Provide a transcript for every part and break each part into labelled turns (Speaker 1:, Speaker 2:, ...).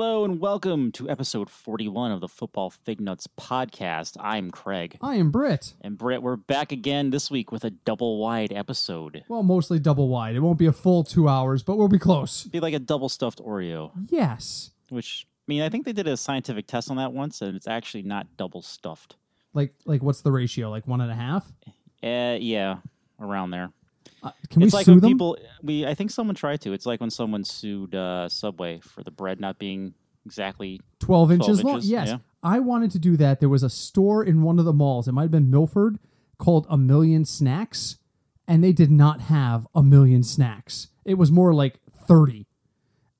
Speaker 1: welcome to episode 41 of the Football Fig Nuts podcast. I'm Craig.
Speaker 2: I am Britt.
Speaker 1: And Britt, we're back again this week with a double wide episode.
Speaker 2: Well, mostly double wide. It won't be a full two hours, but we'll be close.
Speaker 1: Be like a double stuffed Oreo,
Speaker 2: Yes.
Speaker 1: which, I mean, I think they did a scientific test on that once, and it's actually not double stuffed.
Speaker 2: Like, like, what's the ratio? Like one and a half?
Speaker 1: Uh, yeah, around there.
Speaker 2: Uh, can
Speaker 1: it's
Speaker 2: we
Speaker 1: like
Speaker 2: sue
Speaker 1: when
Speaker 2: them?
Speaker 1: people, we, I think someone tried to. It's like when someone sued uh, Subway for the bread not being exactly.
Speaker 2: Twelve inches
Speaker 1: 12
Speaker 2: long.
Speaker 1: inches,
Speaker 2: Yes.
Speaker 1: yeah.
Speaker 2: I wanted to do that. There was a store in one of the malls. It might have been Milford called A Million Snacks, and they did not have a million snacks. It was more like thirty,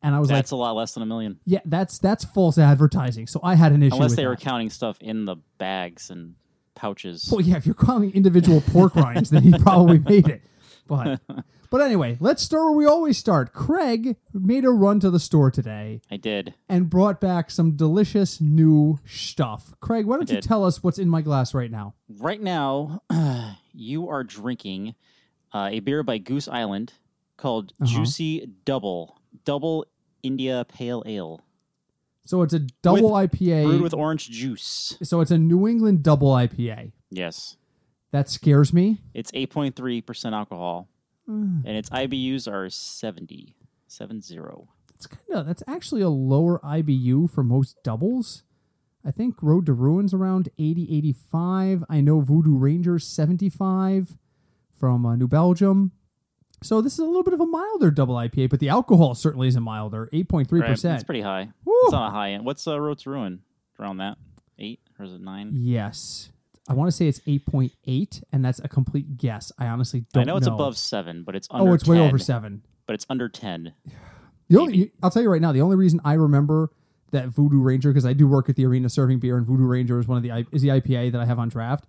Speaker 2: and I was
Speaker 1: That's
Speaker 2: like,
Speaker 1: a lot less than a million.
Speaker 2: yeah, that's that's false advertising. So I had an issue.
Speaker 1: Unless
Speaker 2: with
Speaker 1: they were
Speaker 2: that.
Speaker 1: counting stuff in the bags and pouches.
Speaker 2: Well, yeah, if you're calling individual pork rinds, then he probably made it. But but anyway, let's start where we always start. Craig made a run to the store today
Speaker 1: I did.
Speaker 2: and brought back some delicious new stuff. Craig, why don't you
Speaker 1: did.
Speaker 2: tell us what's in my glass right now?
Speaker 1: Right now, you are drinking uh, a beer by Goose Island called
Speaker 2: Uh-huh.
Speaker 1: Juicy Double. Double India Pale Ale.
Speaker 2: So it's a double
Speaker 1: Brewed
Speaker 2: IPA.
Speaker 1: with orange juice.
Speaker 2: so it's a New England double IPA.
Speaker 1: Yes.
Speaker 2: That scares me.
Speaker 1: It's 8.3% alcohol, and its IBUs are 70. 70.
Speaker 2: It's kind of that's actually a lower IBU for most doubles. I think Road to Ruins around 80, 85. I know Voodoo Rangers 75 from uh, New Belgium. So this is a little bit of a milder double IPA, but the alcohol certainly isn't milder. 8.3%.
Speaker 1: Right, That's pretty high.
Speaker 2: Woo!
Speaker 1: It's on a high end. What's uh, Road to Ruin? Around that? Eight? Or is it nine?
Speaker 2: yes. I want to say it's 8.8, and that's a complete guess. I honestly don't
Speaker 1: I know it's above seven, but it's under
Speaker 2: Oh, it's
Speaker 1: 10,
Speaker 2: way over 7.
Speaker 1: But it's under 10.
Speaker 2: The only, you- I'll tell you right now, the only reason I remember that Voodoo Ranger because I do work at the arena serving beer, and Voodoo Ranger is one of the I- is the IPA that I have on draft.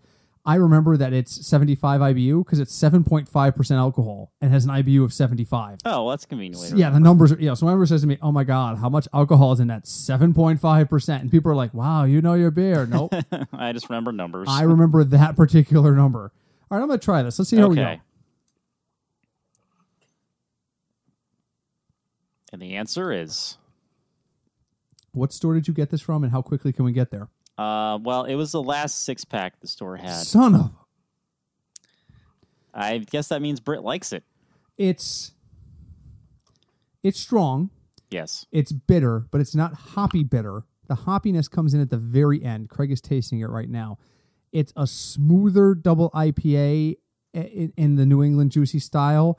Speaker 2: I remember that it's 75 IBU because it's 7.5 percent alcohol and has an IBU of 75.
Speaker 1: Oh, well, that's a convenient. way to
Speaker 2: Yeah, the numbers are, you know, so whenever it says to me, oh my God, how much alcohol is in that? 7.5%. And people are like, wow, you know your beer. Nope.
Speaker 1: I just remember numbers.
Speaker 2: I remember that particular number. All right, I'm going to try this. Let's see how we go.
Speaker 1: And the answer is,
Speaker 2: What store did you get this from and how quickly can we get there?
Speaker 1: uh, well, it was the last six pack the store had.
Speaker 2: Son of
Speaker 1: I guess that means Britt likes it.
Speaker 2: it's it's strong
Speaker 1: Yes,
Speaker 2: it's bitter but it's not hoppy bitter the hoppiness comes in at the very end craig is tasting it right now it's a smoother double ipa i- in, in the new england juicy style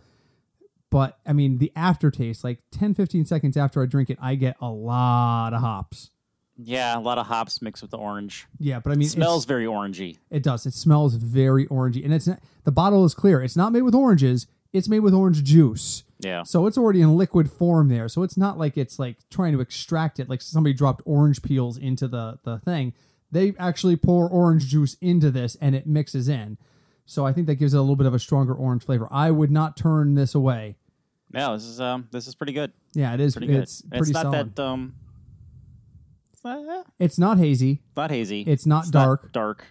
Speaker 2: but i mean the aftertaste like 10 15 seconds after i drink it i get a lot of hops
Speaker 1: yeah, a lot of hops mixed with the orange.
Speaker 2: yeah but i mean
Speaker 1: It
Speaker 2: it's-
Speaker 1: smells very orangey.
Speaker 2: it does it smells very orangey and it's not, the bottle is clear it's not made with oranges it's made with orange juice
Speaker 1: Yeah,
Speaker 2: So it's already in liquid form there. So it's not like it's like trying to extract it like somebody dropped orange peels into the the thing. They actually pour orange juice into this and it mixes in. So I think that gives it a little bit of a stronger orange flavor. I would not turn this away.
Speaker 1: no, this is um, this is pretty good.
Speaker 2: Yeah, it is.
Speaker 1: Pretty good.
Speaker 2: It's pretty
Speaker 1: not
Speaker 2: solid.
Speaker 1: that um, uh,
Speaker 2: it's not hazy.
Speaker 1: not hazy.
Speaker 2: It's not dark.
Speaker 1: dark.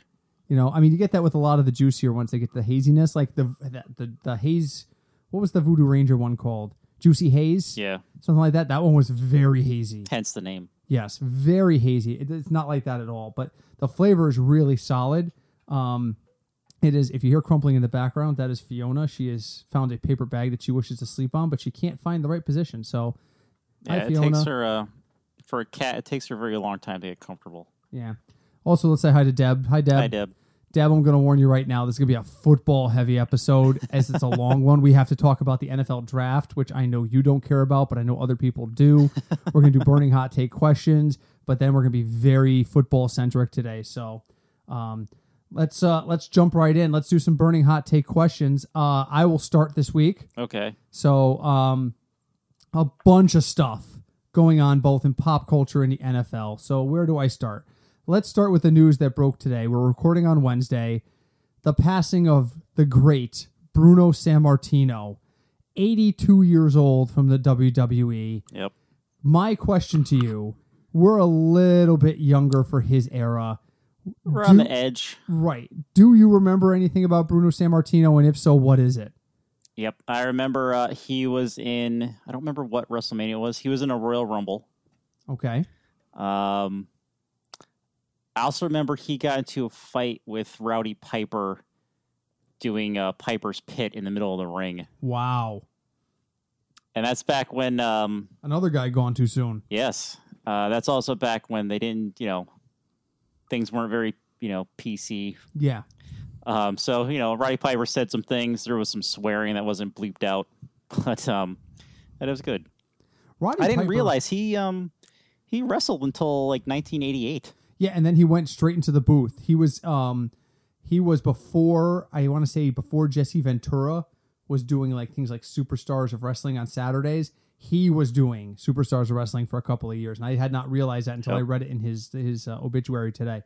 Speaker 2: You know, I mean, you get that with a lot of the juicier ones. They get the haziness, like the the the, the haze. What was the Voodoo Ranger one called? Juicy haze,
Speaker 1: Yeah,
Speaker 2: something like that. That one was very hazy.
Speaker 1: hence the name.
Speaker 2: Yes, very hazy. It, it's not like that at all, but the flavor is really solid. Um, it is. If you hear crumpling in the background, that is Fiona. She has found a paper bag that she wishes to sleep on, but she can't find the right position. So,
Speaker 1: Yeah,
Speaker 2: hi
Speaker 1: it takes
Speaker 2: Fiona.
Speaker 1: her uh, for a cat. It takes her a very long time to get comfortable.
Speaker 2: yeah. Also, let's say hi to Deb. Hi, Deb.
Speaker 1: Hi, Deb.
Speaker 2: Deb, I'm going to warn you right now. This is going to be a football heavy episode as it's a long one. We have to talk about the NFL draft, which I know you don't care about, but I know other people do. We're going to do burning hot take questions, but then we're going to be very football centric today. So, um, let's uh, let's jump right in. Let's do some burning hot take questions. Uh, I will start this week.
Speaker 1: Okay.
Speaker 2: So, um, a bunch of stuff going on both in pop culture and the NFL. So, where do I start? Let's start with the news that broke today. We're recording on Wednesday. The passing of the great Bruno Sammartino, 82 years old from the WWE.
Speaker 1: Yep.
Speaker 2: My question to you we're a little bit younger for his era.
Speaker 1: We're on
Speaker 2: Do-
Speaker 1: the edge.
Speaker 2: Right. Do you remember anything about Bruno Sammartino? And if so, what is it?
Speaker 1: Yep. I remember uh, he was in, I don't remember what WrestleMania it was. He was in a Royal Rumble.
Speaker 2: Okay.
Speaker 1: Um, I also remember he got into a fight with Rowdy Piper doing uh, Piper's Pit in the middle of the ring.
Speaker 2: Wow.
Speaker 1: And that's back when, um,
Speaker 2: Another guy gone too soon.
Speaker 1: yes, uh, that's also back when they didn't, you know, things weren't very, you know, PC.
Speaker 2: Yeah.
Speaker 1: Um, so, you know, Roddy Piper said some things. There was some swearing that wasn't bleeped out, but um, that was good.
Speaker 2: Roddy
Speaker 1: I didn't
Speaker 2: Piper-
Speaker 1: realize he um, he wrestled until like 1988.
Speaker 2: Yeah, and then he went straight into the booth. He was um he was before I want to say before Jesse Ventura was doing like things like Superstars of Wrestling on Saturdays. He was doing Superstars of Wrestling for a couple of years, and I had not realized that until I
Speaker 1: Yep.
Speaker 2: read it in his his uh, obituary today.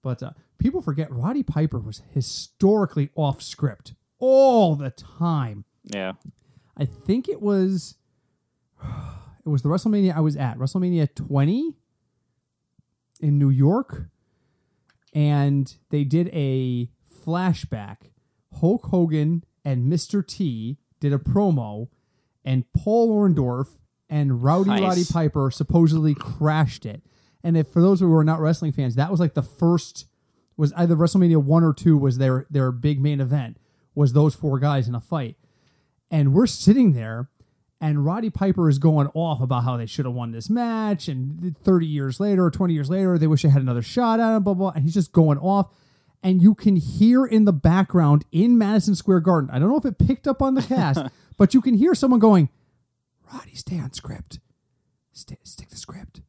Speaker 2: But uh, people forget Roddy Piper was historically off script all the time.
Speaker 1: Yeah.
Speaker 2: I think it was it was the WrestleMania I was at, WrestleMania 20 in New York, and they did a flashback. Hulk Hogan and Mr. T did a promo, and Paul Orndorff and Rowdy
Speaker 1: Nice.
Speaker 2: Roddy Piper supposedly crashed it. And if for those who are not wrestling fans, that was like the first was either WrestleMania one or two was their their big main event was those four guys in a fight and we're sitting there and Roddy Piper is going off about how they should have won this match and 30 years later or 20 years later they wish they had another shot at him blah blah and he's just going off and you can hear in the background in Madison Square Garden I don't know if it picked up on the cast but you can hear someone going Roddy stay on script Sti stick to script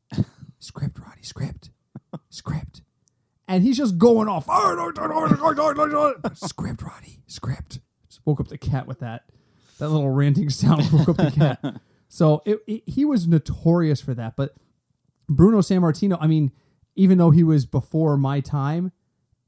Speaker 2: script Roddy script script and he's just going off script Roddy script just woke up the cat with that that little ranting sound woke up the cat. So it, it- he was notorious for that. But Bruno San Martino, I mean, even though he was before my time,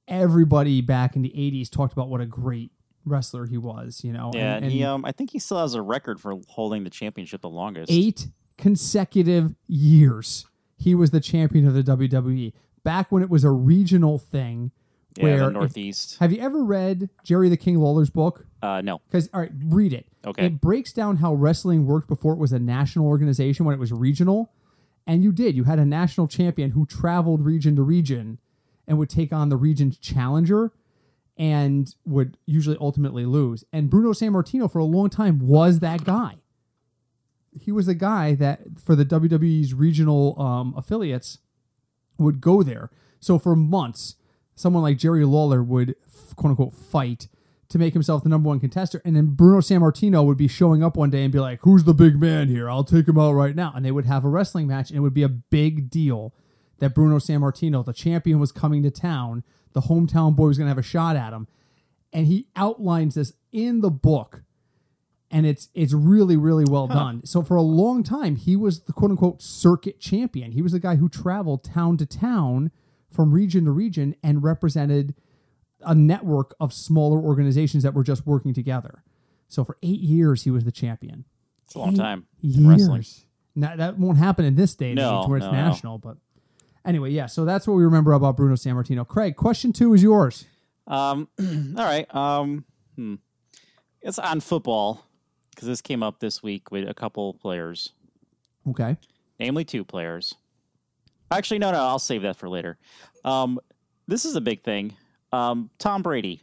Speaker 2: everybody back in the '80s talked about what a great wrestler he was. You know,
Speaker 1: Yeah,
Speaker 2: and,
Speaker 1: and,
Speaker 2: and
Speaker 1: he um, I think he still has a record for holding the championship the longest.
Speaker 2: eight consecutive years he was the champion of the WWE. Back when it was a regional thing,
Speaker 1: yeah,
Speaker 2: where
Speaker 1: the
Speaker 2: if-
Speaker 1: Northeast.
Speaker 2: have you ever read Jerry the King Lawler's book?
Speaker 1: uh, no,
Speaker 2: Because all right, read it.
Speaker 1: Okay.
Speaker 2: It breaks down how wrestling worked before it was a national organization when it was regional, and you did. You had a national champion who traveled region to region and would take on the region's challenger and would usually ultimately lose. And Bruno San Martino for a long time was that guy. He was the guy that for the WWE's regional um, affiliates would go there. So for months, someone like Jerry Lawler would f- quote unquote fight to make himself the number one contester. And then Bruno San Martino would be showing up one day and be like, Who's the big man here? I'll take him out right now. And they would have a wrestling match, and it would be a big deal that Bruno San Martino, the champion, was coming to town. The hometown boy was going to have a shot at him. And he outlines this in the book. And it's it's really, really well done. So for a long time, he was the quote unquote circuit champion. He was the guy who traveled town to town from region to region and represented a network of smaller organizations that were just working together. So for eight years, he was the champion.
Speaker 1: it's a long time. in
Speaker 2: Years.
Speaker 1: Wrestling.
Speaker 2: Now, that won't happen in this day and
Speaker 1: No,
Speaker 2: age where it's
Speaker 1: no, no.
Speaker 2: national. But anyway, yeah. So that's what we remember about Bruno Sammartino. Craig, question two is yours.
Speaker 1: Um, all right. Um, hmm. it's on football because this came up this week with a couple players,
Speaker 2: Okay.
Speaker 1: namely two players. Actually, no, no, I'll save that for later. Um, this is a big thing. Um, Tom Brady.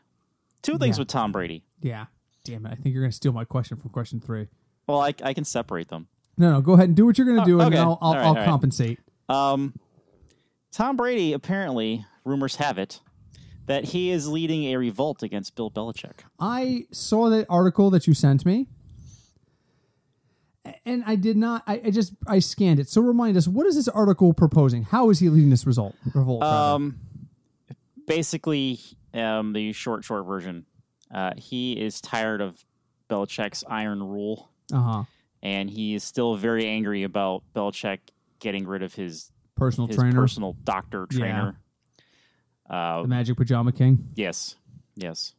Speaker 1: Two things
Speaker 2: Yeah.
Speaker 1: with Tom Brady.
Speaker 2: Yeah. Damn it! I think you're going to steal my question from question three.
Speaker 1: Well, I, I can separate them.
Speaker 2: No, no. Go ahead and do what you're going to
Speaker 1: Oh,
Speaker 2: do, and
Speaker 1: okay.
Speaker 2: then I'll, I'll,
Speaker 1: All right, all
Speaker 2: I'll
Speaker 1: right.
Speaker 2: compensate.
Speaker 1: Um, Tom Brady apparently, rumors have it, that he is leading a revolt against Bill Belichick.
Speaker 2: I saw that article that you sent me, a- and I did not. I, I just I scanned it. So remind us, what is this article proposing? How is he leading this result revolt? rather?
Speaker 1: Um, basically, um, the short, short version, uh, he is tired of Belichick's iron rule,
Speaker 2: uh-huh.
Speaker 1: and he is still very angry about Belichick getting rid of his
Speaker 2: Personal
Speaker 1: his
Speaker 2: trainer,
Speaker 1: personal doctor
Speaker 2: Yeah.
Speaker 1: trainer. Uh,
Speaker 2: the Magic Pajama King.
Speaker 1: Yes, yes.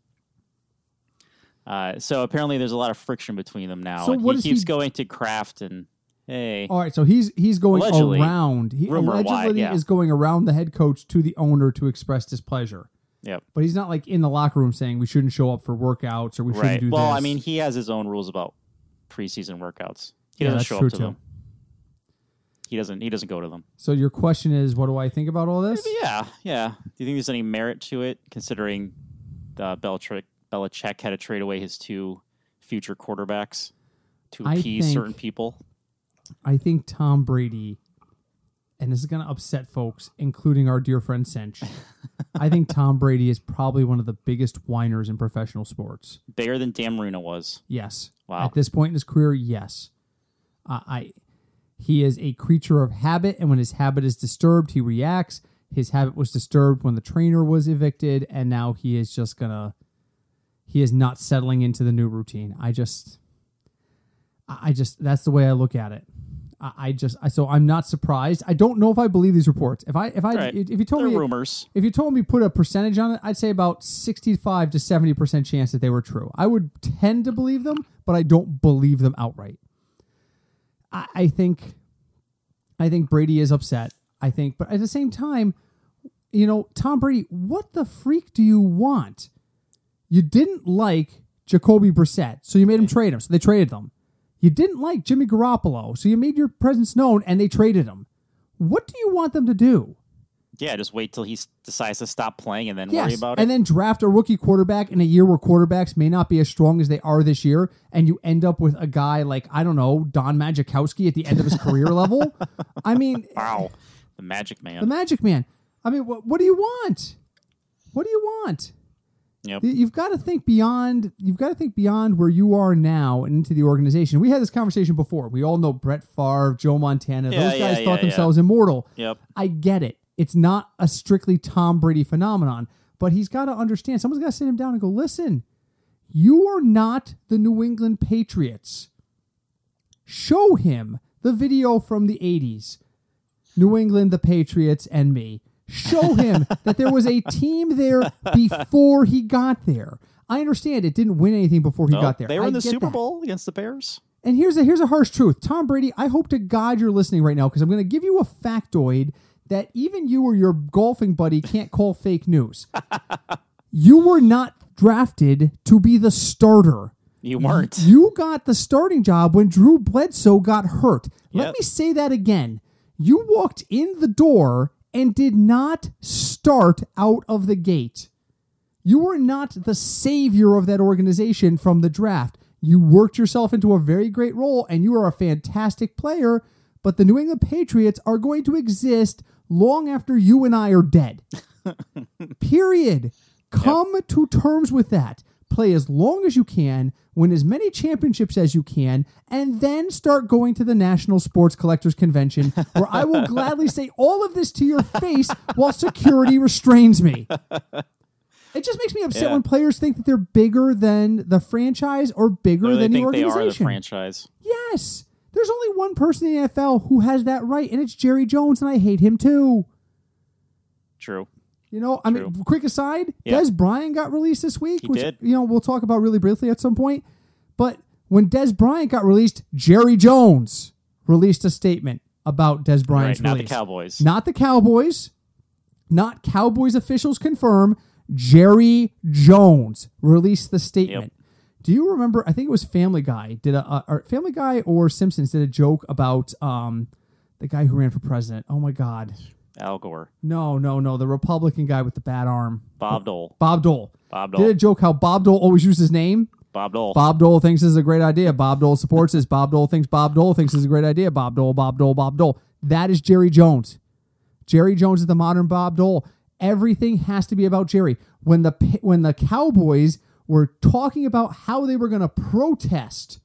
Speaker 1: Uh, so apparently, there's a lot of friction between them now.
Speaker 2: So
Speaker 1: and
Speaker 2: what
Speaker 1: he
Speaker 2: is
Speaker 1: keeps
Speaker 2: he- Oh,
Speaker 1: going to Kraft and hey,
Speaker 2: All right, so he's he's going
Speaker 1: Allegedly.
Speaker 2: around. He
Speaker 1: Rumor-wise,
Speaker 2: allegedly
Speaker 1: yeah.
Speaker 2: is going around the head coach to the owner to express displeasure.
Speaker 1: Yep.
Speaker 2: But he's not like in the locker room saying we shouldn't show up for workouts or we shouldn't
Speaker 1: right.
Speaker 2: do
Speaker 1: Well,
Speaker 2: this.
Speaker 1: I mean, he has his own rules about preseason workouts. He
Speaker 2: Yeah,
Speaker 1: doesn't
Speaker 2: that's
Speaker 1: show
Speaker 2: true
Speaker 1: up to
Speaker 2: too.
Speaker 1: them. He doesn't. He doesn't go to them.
Speaker 2: So your question is, what do I think about all this?
Speaker 1: But yeah, yeah. Do you think there's any merit to it, considering uh, Belichick, Belichick had to trade away his two future quarterbacks to
Speaker 2: I
Speaker 1: appease
Speaker 2: think-
Speaker 1: certain people?
Speaker 2: I think Tom Brady, and this is going to upset folks, including our dear friend Cinch. I think Tom Brady is probably one of the biggest whiners in professional sports.
Speaker 1: Bigger than Dan Marino was.
Speaker 2: Yes.
Speaker 1: Wow.
Speaker 2: At this point in his career, yes. Uh, I he is a creature of habit, and when his habit is disturbed, he reacts. His habit was disturbed when the trainer was evicted, and now he is just gonna. He is not settling into the new routine. I just, I I just that's the way I look at it. I, I just I, so I'm not surprised. I don't know if I believe these reports. If I if I
Speaker 1: Right.
Speaker 2: if you told
Speaker 1: They're
Speaker 2: me
Speaker 1: rumors.
Speaker 2: if you told me put a percentage on it, I'd say about 65 to 70% chance that they were true. I would tend to believe them, but I don't believe them outright. I, I think I think Brady is upset. I think, but at the same time, you know, Tom Brady, what the freak do you want? You didn't like Jacoby Brissett, so you made him trade him. So they traded him. You didn't like Jimmy Garoppolo, so you made your presence known and they traded him. What do you want them to do?
Speaker 1: Yeah, just wait till he s- decides to stop playing and then worry about
Speaker 2: and
Speaker 1: it.
Speaker 2: then draft a rookie quarterback in a year where quarterbacks may not be as strong as they are this year, and you end up with a guy like I don't know Don Majikowski at the end of his career level. I mean,
Speaker 1: wow, the Magic Man.
Speaker 2: the Magic Man. I mean, what, what do you want? What do you want?
Speaker 1: Yep.
Speaker 2: You- You've got to think beyond. You've got to think beyond where you are now and into the organization. We had this conversation before. We all know Brett Favre, Joe Montana.
Speaker 1: Yeah,
Speaker 2: Those
Speaker 1: yeah,
Speaker 2: guys
Speaker 1: yeah,
Speaker 2: thought
Speaker 1: yeah.
Speaker 2: themselves immortal.
Speaker 1: yep.
Speaker 2: I get it. It's not a strictly Tom Brady phenomenon, but he's got to understand. Someone's got to sit him down and go, listen, you are not the New England Patriots. Show him the video from the 80s New England, the Patriots, and me. Show him that there was a team there before he got there. I understand it didn't win anything before he
Speaker 1: No,
Speaker 2: got there.
Speaker 1: They were
Speaker 2: I
Speaker 1: in the
Speaker 2: get
Speaker 1: Super
Speaker 2: that.
Speaker 1: Bowl against the Bears.
Speaker 2: And here's a here's a harsh truth. Tom Brady, I hope to God you're listening right now because I'm going to give you a factoid that even you or your golfing buddy can't call fake news. you were not drafted to be the starter.
Speaker 1: You weren't.
Speaker 2: You got the starting job when Drew Bledsoe got hurt. Let
Speaker 1: Yep.
Speaker 2: me say that again. You walked in the door and did not start out of the gate. You were not the savior of that organization from the draft. You worked yourself into a very great role and you are a fantastic player, but the New England Patriots are going to exist long after you and I are dead. Period. Come to terms with that. Play as long as you can, win as many championships as you can, and then start going to the National Sports Collectors Convention, where I will gladly say all of this to your face while security restrains me. It just makes me upset
Speaker 1: Yeah.
Speaker 2: when players think that they're bigger than the franchise or bigger
Speaker 1: Or they
Speaker 2: than the
Speaker 1: think they are the
Speaker 2: organization.
Speaker 1: franchise.
Speaker 2: yes. There's only one person in the NFL who has that right, and it's Jerry Jones, and I hate him too.
Speaker 1: True.
Speaker 2: You know, I mean, quick aside,
Speaker 1: Yeah.
Speaker 2: Des Bryant got released this week,
Speaker 1: He
Speaker 2: which
Speaker 1: did.
Speaker 2: you know we'll talk about really briefly at some point. But when Des Bryant got released, Jerry Jones released a statement about Des Bryant's
Speaker 1: Right. Not the
Speaker 2: release.
Speaker 1: Cowboys.
Speaker 2: Not the Cowboys, not Cowboys officials confirm. Jerry Jones released the statement. Do you remember? I think it was Family Guy did a, a or Family Guy or Simpsons did a joke about um the guy who ran for president. Oh my God!
Speaker 1: Al Gore.
Speaker 2: No, no, no. The Republican guy with the bad arm,
Speaker 1: Bob Dole.
Speaker 2: Bob Dole.
Speaker 1: Bob
Speaker 2: Did a
Speaker 1: Dole.
Speaker 2: joke how Bob Dole always used his name.
Speaker 1: Bob Dole.
Speaker 2: Bob Dole thinks this is a great idea. Bob Dole supports this. Bob Dole thinks Bob Dole thinks this is a great idea. Bob Dole, Bob Dole, Bob Dole. That is Jerry Jones. Jerry Jones is the modern Bob Dole. Everything has to be about Jerry. When the P- when the Cowboys were talking about how they were going to protest,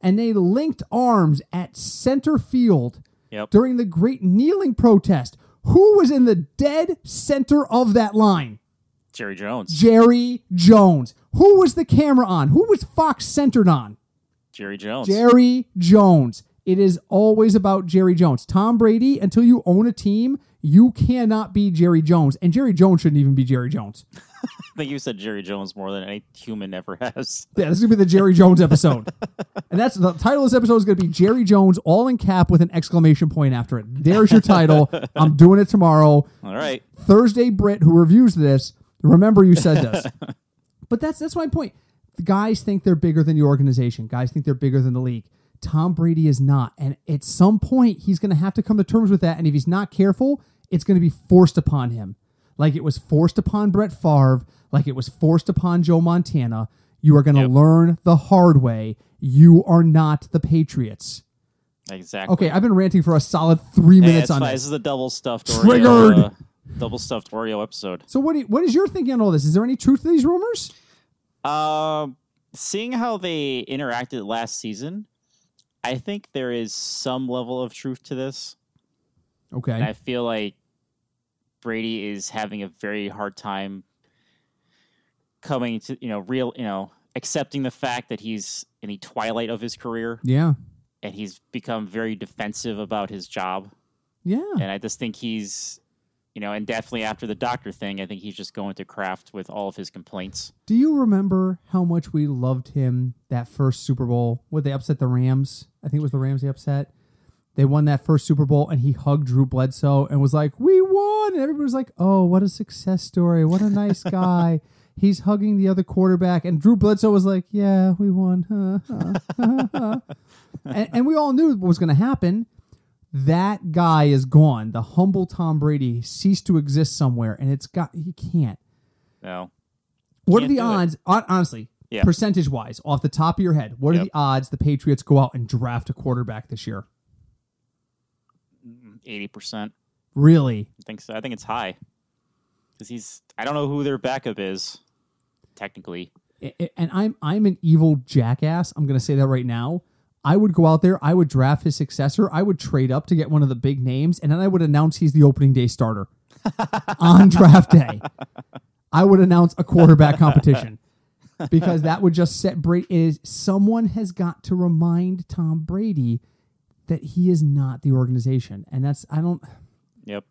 Speaker 2: and they linked arms at center field
Speaker 1: Yep.
Speaker 2: during the great kneeling protest. Who was in the dead center of that line?
Speaker 1: Jerry Jones.
Speaker 2: Jerry Jones. Who was the camera on? Who was Fox centered on?
Speaker 1: Jerry Jones.
Speaker 2: Jerry Jones. It is always about Jerry Jones. Tom Brady, until you own a team, you cannot be Jerry Jones. And Jerry Jones shouldn't even be Jerry Jones.
Speaker 1: I think you said Jerry Jones more than any human ever has.
Speaker 2: Yeah, this is going to be the Jerry Jones episode. and that's the title of this episode is going to be Jerry Jones, all in cap with an exclamation point after it. There's your title. I'm doing it tomorrow.
Speaker 1: All right.
Speaker 2: Thursday Brit who reviews this, remember you said this. but that's that's my point. The guys think they're bigger than the organization. Guys think they're bigger than the league. Tom Brady is not. And at some point, he's going to have to come to terms with that. And if he's not careful, it's going to be forced upon him. Like it was forced upon Brett Favre, like it was forced upon Joe Montana. You are going to
Speaker 1: Yep.
Speaker 2: learn the hard way. You are not the Patriots.
Speaker 1: Exactly.
Speaker 2: Okay, I've been ranting for a solid three
Speaker 1: Hey,
Speaker 2: minutes
Speaker 1: it's
Speaker 2: on
Speaker 1: fine.
Speaker 2: this.
Speaker 1: This is a double stuffed
Speaker 2: Triggered.
Speaker 1: Oreo. uh, double stuffed Oreo episode.
Speaker 2: So what? Do you, what is your thinking on all this? Is there any truth to these rumors?
Speaker 1: Um, seeing how they interacted last season, I think there is some level of truth to this.
Speaker 2: Okay.
Speaker 1: And I feel like Brady is having a very hard time coming to you know real you know accepting the fact that he's in the twilight of his career
Speaker 2: yeah.
Speaker 1: and he's become very defensive about his job.
Speaker 2: Yeah.
Speaker 1: And I just think he's, you know, and definitely after the doctor thing, I think he's just going to craft with all of his complaints.
Speaker 2: Do you remember how much we loved him that first Super Bowl? What they upset the Rams? I think it was the Rams they upset. They won that first Super Bowl, and he hugged Drew Bledsoe and was like, "We won!" And everybody was like, "Oh, what a success story! What a nice guy." He's hugging the other quarterback, and Drew Bledsoe was like, "Yeah, we won." Huh, huh, huh, huh." and, and we all knew what was going to happen. That guy is gone. The humble Tom Brady ceased to exist somewhere, and it's got you can't.
Speaker 1: You know?
Speaker 2: What are
Speaker 1: Can't
Speaker 2: the
Speaker 1: do it.
Speaker 2: odds? hon- Honestly,
Speaker 1: Yeah.
Speaker 2: percentage wise, off the top of your head, what are
Speaker 1: Yep.
Speaker 2: the odds the Patriots go out and draft a quarterback this year?
Speaker 1: eighty percent.
Speaker 2: Really?
Speaker 1: I think so. I think it's high because he's. I don't know who their backup is. Technically,
Speaker 2: I- I- And I'm I'm an evil jackass. I'm going to say that right now. I would go out there. I would draft his successor. I would trade up to get one of the big names, and then I would announce he's the opening day starter on draft day. I would announce a quarterback competition because that would just set Brady. Is someone has got to remind Tom Brady that he is not the organization, and that's I don't.
Speaker 1: yep.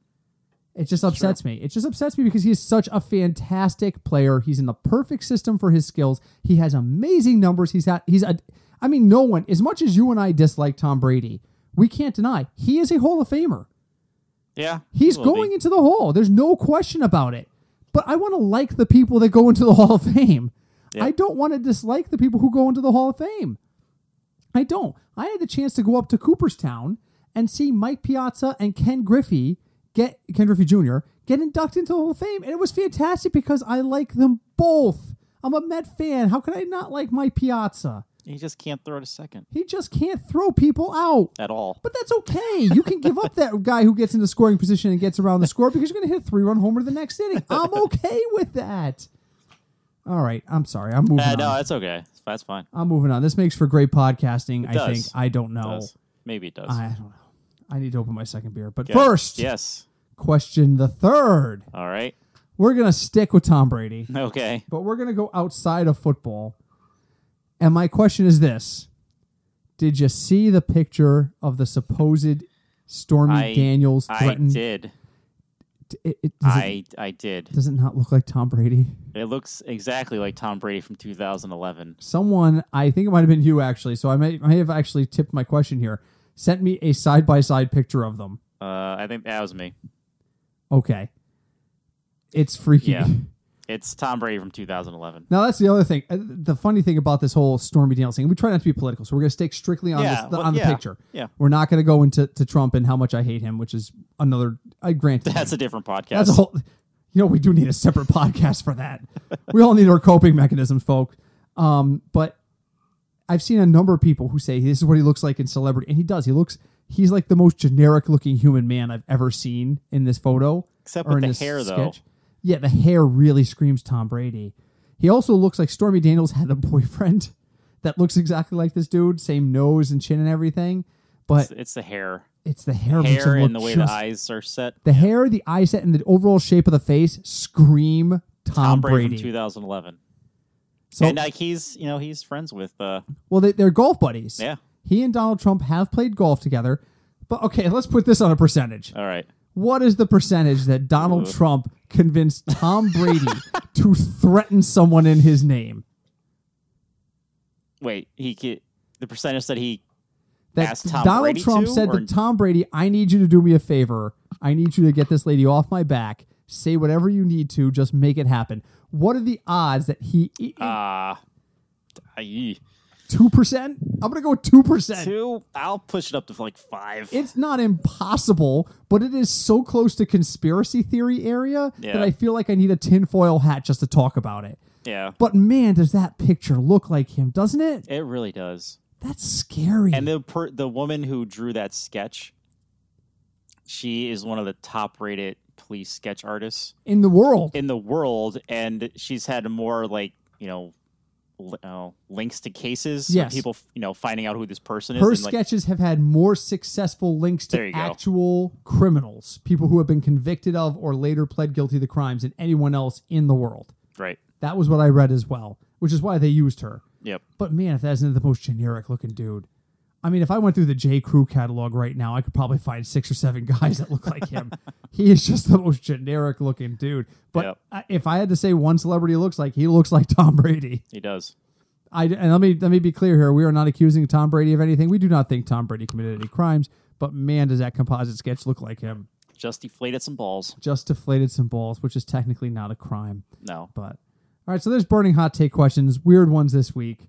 Speaker 2: It just upsets me. It just upsets me because he is such a fantastic player. He's in the perfect system for his skills. He has amazing numbers. He's had he's a I mean, no one, as much as you and I dislike Tom Brady, we can't deny he is a Hall of Famer.
Speaker 1: Yeah,
Speaker 2: He's
Speaker 1: he will be.
Speaker 2: going into the hall. There's no question about it. But I want to like the people that go into the Hall of Fame.
Speaker 1: Yeah.
Speaker 2: I don't want to dislike the people who go into the Hall of Fame. I don't. I had the chance to go up to Cooperstown and see Mike Piazza and Ken Griffey get Ken Griffey Jr. get inducted into the Hall of Fame, and it was fantastic because I like them both. I'm a Met fan. How could I not like Mike Piazza?
Speaker 1: He just can't throw it a second
Speaker 2: He just can't throw people out.
Speaker 1: at all.
Speaker 2: But that's okay. You can give up that guy who gets in the scoring position and gets around the score because you're going to hit a three run homer the next inning. I'm okay with that. All right. I'm sorry. I'm moving
Speaker 1: Uh,
Speaker 2: on.
Speaker 1: no, that's okay. That's fine.
Speaker 2: I'm moving on. This makes for great podcasting, I
Speaker 1: does.
Speaker 2: think. I don't know.
Speaker 1: Does. Maybe it does.
Speaker 2: I don't know. I need to open my second beer. But
Speaker 1: Okay.
Speaker 2: first,
Speaker 1: yes.
Speaker 2: question the third.
Speaker 1: All right.
Speaker 2: We're going to stick with Tom Brady,
Speaker 1: Okay.
Speaker 2: but we're going to go outside of football. And my question is this Did you see the picture of the supposed Stormy
Speaker 1: I-
Speaker 2: Daniels
Speaker 1: I
Speaker 2: threatened?
Speaker 1: did.
Speaker 2: it, it, does, it,
Speaker 1: I I did.
Speaker 2: does it not look like Tom Brady?
Speaker 1: It looks exactly like Tom Brady from 2011.
Speaker 2: Someone, I think it might have been you actually, so I may, may have actually tipped my question here, sent me a side by side picture of them.
Speaker 1: Uh, I think that was me.
Speaker 2: Okay. It's freaky.
Speaker 1: Yeah. It's Tom Brady from 2011.
Speaker 2: Now, that's the other thing. Uh, The funny thing about this whole Stormy Daniels thing, we try not to be political, so we're going to stick strictly on,
Speaker 1: Yeah,
Speaker 2: this,
Speaker 1: well,
Speaker 2: on the
Speaker 1: yeah,
Speaker 2: picture.
Speaker 1: yeah.
Speaker 2: We're not going to go into to Trump and how much I hate him, which is another, I grant
Speaker 1: That's a different podcast.
Speaker 2: That's a whole. You know, we do need a separate podcast for that. We all need our coping mechanisms, folks. Um, but I've seen a number of people who say this is what he looks like in celebrity, and he does. He looks. He's like the most generic looking human man I've ever seen in this photo,
Speaker 1: Except
Speaker 2: or
Speaker 1: with
Speaker 2: in
Speaker 1: the
Speaker 2: this
Speaker 1: hair, though.
Speaker 2: sketch. Yeah, the hair really screams Tom Brady. He also looks like Stormy Daniels had a boyfriend that looks exactly like this dude, same nose and chin and everything. But
Speaker 1: It's, it's the hair,
Speaker 2: it's the hair, makes him
Speaker 1: hair, and the
Speaker 2: look
Speaker 1: way
Speaker 2: just
Speaker 1: the eyes are set.
Speaker 2: the hair, the eye set, and the overall shape of the face scream Tom,
Speaker 1: Tom Brady,
Speaker 2: Brady.
Speaker 1: from 2011.
Speaker 2: so,
Speaker 1: and uh, like he's, you know, he's friends with. Uh,
Speaker 2: well, they, they're golf buddies.
Speaker 1: yeah.
Speaker 2: He and Donald Trump have played golf together. But okay, let's put this on a percentage.
Speaker 1: All right.
Speaker 2: What is the percentage that Donald Trump convinced Tom Brady to threaten someone in his name?
Speaker 1: Wait. He ca- the percentage that he
Speaker 2: That
Speaker 1: Asked Tom
Speaker 2: Donald
Speaker 1: Brady
Speaker 2: Trump
Speaker 1: to,
Speaker 2: said
Speaker 1: or-
Speaker 2: to Tom Brady, I need you to do me a favor. I need you to get this lady off my back. Say whatever you need to, just make it happen. What are the odds that he
Speaker 1: uh, I-
Speaker 2: two percent? I'm gonna go two percent.
Speaker 1: Two. I'll push it up to like five.
Speaker 2: It's not impossible, but it is so close to conspiracy theory area
Speaker 1: Yeah.
Speaker 2: that I feel like I need a tinfoil hat just to talk about it.
Speaker 1: yeah.
Speaker 2: But man, does that picture look like him, doesn't it?
Speaker 1: It really does.
Speaker 2: That's scary.
Speaker 1: And the per- the woman who drew that sketch, she is one of the top rated police sketch artists
Speaker 2: in the world.
Speaker 1: in the world, and she's had more like you know. li- uh, links to cases of
Speaker 2: Yes.
Speaker 1: people you know finding out who this person is
Speaker 2: Her
Speaker 1: and, like,
Speaker 2: sketches have had more successful links
Speaker 1: There
Speaker 2: to
Speaker 1: you go.
Speaker 2: actual criminals, people who have been convicted of or later pled guilty to crimes than anyone else in the world.
Speaker 1: right
Speaker 2: That was what I read as well, which is why they used her.
Speaker 1: yep
Speaker 2: But man, if that isn't the most generic looking dude. I mean, if I went through the J. Crew catalog right now, I could probably find six or seven guys that look like him. he is just the most generic looking dude. But
Speaker 1: Yep.
Speaker 2: I- if I had to say one celebrity looks like, he looks like Tom Brady.
Speaker 1: he does
Speaker 2: I and let me let me be clear here. We are not accusing Tom Brady of anything. We do not think Tom Brady committed any crimes. But man, does that composite sketch look like him?
Speaker 1: just deflated some balls
Speaker 2: Just deflated some balls, which is technically not a crime.
Speaker 1: no
Speaker 2: But all right, so there's burning hot take questions, weird ones this week.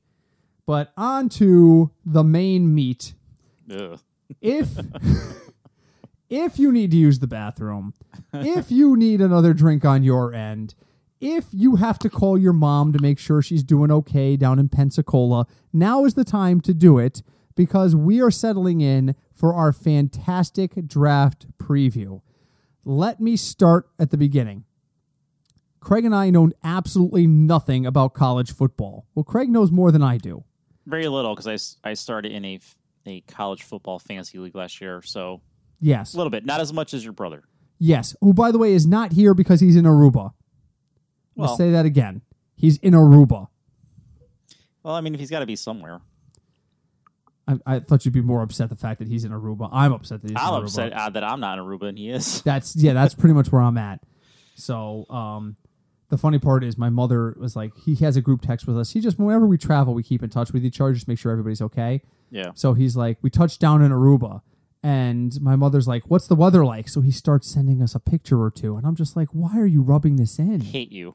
Speaker 2: But on to the main meat.
Speaker 1: Ugh.
Speaker 2: If if you need to use the bathroom, if you need another drink on your end, if you have to call your mom to make sure she's doing okay down in Pensacola, now is the time to do it because we are settling in for our fantastic draft preview. Let me start at the beginning. Craig and I know absolutely nothing about college football. Well, Craig knows more than I do.
Speaker 1: very little because I, s- I started in a f- a college football fantasy league last year so
Speaker 2: Yes.
Speaker 1: a little bit not as much as your brother
Speaker 2: Yes, who by the way is not here because he's in Aruba. Let's
Speaker 1: Well-
Speaker 2: say that again. He's in Aruba.
Speaker 1: well I mean if he's got to be somewhere
Speaker 2: I, I thought you'd be more upset the fact that he's in Aruba. I'm upset that he's
Speaker 1: I'm
Speaker 2: in Aruba.
Speaker 1: upset uh, that I'm not in Aruba and he is.
Speaker 2: That's yeah, that's pretty much where I'm at. So, um, the funny part is my mother was like, he has a group text with us. He just whenever we travel, we keep in touch with each other, just make sure everybody's okay.
Speaker 1: Yeah.
Speaker 2: So he's like, we touched down in Aruba. And my mother's like, what's the weather like? So he starts sending us a picture or two. And I'm just like, why are you rubbing this in?
Speaker 1: Hate you.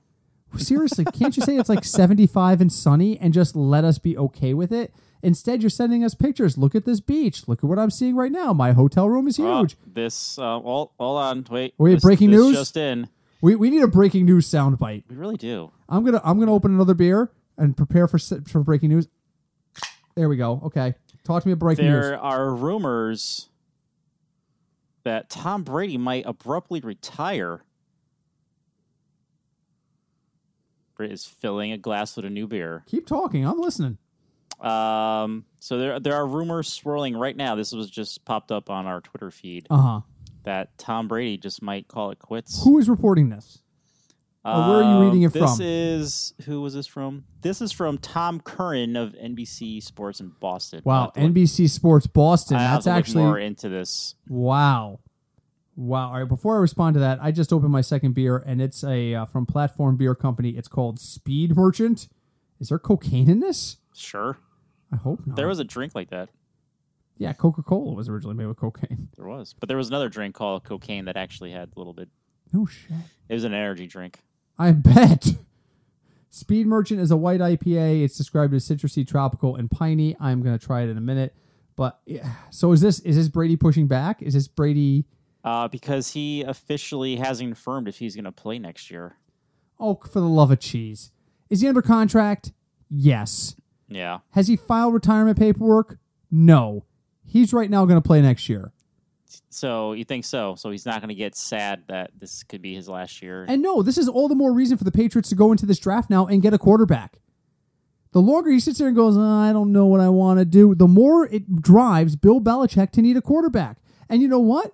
Speaker 2: seriously, can't you say it's like 75 and sunny and just let us be okay with it? Instead, you're sending us pictures. Look at this beach. Look at what I'm seeing right now. My hotel room is
Speaker 1: Uh,
Speaker 2: huge.
Speaker 1: this uh, all hold on, wait.
Speaker 2: Wait,
Speaker 1: This-
Speaker 2: breaking
Speaker 1: this
Speaker 2: news?
Speaker 1: just in.
Speaker 2: we, we need a breaking news soundbite.
Speaker 1: We really do.
Speaker 2: I'm gonna I'm gonna open another beer and prepare for s- for breaking news. There we go. Okay, talk to me about breaking
Speaker 1: There
Speaker 2: news.
Speaker 1: are rumors that Tom Brady might abruptly retire. Britt is filling a glass with a new beer.
Speaker 2: Keep talking. I'm listening.
Speaker 1: Um, so there there are rumors swirling right now. This was just popped up on our Twitter feed
Speaker 2: Uh huh.
Speaker 1: that Tom Brady just might call it quits. Um,
Speaker 2: Who is reporting this? Or where are you reading it
Speaker 1: this
Speaker 2: from?
Speaker 1: is who was this from? This is from Tom Curran of NBC Sports in Boston. I'll
Speaker 2: Wow,
Speaker 1: have to Uh, look-
Speaker 2: NBC Sports Boston.
Speaker 1: I'll have
Speaker 2: That's
Speaker 1: to look
Speaker 2: actually
Speaker 1: more into this.
Speaker 2: Wow. Wow. All right. Before I respond to that, I just opened my second beer, and it's a uh, from Platform Beer Company. It's called Speed Merchant. Is there cocaine in this?
Speaker 1: Sure,
Speaker 2: I hope not.
Speaker 1: there was a drink like that.
Speaker 2: yeah, Coca Cola was originally made with cocaine.
Speaker 1: There was, but there was another drink called cocaine that actually had a little bit.
Speaker 2: No shit.
Speaker 1: It was an energy drink.
Speaker 2: I bet. Speed Merchant is a white IPA. It's described as citrusy, tropical, and piney. I'm gonna try it in a minute. But yeah. so is this is this Brady pushing back? Is this Brady?
Speaker 1: Uh, because he officially hasn't confirmed if he's going to play next year.
Speaker 2: Oh, for the love of cheese! Is he under contract? Yes.
Speaker 1: Yeah,
Speaker 2: Has he filed retirement paperwork? No. He's right now going to play next year.
Speaker 1: so you think so? So he's not going to get sad that this could be his last year.
Speaker 2: And no, this is all the more reason for the Patriots to go into this draft now and get a quarterback. The longer he sits there and goes, "Uh, I don't know what I want to do, the more it drives Bill Belichick to need a quarterback. And you know what?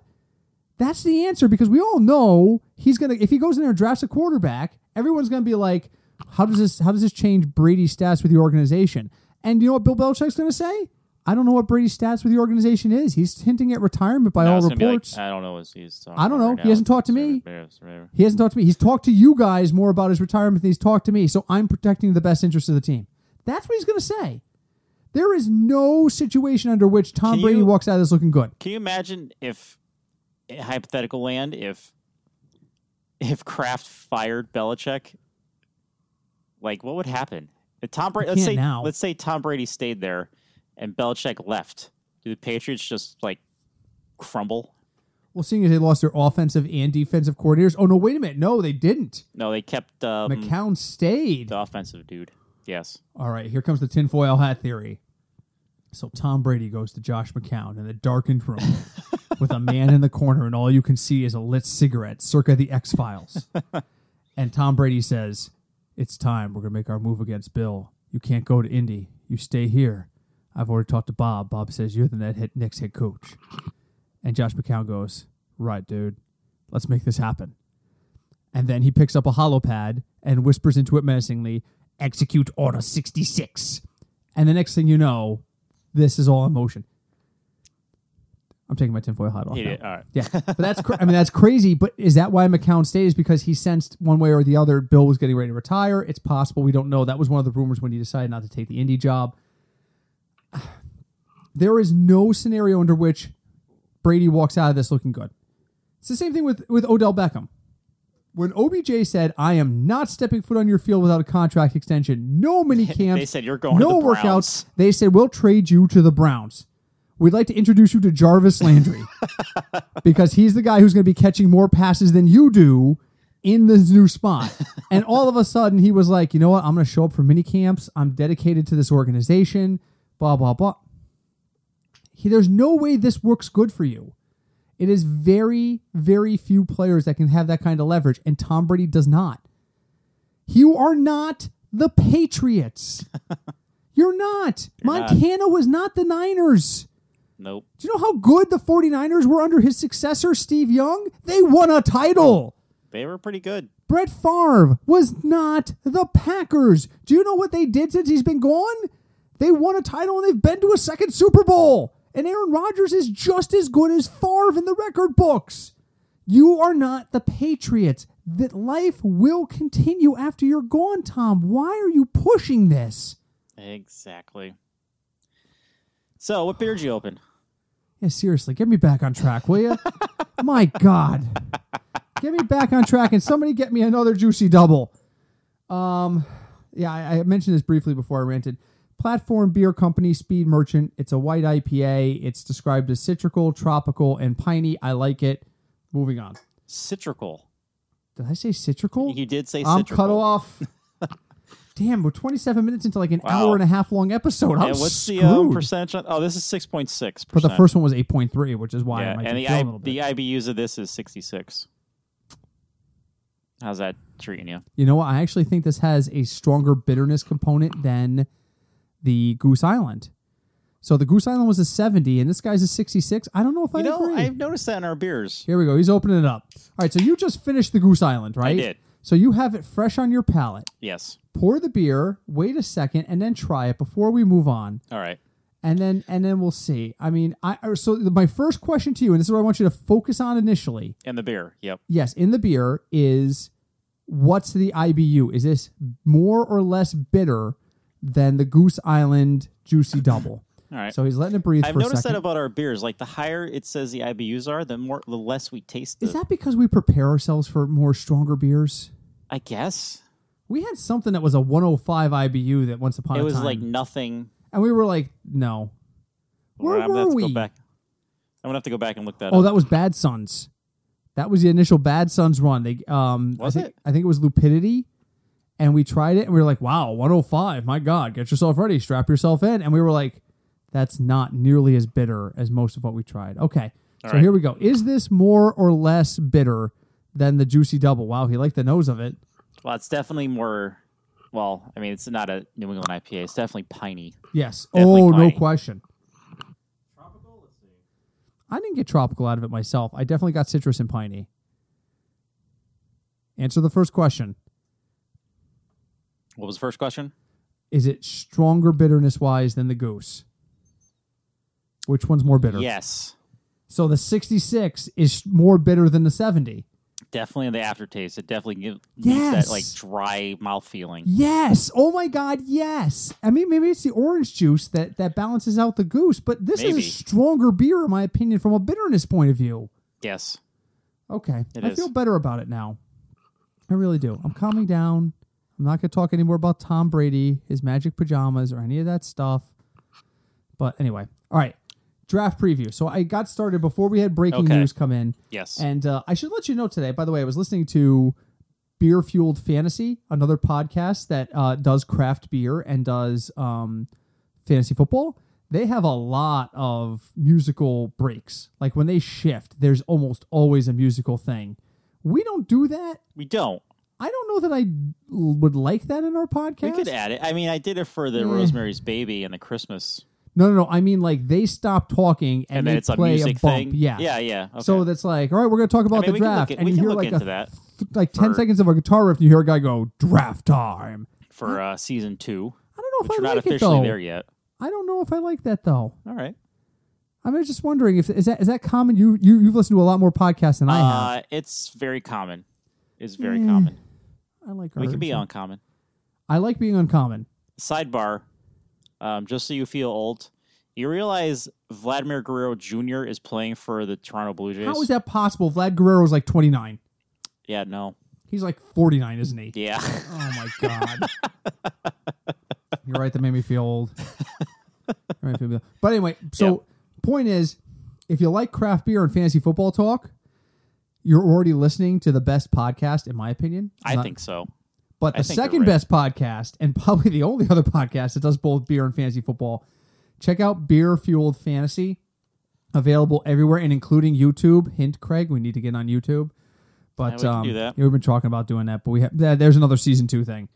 Speaker 2: That's the answer because we all know he's gonna. If he goes in there and drafts a quarterback, everyone's gonna be like, "How does this? How does this change Brady's stats with the organization?" And you know what Bill Belichick's gonna say? I don't know what Brady's stats with the organization is. He's hinting at retirement by
Speaker 1: No, it's
Speaker 2: all
Speaker 1: gonna be like,
Speaker 2: reports.
Speaker 1: I don't know. What he's talking
Speaker 2: I
Speaker 1: about
Speaker 2: don't know.
Speaker 1: right
Speaker 2: He
Speaker 1: now.
Speaker 2: hasn't talked to me. He hasn't talked to me. He's talked to you guys more about his retirement than he's talked to me. So I'm protecting the best interest of the team. That's what he's going to say. There is no situation under which Tom
Speaker 1: Can
Speaker 2: Brady
Speaker 1: you-
Speaker 2: walks out of this looking good.
Speaker 1: Can you imagine if in hypothetical land if if Kraft fired Belichick? Like what would happen? If Tom Brady let's
Speaker 2: can't
Speaker 1: say
Speaker 2: now.
Speaker 1: let's say Tom Brady stayed there and Belichick left, do the Patriots just like crumble?
Speaker 2: Well, seeing as they lost their offensive and defensive coordinators. Oh no, wait a minute. No, they didn't.
Speaker 1: No, they kept um,
Speaker 2: McCown stayed.
Speaker 1: the offensive dude. Yes.
Speaker 2: All right, here comes the tinfoil hat theory. So Tom Brady goes to Josh McCown in a darkened room with a man in the corner, and all you can see is a lit cigarette, circa the X Files. and Tom Brady says, It's time. We're going to make our move against Bill. You can't go to Indy. You stay here. I've already talked to Bob. Bob says, You're the net hit, next head coach. And Josh McCown goes, Right, dude. Let's make this happen. And then he picks up a hollow pad and whispers into it menacingly, Execute Order 66. And the next thing you know, this is all in motion. I'm taking my tinfoil hat off.
Speaker 1: He
Speaker 2: now.
Speaker 1: did- all right.
Speaker 2: Yeah, but that's cra- I mean that's crazy. But is that why McCown stayed? Is because he sensed one way or the other Bill was getting ready to retire. It's possible we don't know. That was one of the rumors when he decided not to take the Indy job. There is no scenario under which Brady walks out of this looking good. It's the same thing with with Odell Beckham. When OBJ said, "I am not stepping foot on your field without a contract extension," no mini camps,
Speaker 1: They said you're going
Speaker 2: no
Speaker 1: to the Browns.
Speaker 2: workouts. They said we'll trade you to the Browns. We'd like to introduce you to Jarvis Landry because he's the guy who's going to be catching more passes than you do in this new spot. and all of a sudden, he was like, you know what? I'm going to show up for mini camps. I'm dedicated to this organization. Blah blah blah. He, there's no way this works good for you. It is very, very few players that can have that kind of leverage, and Tom Brady does not. You are not the Patriots. You're not.
Speaker 1: not.
Speaker 2: Montana was not the Niners.
Speaker 1: Nope.
Speaker 2: Do you know how good the 49ers were under his successor, Steve Young? They won a title.
Speaker 1: They were pretty good.
Speaker 2: Brett Favre was not the Packers. Do you know what they did since he's been gone? They won a title and they've been to a second Super Bowl. And Aaron Rodgers is just as good as Favre in the record books. You are not the Patriots. That life will continue after you're gone, Tom. Why are you pushing this?
Speaker 1: Exactly. So, what beer did you open?
Speaker 2: Yeah, seriously, get me back on track, will you? My God, get me back on track, and somebody get me another juicy double. Um, yeah, I, I mentioned this briefly before I ranted. Platform Beer Company Speed Merchant. It's a white IPA. It's described as citrical, tropical, and piney. I like it. Moving on.
Speaker 1: Citrical.
Speaker 2: Did I say citrical?
Speaker 1: You did say
Speaker 2: I'm
Speaker 1: citrical.
Speaker 2: cut off. Damn, we're 27 minutes into like an
Speaker 1: Wow.
Speaker 2: hour and a half long episode. I'm
Speaker 1: Yeah, what's
Speaker 2: screwed.
Speaker 1: the um, percentage? On, oh, this is six point six.
Speaker 2: but the first one was 8.3, which is why I
Speaker 1: yeah,
Speaker 2: might
Speaker 1: and
Speaker 2: be
Speaker 1: the
Speaker 2: feeling a
Speaker 1: I,
Speaker 2: little bit.
Speaker 1: the IBUs of this is sixty six. How's that treating you?
Speaker 2: You know what? I actually think this has a stronger bitterness component than the Goose Island. So the Goose Island was a 70 and this guy's a 66. I don't know if I
Speaker 1: you know,
Speaker 2: agree.
Speaker 1: I've noticed that in our beers.
Speaker 2: Here we go. He's opening it up. All right, so you just finished the Goose Island, right?
Speaker 1: did.
Speaker 2: So you have it fresh on your palate.
Speaker 1: Yes.
Speaker 2: Pour the beer, wait a second, and then try it before we move on.
Speaker 1: All right.
Speaker 2: And then and then we'll see. I mean, I or so my first question to you, and this is what I want you to focus on initially.
Speaker 1: And the beer. Yep.
Speaker 2: yes, in the beer is what's the IBU? Is this more or less bitter than the Goose Island Juicy Double?
Speaker 1: All right.
Speaker 2: So he's letting it breathe
Speaker 1: I've
Speaker 2: for a
Speaker 1: noticed
Speaker 2: second.
Speaker 1: that about our beers. Like the higher it says the IBUs are, the more the less we taste.
Speaker 2: Is
Speaker 1: the-
Speaker 2: that because we prepare ourselves for more stronger beers?
Speaker 1: I guess
Speaker 2: We had something that was a 105 IBU that once upon
Speaker 1: it
Speaker 2: a
Speaker 1: was
Speaker 2: time,
Speaker 1: like nothing.
Speaker 2: and we were like, no. Where
Speaker 1: I'm gonna
Speaker 2: were
Speaker 1: have to
Speaker 2: we?
Speaker 1: go back. I'm gonna have to go back and look that
Speaker 2: Oh,
Speaker 1: up.
Speaker 2: that was Bad Sons. That was the initial Bad Sons run. They um,
Speaker 1: Was
Speaker 2: I think,
Speaker 1: it?
Speaker 2: I think it was Lupidity, and we tried it, and we were like, "Wow, 105! My God, get yourself ready, strap yourself in." And we were like, "That's not nearly as bitter as most of what we tried." Okay, so
Speaker 1: right.
Speaker 2: here we go. Is this more or less bitter than the Juicy Double? Wow, he liked the nose of it.
Speaker 1: Well, it's definitely more. Well, I mean, it's not a New England IPA. It's definitely piney.
Speaker 2: Yes.
Speaker 1: Definitely
Speaker 2: oh, no
Speaker 1: piney.
Speaker 2: question. I didn't get tropical out of it myself. I definitely got citrus and piney. Answer the first question.
Speaker 1: What was the first question?
Speaker 2: Is it stronger bitterness wise than the goose? Which one's more bitter?
Speaker 1: Yes,
Speaker 2: So the 66 is more bitter than the 70.
Speaker 1: definitely the aftertaste. It definitely gives
Speaker 2: Yes.
Speaker 1: that like dry mouth feeling.
Speaker 2: Yes. Oh my God. Yes. I mean, maybe it's the orange juice that, that balances out the goose, but this
Speaker 1: Maybe.
Speaker 2: is a stronger beer, in my opinion, from a bitterness point of view.
Speaker 1: Yes,
Speaker 2: Okay.
Speaker 1: It
Speaker 2: I
Speaker 1: is.
Speaker 2: feel better about it now. I really do. I'm calming down. I'm not going to talk anymore about Tom Brady, his magic pajamas, or any of that stuff. But anyway, all right. Draft preview. So I got started before we had breaking
Speaker 1: Okay.
Speaker 2: news come in.
Speaker 1: Yes.
Speaker 2: And uh, I should let you know today, by the way, I was listening to Beer Fueled Fantasy, another podcast that uh, does craft beer and does um, fantasy football. They have a lot of musical breaks. Like when they shift, there's almost always a musical thing. We don't do that.
Speaker 1: we don't.
Speaker 2: I don't know that I l- would like that in our
Speaker 1: We
Speaker 2: podcast.
Speaker 1: could add it. I mean, I did it for the
Speaker 2: Eh.
Speaker 1: Rosemary's Baby and the Christmas,
Speaker 2: No, no, no. I mean, like they stop talking and,
Speaker 1: and
Speaker 2: they
Speaker 1: then it's a
Speaker 2: play
Speaker 1: music
Speaker 2: bump.
Speaker 1: thing.
Speaker 2: Yeah,
Speaker 1: Yeah. Yeah. Okay.
Speaker 2: So that's like, all right, we're going to talk about
Speaker 1: mean,
Speaker 2: the
Speaker 1: we can look
Speaker 2: draft,
Speaker 1: at-
Speaker 2: and
Speaker 1: we
Speaker 2: you
Speaker 1: can
Speaker 2: hear
Speaker 1: look
Speaker 2: like a
Speaker 1: into that
Speaker 2: th- like ten
Speaker 1: for-
Speaker 2: seconds of a guitar riff, and you hear a guy go draft time.
Speaker 1: for uh, season two,
Speaker 2: I don't know
Speaker 1: which
Speaker 2: if
Speaker 1: we're
Speaker 2: I
Speaker 1: not
Speaker 2: like it
Speaker 1: officially
Speaker 2: though.
Speaker 1: there yet.
Speaker 2: I don't know if I like that though.
Speaker 1: All right.
Speaker 2: I'm just wondering if is that is that common? You you you've listened to a lot more podcasts than I have.
Speaker 1: Uh, it's very common. It's very
Speaker 2: Eh,
Speaker 1: common.
Speaker 2: I like
Speaker 1: We can
Speaker 2: garbage.
Speaker 1: be uncommon.
Speaker 2: I like being uncommon.
Speaker 1: Sidebar, um, just so you feel old, you realize Vladimir Guerrero Jr. is playing for the Toronto Blue Jays.
Speaker 2: How is that possible? Vlad Guerrero's like 29.
Speaker 1: Yeah, no.
Speaker 2: He's like 49, isn't he?
Speaker 1: Yeah.
Speaker 2: Oh my god. You're right. That made me feel old. That made me feel- But anyway, so
Speaker 1: Yep.
Speaker 2: point is, if you like craft beer and fantasy football talk, you're already listening to the best podcast, in my opinion.
Speaker 1: I
Speaker 2: Not-
Speaker 1: think so.
Speaker 2: But
Speaker 1: I
Speaker 2: the
Speaker 1: think you're
Speaker 2: second
Speaker 1: right.
Speaker 2: best podcast, and probably the only other podcast that does both beer and fantasy football, check out Beer Fueled Fantasy, available everywhere and including YouTube. Hint, Craig, we need to get on YouTube. But
Speaker 1: Yeah, we can
Speaker 2: um,
Speaker 1: do that.
Speaker 2: yeah, we've been talking about doing that, but we have there- there's another season two thing.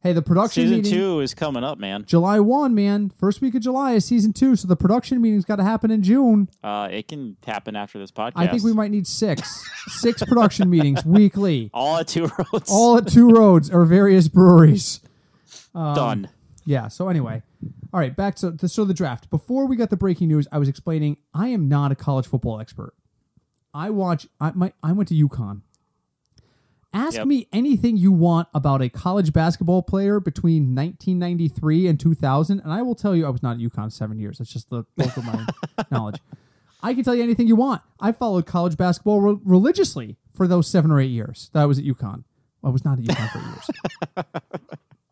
Speaker 2: Hey, the production
Speaker 1: Season
Speaker 2: meeting,
Speaker 1: two is coming up, man.
Speaker 2: July one, man. First week of July is season two, so the production meeting's got to happen in June.
Speaker 1: Uh, it can happen after this podcast.
Speaker 2: I think we might need six, six production meetings weekly,
Speaker 1: all at two roads.
Speaker 2: all at two roads or various breweries. um,
Speaker 1: done.
Speaker 2: Yeah. So anyway, all right. Back to the, so the draft. Before we got the breaking news, I was explaining I am not a college football expert. I watch. I my I went to UConn. Ask
Speaker 1: Yep.
Speaker 2: me anything you want about a college basketball player between 1993 and 2000, and I will tell you I was not at UConn seven years. That's just the bulk of my knowledge. I can tell you anything you want. I followed college basketball re- religiously for those seven or eight years that I was at UConn. I was not at UConn for eight years.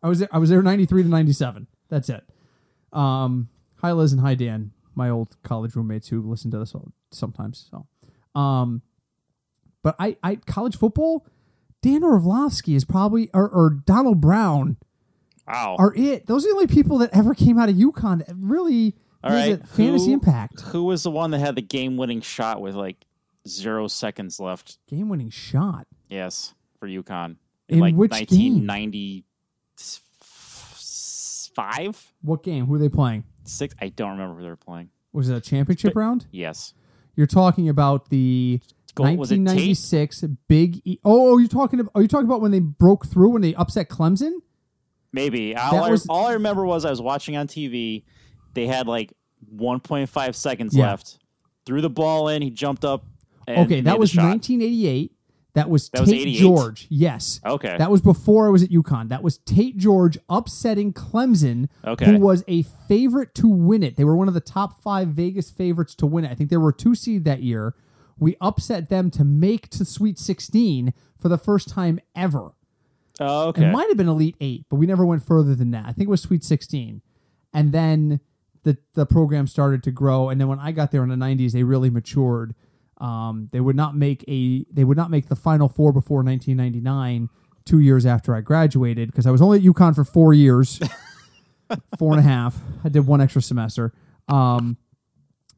Speaker 2: I was there, I was there ninety three to ninety seven. That's it. Um, hi Liz and hi Dan, my old college roommates who listen to this all, sometimes. So, um, but I I college football, Dan Orlovsky is probably or, or Donald Brown
Speaker 1: Wow.
Speaker 2: are it. Those are the only people that ever came out of UConn that really
Speaker 1: All
Speaker 2: has
Speaker 1: right,
Speaker 2: a fantasy
Speaker 1: who-
Speaker 2: impact.
Speaker 1: Who was the one that had the game-winning shot with like zero seconds left?
Speaker 2: Game winning shot.
Speaker 1: Yes, for UConn in,
Speaker 2: In
Speaker 1: like
Speaker 2: which game?
Speaker 1: 1995,
Speaker 2: What game? Who are they playing?
Speaker 1: six. I don't remember who they were playing.
Speaker 2: Was it a championship round?
Speaker 1: Yes,
Speaker 2: You're talking about the
Speaker 1: Goal- was it Tate?
Speaker 2: 1996 Big E. Oh, oh, you're talking about are you talking about when they broke through when they upset Clemson?
Speaker 1: maybe. All I,
Speaker 2: was-
Speaker 1: all I remember was I was watching on TV. They had like 1.5 seconds
Speaker 2: Yeah.
Speaker 1: left. Threw the ball in. He jumped up. And
Speaker 2: okay,
Speaker 1: made the
Speaker 2: that was
Speaker 1: shot.
Speaker 2: 1988. That was
Speaker 1: That was
Speaker 2: Tate
Speaker 1: 88?
Speaker 2: George. Yes.
Speaker 1: Okay.
Speaker 2: That was before I was at UConn. That was Tate George upsetting Clemson,
Speaker 1: Okay.
Speaker 2: who was a favorite to win it. They were one of the top five Vegas favorites to win it. I think they were two seed that year. We upset them to make to Sweet 16 for the first time ever.
Speaker 1: oh,
Speaker 2: It
Speaker 1: okay.
Speaker 2: might have been Elite Eight, but we never went further than that. I think it was Sweet Sixteen, and then the the program started to grow. And then when I got there in the '90s, they really matured. Um, they would not make a they would not make the Final Four before 1999, two years after I graduated, because I was only at UConn for four years, four and a half. I did one extra semester. Um,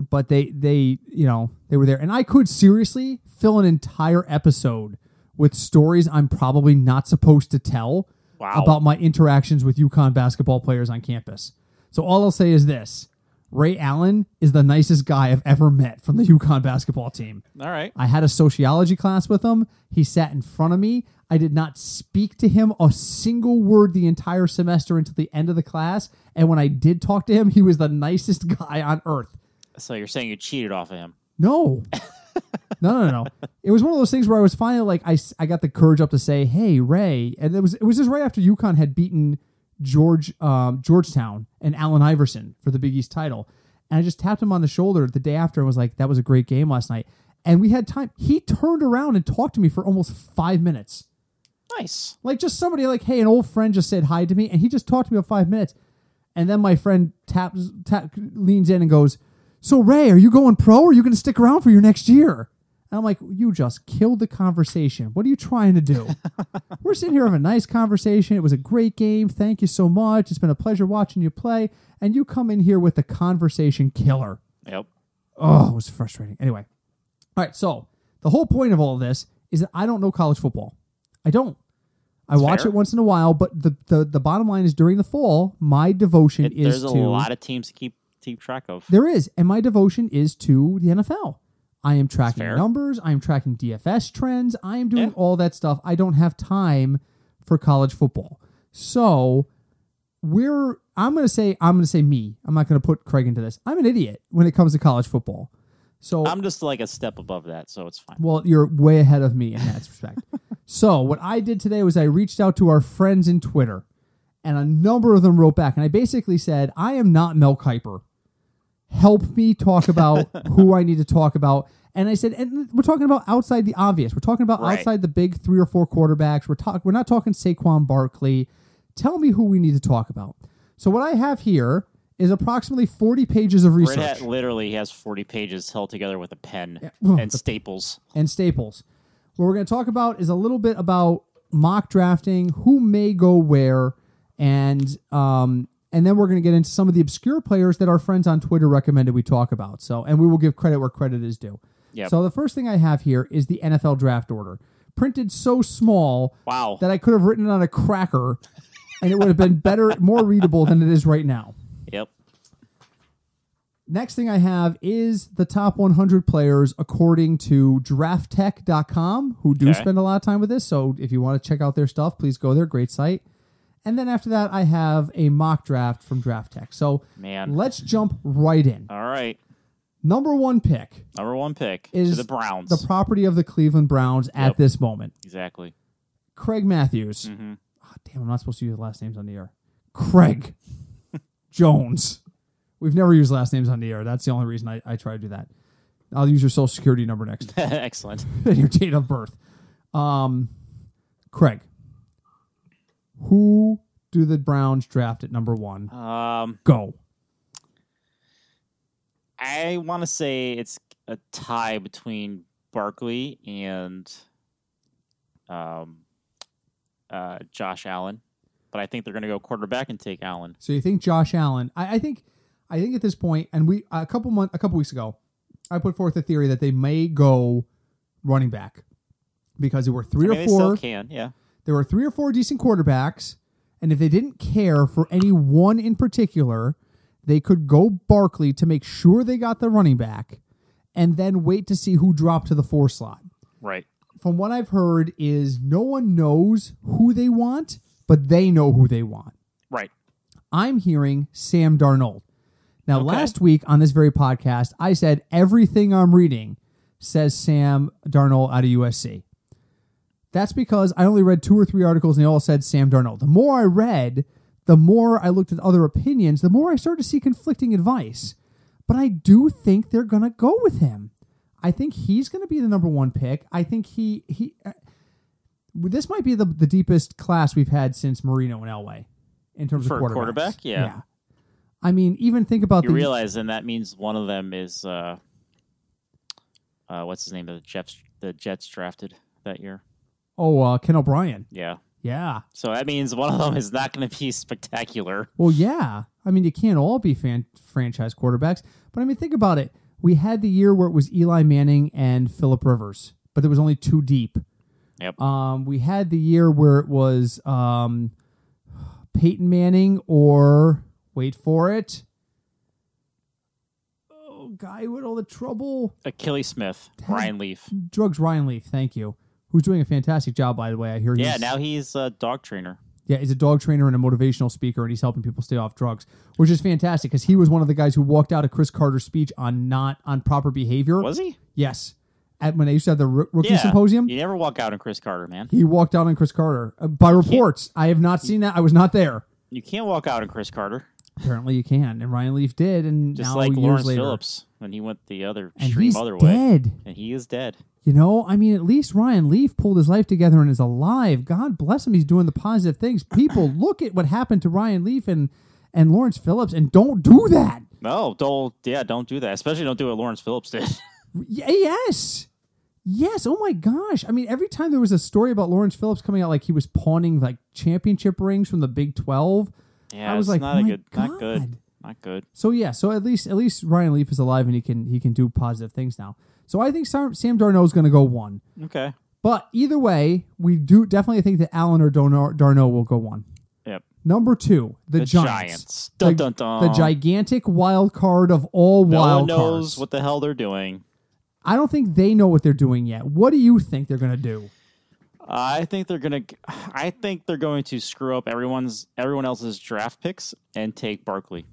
Speaker 2: but they they you know they were there and i could seriously fill an entire episode with stories i'm probably not supposed to tell
Speaker 1: Wow.
Speaker 2: about my interactions with yukon basketball players on campus so all i'll say is this ray allen is the nicest guy i've ever met from the yukon basketball team
Speaker 1: all right.
Speaker 2: I had a sociology class with him. He sat in front of me. I did not speak to him a single word the entire semester until the end of the class. And when I did talk to him, he was the nicest guy on earth.
Speaker 1: So you're saying you cheated off of him?
Speaker 2: No. no, no, no. It was one of those things where I was finally like, I, s- I got the courage up to say, hey, Ray. And it was it was just right after UConn had beaten George um, Georgetown and Allen Iverson for the Big East title. And I just tapped him on the shoulder the day after and was like, that was a great game last night. And we had time. He turned around and talked to me for almost five minutes.
Speaker 1: Nice.
Speaker 2: Like just somebody like, hey, an old friend just said hi to me, and he just talked to me for five minutes. And then my friend taps, tap, leans in and goes, "So Ray, are you going pro? Or are you going to stick around for your next year?" And I'm like, "You just killed the conversation. What are you trying to do? We're sitting here having a nice conversation. It was a great game. Thank you so much. It's been a pleasure watching you play. And you come in here with the conversation killer.
Speaker 1: Yep.
Speaker 2: Oh, it was frustrating. Anyway, all right. So the whole point of all this is that I don't know college football. I don't. I watch
Speaker 1: fair.
Speaker 2: it once in a while, but the, the, the bottom line is during the fall, my devotion
Speaker 1: It-
Speaker 2: is
Speaker 1: there's
Speaker 2: to
Speaker 1: a lot of teams to keep keep track of.
Speaker 2: there is, and my devotion is to the NFL. I am tracking
Speaker 1: fair.
Speaker 2: numbers. I am tracking DFS trends. I am doing
Speaker 1: Yeah.
Speaker 2: all that stuff. I don't have time for college football. So we're. I'm going to say. I'm going to say me. I'm not going to put Craig into this. I'm an idiot when it comes to college football. So
Speaker 1: I'm just like a step above that, so it's fine.
Speaker 2: well, you're way ahead of me in that respect. so, what I did today was I reached out to our friends in Twitter, and a number of them wrote back. And I basically said, I am not Mel Kiper. Help me talk about who I need to talk about. And I said, and we're talking about outside the obvious. We're talking about
Speaker 1: Right.
Speaker 2: outside the big three or four quarterbacks. We're talk- We're not talking Saquon Barkley. Tell me who we need to talk about. So what I have here is approximately forty pages of
Speaker 1: Red
Speaker 2: research.
Speaker 1: Hat literally has 40 pages held together with a pen
Speaker 2: well,
Speaker 1: and staples.
Speaker 2: and staples. What we're going to talk about is a little bit about mock drafting, who may go where, and um, and then we're going to get into some of the obscure players that our friends on Twitter recommended we talk about. So, and we will give credit where credit is due.
Speaker 1: Yep.
Speaker 2: So the first thing I have here is the NFL draft order, printed so small
Speaker 1: Wow.
Speaker 2: that I could have written it on a cracker, and it would have been better, more readable than it is right now.
Speaker 1: Yep.
Speaker 2: Next thing I have is the top 100 players according to drafttech.com, who do
Speaker 1: Okay.
Speaker 2: spend a lot of time with this. So if you want to check out their stuff, please go there. Great site. And then after that, I have a mock draft from Draft Tech. So
Speaker 1: Man.
Speaker 2: let's jump right in.
Speaker 1: All right.
Speaker 2: Number one pick,
Speaker 1: Number one pick
Speaker 2: Is
Speaker 1: to the Browns.
Speaker 2: the property of the Cleveland Browns at
Speaker 1: Yep.
Speaker 2: this moment.
Speaker 1: exactly.
Speaker 2: Craig Matthews.
Speaker 1: hmm
Speaker 2: Ah, damn, I'm not supposed to use last names on the air. Craig Jones. We've never used last names on the air. That's the only reason I, I try to do that. I'll use your social security number next
Speaker 1: Excellent.
Speaker 2: and your date of birth. Um, Craig, who do the Browns draft at number one?
Speaker 1: Um,
Speaker 2: Go.
Speaker 1: I want to say it's a tie between Barkley and um, uh, Josh Allen, but I think they're going to go quarterback and take Allen.
Speaker 2: So you think Josh Allen? I, I think, I think at this point, and we a couple month, a couple weeks ago, I put forth a theory that they may go running back because there were three
Speaker 1: I mean,
Speaker 2: or
Speaker 1: they still
Speaker 2: four.
Speaker 1: can, yeah.
Speaker 2: There were three or four decent quarterbacks, and if they didn't care for any one in particular, they could go Barkley to make sure they got the running back, and then wait to see who dropped to the four slot.
Speaker 1: Right.
Speaker 2: From what I've heard, is no one knows who they want, but they know who they want.
Speaker 1: Right.
Speaker 2: I'm hearing Sam Darnold. Now,
Speaker 1: Okay.
Speaker 2: last week on this very podcast, I said everything I'm reading says Sam Darnold out of USC. That's because I only read two or three articles and they all said Sam Darnold. The more I read, the more I looked at other opinions, the more I started to see conflicting advice. But I do think they're going to go with him. I think he's going to be the number one pick. I think he he. uh, this might be the, the deepest class we've had since Marino and Elway in terms
Speaker 1: For a
Speaker 2: of quarterbacks.
Speaker 1: quarterback, yeah.
Speaker 2: I mean, even think about
Speaker 1: You
Speaker 2: the
Speaker 1: realize then that means one of them is uh, uh, what's his name? The Jets, the Jets drafted that year.
Speaker 2: oh uh, Ken O'Brien.
Speaker 1: Yeah.
Speaker 2: Yeah.
Speaker 1: So that means one of them is not going to be spectacular.
Speaker 2: Well, yeah. I mean, you can't all be fan- franchise quarterbacks, but I mean, think about it. We had the year where it was Eli Manning and Philip Rivers, but there was only two deep.
Speaker 1: Yep.
Speaker 2: Um, we had the year where it was um, Peyton Manning or wait for it. Oh, guy with all the trouble.
Speaker 1: Achilles Smith, Ryan Leaf.
Speaker 2: Drugs Ryan Leaf, thank you. Who's doing a fantastic job, by the way. I hear
Speaker 1: Yeah,
Speaker 2: he's-
Speaker 1: now he's a dog trainer.
Speaker 2: Yeah, he's a dog trainer and a motivational speaker, and he's helping people stay off drugs, which is fantastic because he was one of the guys who walked out of Chris Carter's speech on not on proper behavior.
Speaker 1: Was he?
Speaker 2: Yes, at when they used to have the roo- rookie
Speaker 1: Yeah.
Speaker 2: symposium,
Speaker 1: You never walk out on Chris Carter, man.
Speaker 2: he walked out on Chris Carter uh, by reports. I have not seen that. I was not there.
Speaker 1: You can't walk out on Chris Carter.
Speaker 2: Apparently, you can, and Ryan Leaf did, and
Speaker 1: Just
Speaker 2: now
Speaker 1: like
Speaker 2: years
Speaker 1: Lawrence
Speaker 2: later,
Speaker 1: Phillips when he went the other
Speaker 2: and
Speaker 1: extreme
Speaker 2: he's
Speaker 1: other way.
Speaker 2: dead.
Speaker 1: And he is dead.
Speaker 2: You know, I mean, at least Ryan Leaf pulled his life together and is alive. God bless him. He's doing the positive things. People look at what happened to Ryan Leaf and and Lawrence Phillips, and don't do that.
Speaker 1: No, don't. Yeah, don't do that. Especially don't do what Lawrence Phillips did.
Speaker 2: Y- yes. Yes. Oh my gosh. I mean, every time there was a story about Lawrence Phillips coming out, like he was pawning like championship rings from the Big 12.
Speaker 1: yeah,
Speaker 2: I was
Speaker 1: it's
Speaker 2: like, "Oh
Speaker 1: not
Speaker 2: "My
Speaker 1: a good, not
Speaker 2: God."
Speaker 1: good, not good.
Speaker 2: So yeah, so at least at least Ryan Leaf is alive and he can he can do positive things now. So I think Sam, Sam Darnold is going to go one.
Speaker 1: Okay.
Speaker 2: But either way, we do definitely think that Allen or Darno Darno will go one.
Speaker 1: Yep.
Speaker 2: Number two, the,
Speaker 1: The
Speaker 2: Giants.
Speaker 1: Giants. Dun,
Speaker 2: the,
Speaker 1: dun, dun.
Speaker 2: the gigantic wild card of all
Speaker 1: No one
Speaker 2: wild
Speaker 1: knows
Speaker 2: cards.
Speaker 1: what the hell they're doing.
Speaker 2: I don't think they know what they're doing yet. What do you think they're going to do?
Speaker 1: I think they're gonna. I think they're going to screw up everyone's everyone else's draft picks and take Barkley.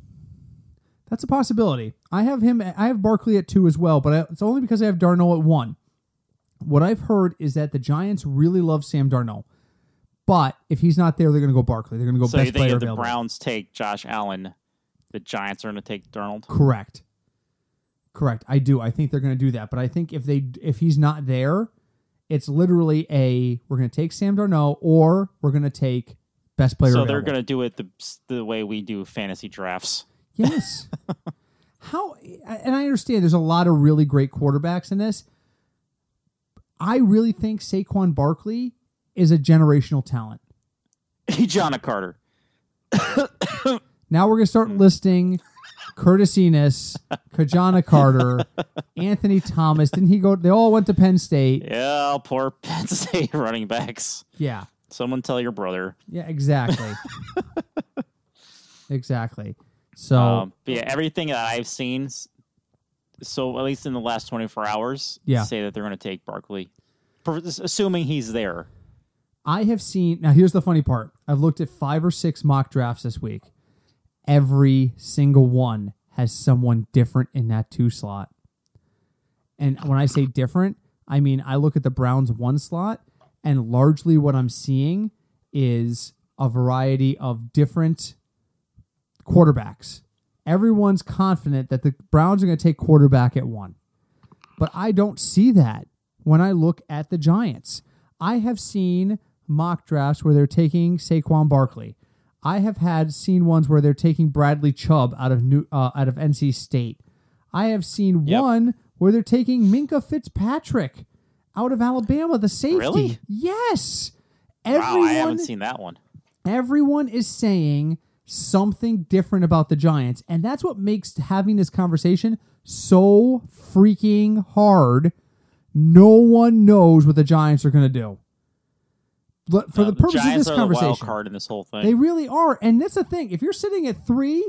Speaker 2: That's a possibility. I have him. I have Barkley at two as well, but I, it's only because I have Darnold at one. What I've heard is that the Giants really love Sam Darnold, but if he's not there, they're going to go Barkley. They're going to go
Speaker 1: So
Speaker 2: best
Speaker 1: you think
Speaker 2: player
Speaker 1: if the
Speaker 2: available.
Speaker 1: Browns take Josh Allen, the Giants are going to take Darnold?
Speaker 2: Correct. Correct. I do. I think they're going to do that, but I think if they if he's not there, it's literally a we're going to take Sam Darnold or we're going to take best player.
Speaker 1: So
Speaker 2: available.
Speaker 1: they're going to do it the the way we do fantasy drafts.
Speaker 2: Yes. How and I understand there's a lot of really great quarterbacks in this. I really think Saquon Barkley is a generational talent.
Speaker 1: Johnna Carter.
Speaker 2: Now we're gonna start listing Curtis Enos, Kajana Carter, Anthony Thomas. Didn't he go? They all went to Penn State.
Speaker 1: Yeah, poor Penn State running backs.
Speaker 2: Yeah,
Speaker 1: Someone tell your brother.
Speaker 2: yeah, exactly, exactly. So
Speaker 1: Um, but yeah, everything that I've seen, s- so at least in the last 24 hours,
Speaker 2: Yeah.
Speaker 1: say that they're going to take Barkley, Per- assuming he's there.
Speaker 2: I have seen now here's the funny part. I've looked at five or six mock drafts this week. Every single one has someone different in that two slot. And when I say different, I mean I look at the Browns one slot and largely what I'm seeing is a variety of different quarterbacks. Everyone's confident that the Browns are going to take quarterback at one. But I don't see that when I look at the Giants. I have seen mock drafts where they're taking Saquon Barkley. I have had seen ones where they're taking Bradley Chubb out of New, uh, out of NC State. I have seen
Speaker 1: Yep.
Speaker 2: one where they're taking Minka Fitzpatrick out of Alabama, the safety.
Speaker 1: Really?
Speaker 2: Yes.
Speaker 1: Wow, I
Speaker 2: Everyone
Speaker 1: haven't seen that one.
Speaker 2: everyone is saying something different about the Giants, and that's what makes having this conversation so freaking hard. No one knows what the Giants are going to do. But for
Speaker 1: Uh,
Speaker 2: the purpose of
Speaker 1: Giants
Speaker 2: this
Speaker 1: are the wild
Speaker 2: conversation,
Speaker 1: card in this whole thing.
Speaker 2: they really are, and that's the thing. If you're sitting at three,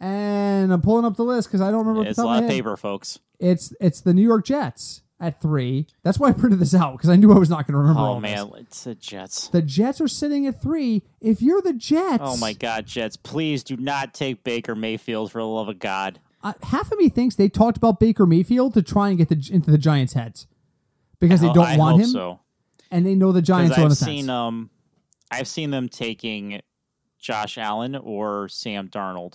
Speaker 2: and I'm pulling up the list because I don't remember. off the
Speaker 1: it's a
Speaker 2: top of my
Speaker 1: lot of
Speaker 2: head.
Speaker 1: paper, folks.
Speaker 2: It's it's the New York Jets at three. That's why I printed this out because I knew I was not going to remember. all
Speaker 1: Oh
Speaker 2: this.
Speaker 1: man, it's the Jets.
Speaker 2: the Jets are sitting at three. If you're the Jets,
Speaker 1: Oh my God, Jets! Please do not take Baker Mayfield for the love of God.
Speaker 2: uh, half of me thinks they talked about Baker Mayfield to try and get the, into the Giants' heads because they
Speaker 1: Oh,
Speaker 2: don't
Speaker 1: I
Speaker 2: want
Speaker 1: hope
Speaker 2: him,
Speaker 1: So
Speaker 2: and they know the Giants
Speaker 1: because
Speaker 2: are on
Speaker 1: I've
Speaker 2: the
Speaker 1: seen
Speaker 2: fence.
Speaker 1: um, I've seen them taking Josh Allen or Sam Darnold,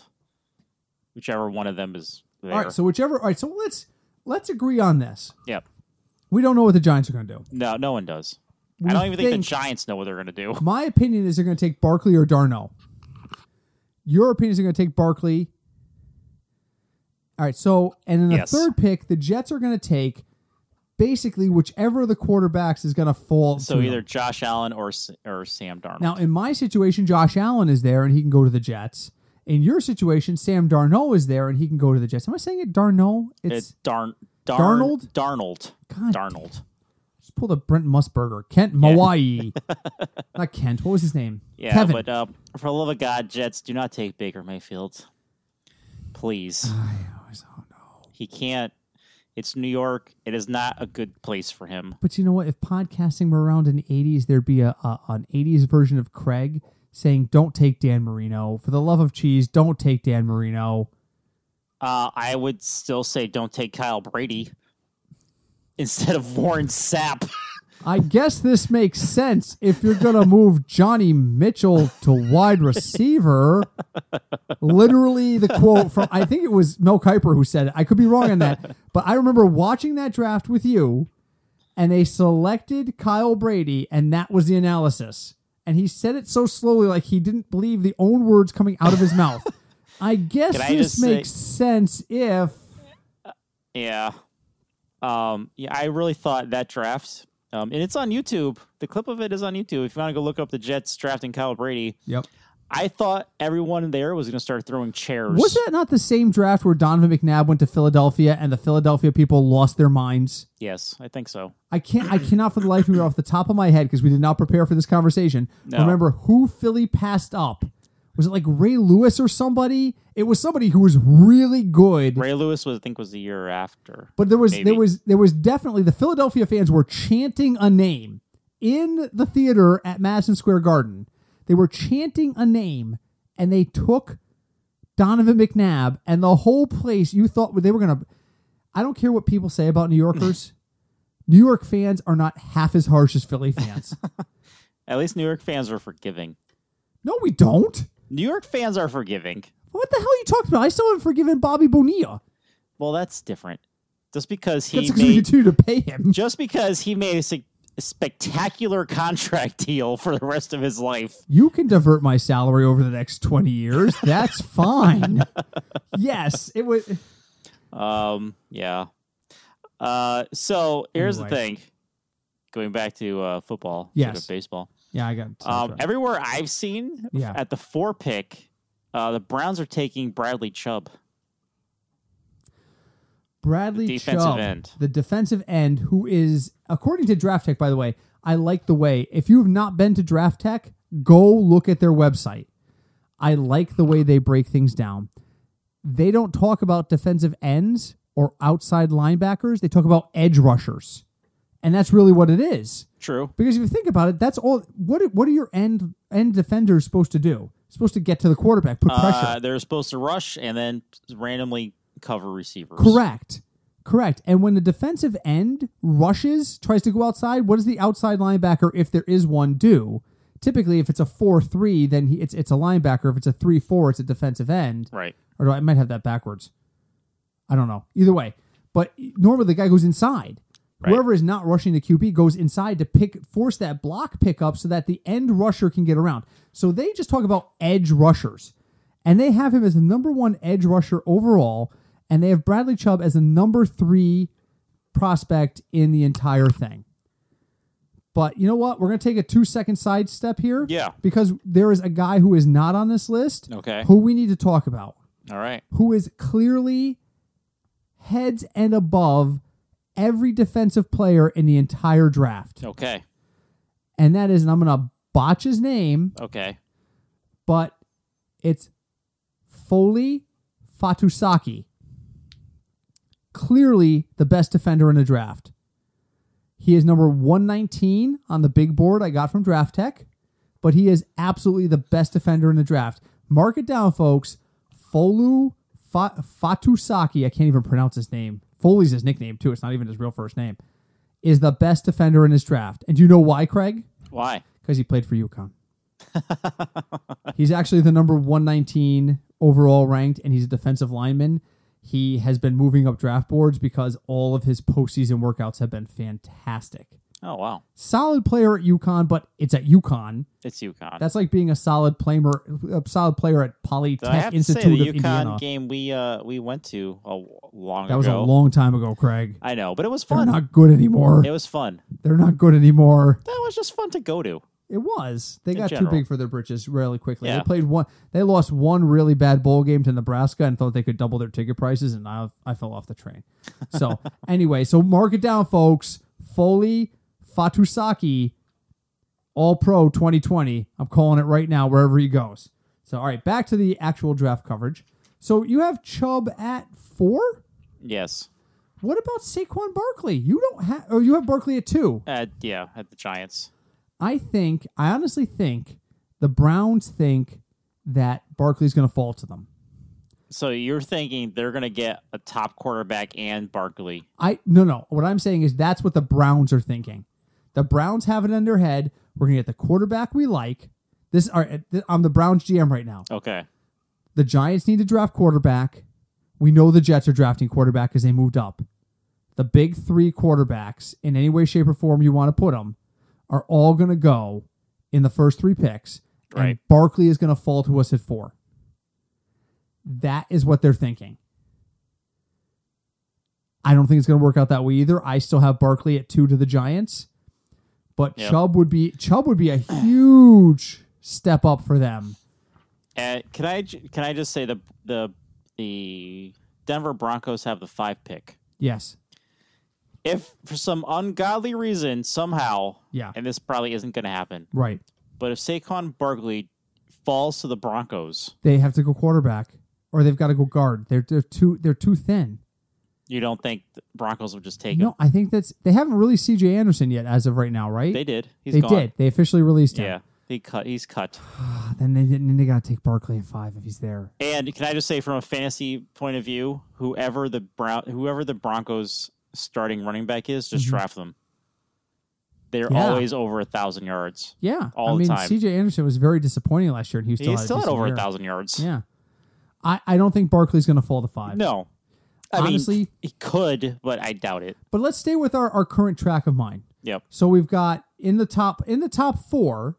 Speaker 1: whichever one of them is there.
Speaker 2: all right, so whichever. All right, so let's let's agree on this.
Speaker 1: yep.
Speaker 2: We don't know what the Giants are going to do.
Speaker 1: No, no one does.
Speaker 2: We
Speaker 1: I don't even think,
Speaker 2: think-
Speaker 1: the Giants know what they're going to do.
Speaker 2: My opinion is they're going to take Barkley or Darno. Your opinion is they're going to take Barkley. All right, so and then the
Speaker 1: Yes.
Speaker 2: third pick, the Jets are going to take basically whichever of the quarterbacks is going to fall.
Speaker 1: So
Speaker 2: to
Speaker 1: either
Speaker 2: them.
Speaker 1: Josh Allen or S- or Sam Darnold.
Speaker 2: Now, in my situation, Josh Allen is there and he can go to the Jets. In your situation, Sam Darnold is there and he can go to the Jets. Am I saying it Darnold? It's
Speaker 1: it's Uh, Darn, Darn
Speaker 2: Darnold?
Speaker 1: Darnold
Speaker 2: God,
Speaker 1: Darnold.
Speaker 2: just pulled up Brent Musburger, Kent Mawai, not Kent. What was his name?
Speaker 1: Yeah,
Speaker 2: Kevin.
Speaker 1: but uh, for the love of God, Jets, do not take Baker Mayfield, please.
Speaker 2: I always- oh, no.
Speaker 1: He can't. It's New York. It is not a good place for him.
Speaker 2: But you know what? If podcasting were around in the '80s, there'd be a, a an '80s version of Craig saying, "Don't take Dan Marino for the love of cheese. Don't take Dan Marino."
Speaker 1: Uh, I would still say don't take Kyle Brady instead of Warren Sapp.
Speaker 2: I guess this makes sense if you're going to move Johnny Mitchell to wide receiver. Literally, the quote from I think it was Mel Kiper who said it. I could be wrong on that, but I remember watching that draft with you, and they selected Kyle Brady, and that was the analysis. And he said it so slowly, like he didn't believe the own words coming out of his mouth. I guess
Speaker 1: Can I
Speaker 2: this
Speaker 1: just say-
Speaker 2: makes sense if
Speaker 1: Yeah. Um, yeah, I really thought that draft, um, and it's on YouTube. The clip of it is on YouTube. If you want to go look up the Jets drafting Kyle Brady,
Speaker 2: Yep.
Speaker 1: I thought everyone there was going to start throwing chairs.
Speaker 2: Was that not the same draft where Donovan McNabb went to Philadelphia and the Philadelphia people lost their minds?
Speaker 1: Yes, I think so.
Speaker 2: I can't. I cannot for the life of me off the top of my head because we did not prepare for this conversation.
Speaker 1: No.
Speaker 2: Remember who Philly passed up? Was it like Ray Lewis or somebody? It was somebody who was really good.
Speaker 1: Ray Lewis was, I think, was the year after.
Speaker 2: but there was
Speaker 1: maybe.
Speaker 2: there was there was definitely the Philadelphia fans were chanting a name in the theater at Madison Square Garden. They were chanting a name, and they took Donovan McNabb, and the whole place. You thought they were gonna. I don't care what people say about New Yorkers. New York fans are not half as harsh as Philly fans.
Speaker 1: At least New York fans are forgiving.
Speaker 2: no, we don't.
Speaker 1: New York fans are forgiving.
Speaker 2: What the hell are you talking about? I still haven't forgiven Bobby Bonilla.
Speaker 1: Well, that's different. Just because he
Speaker 2: That's because we
Speaker 1: made,
Speaker 2: continue to pay him.
Speaker 1: just because he made a, sig- a spectacular contract deal for the rest of his life.
Speaker 2: you can divert my salary over the next 20 years. That's fine. yes, it would.
Speaker 1: Um, yeah. Uh, so here's the
Speaker 2: Anyway.
Speaker 1: thing. Going back to uh, football,
Speaker 2: Yes.
Speaker 1: sort of baseball.
Speaker 2: Yeah, I got.
Speaker 1: Um,
Speaker 2: sidetracked.
Speaker 1: everywhere I've seen
Speaker 2: Yeah.
Speaker 1: at the four pick, uh, the Browns are taking Bradley Chubb.
Speaker 2: Bradley
Speaker 1: the defensive
Speaker 2: Chubb,
Speaker 1: end.
Speaker 2: the defensive end, who is, according to Draft Tech, by the way, I like the way. If you have not been to Draft Tech, go look at their website. I like the way they break things down. They don't talk about defensive ends or outside linebackers. They talk about edge rushers, and that's really what it is.
Speaker 1: True.
Speaker 2: Because if you think about it, that's all. What are- what are your end end defenders supposed to do? Supposed to get to the quarterback, put
Speaker 1: Uh,
Speaker 2: pressure.
Speaker 1: they're supposed to rush and then randomly cover receivers.
Speaker 2: Correct, correct. And when the defensive end rushes, tries to go outside, what does the outside linebacker, if there is one, do? Typically, if it's a four three, then he, it's it's a linebacker. If it's a three four, it's a defensive end.
Speaker 1: Right.
Speaker 2: Or do I, I might have that backwards. I don't know. Either way, but normally the guy goes inside.
Speaker 1: Right.
Speaker 2: Whoever is not rushing the QB goes inside to pick, force that block pickup so that the end rusher can get around. So they just talk about edge rushers, and they have him as the number one edge rusher overall, and they have Bradley Chubb as the number three prospect in the entire thing. But you know what? We're going to take a two second sidestep here.
Speaker 1: Yeah.
Speaker 2: Because there is a guy who is not on this list
Speaker 1: Okay.
Speaker 2: who we need to talk about,
Speaker 1: All right.
Speaker 2: who is clearly heads and above every defensive player in the entire draft.
Speaker 1: Okay.
Speaker 2: And that is, and I'm going to botch his name,
Speaker 1: Okay.
Speaker 2: but it's Foley Fatusaki. Clearly the best defender in the draft. He is number 119 on the big board I got from Draft Tech, but he is absolutely the best defender in the draft. Mark it down, folks. Folu Fa- Fatusaki, I can't even pronounce his name. Foley's his nickname, too. It's not even his real first name. Is the best defender in his draft. And do you know why, Craig?
Speaker 1: Why?
Speaker 2: because he played for UConn. he's actually the number 119 overall ranked, and he's a defensive lineman. He has been moving up draft boards because all of his postseason workouts have been fantastic.
Speaker 1: Oh wow.
Speaker 2: Solid player at UConn, but it's at UConn.
Speaker 1: It's UConn.
Speaker 2: That's like being a solid player, a solid player at
Speaker 1: So I
Speaker 2: Polytech
Speaker 1: have to
Speaker 2: Institute
Speaker 1: say the UConn
Speaker 2: of Indiana.
Speaker 1: game we uh we went to a w- long
Speaker 2: That was a
Speaker 1: ago.
Speaker 2: long time ago, Craig.
Speaker 1: I know, but it was
Speaker 2: They're
Speaker 1: fun.
Speaker 2: not good anymore.
Speaker 1: It was fun.
Speaker 2: They're not good anymore.
Speaker 1: That was just fun to go to.
Speaker 2: It was. They got
Speaker 1: general.
Speaker 2: too big for their britches really quickly. They
Speaker 1: Yeah.
Speaker 2: played one. They lost one really bad bowl game to Nebraska and thought they could double their ticket prices, and I, I fell off the train. So anyway, so mark it down, folks. Foley Fatusaki, All Pro 2020. I'm calling it right now wherever he goes. So all right, back to the actual draft coverage. So you have Chubb at four.
Speaker 1: Yes.
Speaker 2: What about Saquon Barkley? You don't have, or you have Barkley at two.
Speaker 1: Uh, yeah, at the Giants.
Speaker 2: I think, I honestly think the Browns think that Barkley's going to fall to them.
Speaker 1: So you're thinking they're going to get a top quarterback and Barkley.
Speaker 2: I no no. What I'm saying is that's what the Browns are thinking. The Browns have it in their head. We're gonna get the quarterback we like. This are I'm the Browns GM right now.
Speaker 1: Okay.
Speaker 2: The Giants need to draft quarterback. We know the Jets are drafting quarterback because they moved up. The big three quarterbacks, in any way, shape, or form you want to put them, are all going to go in the first three picks. And
Speaker 1: Right.
Speaker 2: Barkley is going to fall to us at four. that is what they're thinking. I don't think it's going to work out that way either. I still have Barkley at two to the Giants, but
Speaker 1: Yep.
Speaker 2: Chubb would be Chubb would be a huge step up for them.
Speaker 1: Uh, can I ju- can I just say the the the Denver Broncos have the five pick.
Speaker 2: Yes,
Speaker 1: If for some ungodly reason somehow,
Speaker 2: Yeah.
Speaker 1: and this probably isn't going to happen,
Speaker 2: right.
Speaker 1: but if Saquon Barkley falls to the Broncos,
Speaker 2: They have to go quarterback, or they've got to go guard. They're they're too they're too thin.
Speaker 1: you don't think the Broncos will just take him?
Speaker 2: No, I think that's they haven't released C.J. Anderson yet as of right now, right?
Speaker 1: They did. He's
Speaker 2: They
Speaker 1: gone.
Speaker 2: did. They officially released him. Ah,
Speaker 1: Yeah, he cut. He's cut.
Speaker 2: Then they didn't. Then they got to take Barkley at five if he's there.
Speaker 1: And can I just say, from a fantasy point of view, whoever the Brown, whoever the Broncos starting running back is, just draft them. They're
Speaker 2: Mm-hmm. Yeah.
Speaker 1: always over a thousand yards.
Speaker 2: Yeah,
Speaker 1: All
Speaker 2: I
Speaker 1: the
Speaker 2: mean,
Speaker 1: time.
Speaker 2: C.J. Anderson was very disappointing last year, and he still
Speaker 1: He's
Speaker 2: had
Speaker 1: still
Speaker 2: a
Speaker 1: at
Speaker 2: decent
Speaker 1: over
Speaker 2: year.
Speaker 1: a thousand yards.
Speaker 2: Yeah, I, I don't think Barkley's going to fall to five.
Speaker 1: No, I mean
Speaker 2: Honestly-
Speaker 1: he could, but I doubt it.
Speaker 2: but let's stay with our, our current track of mind.
Speaker 1: Yep.
Speaker 2: So we've got in the top in the top four.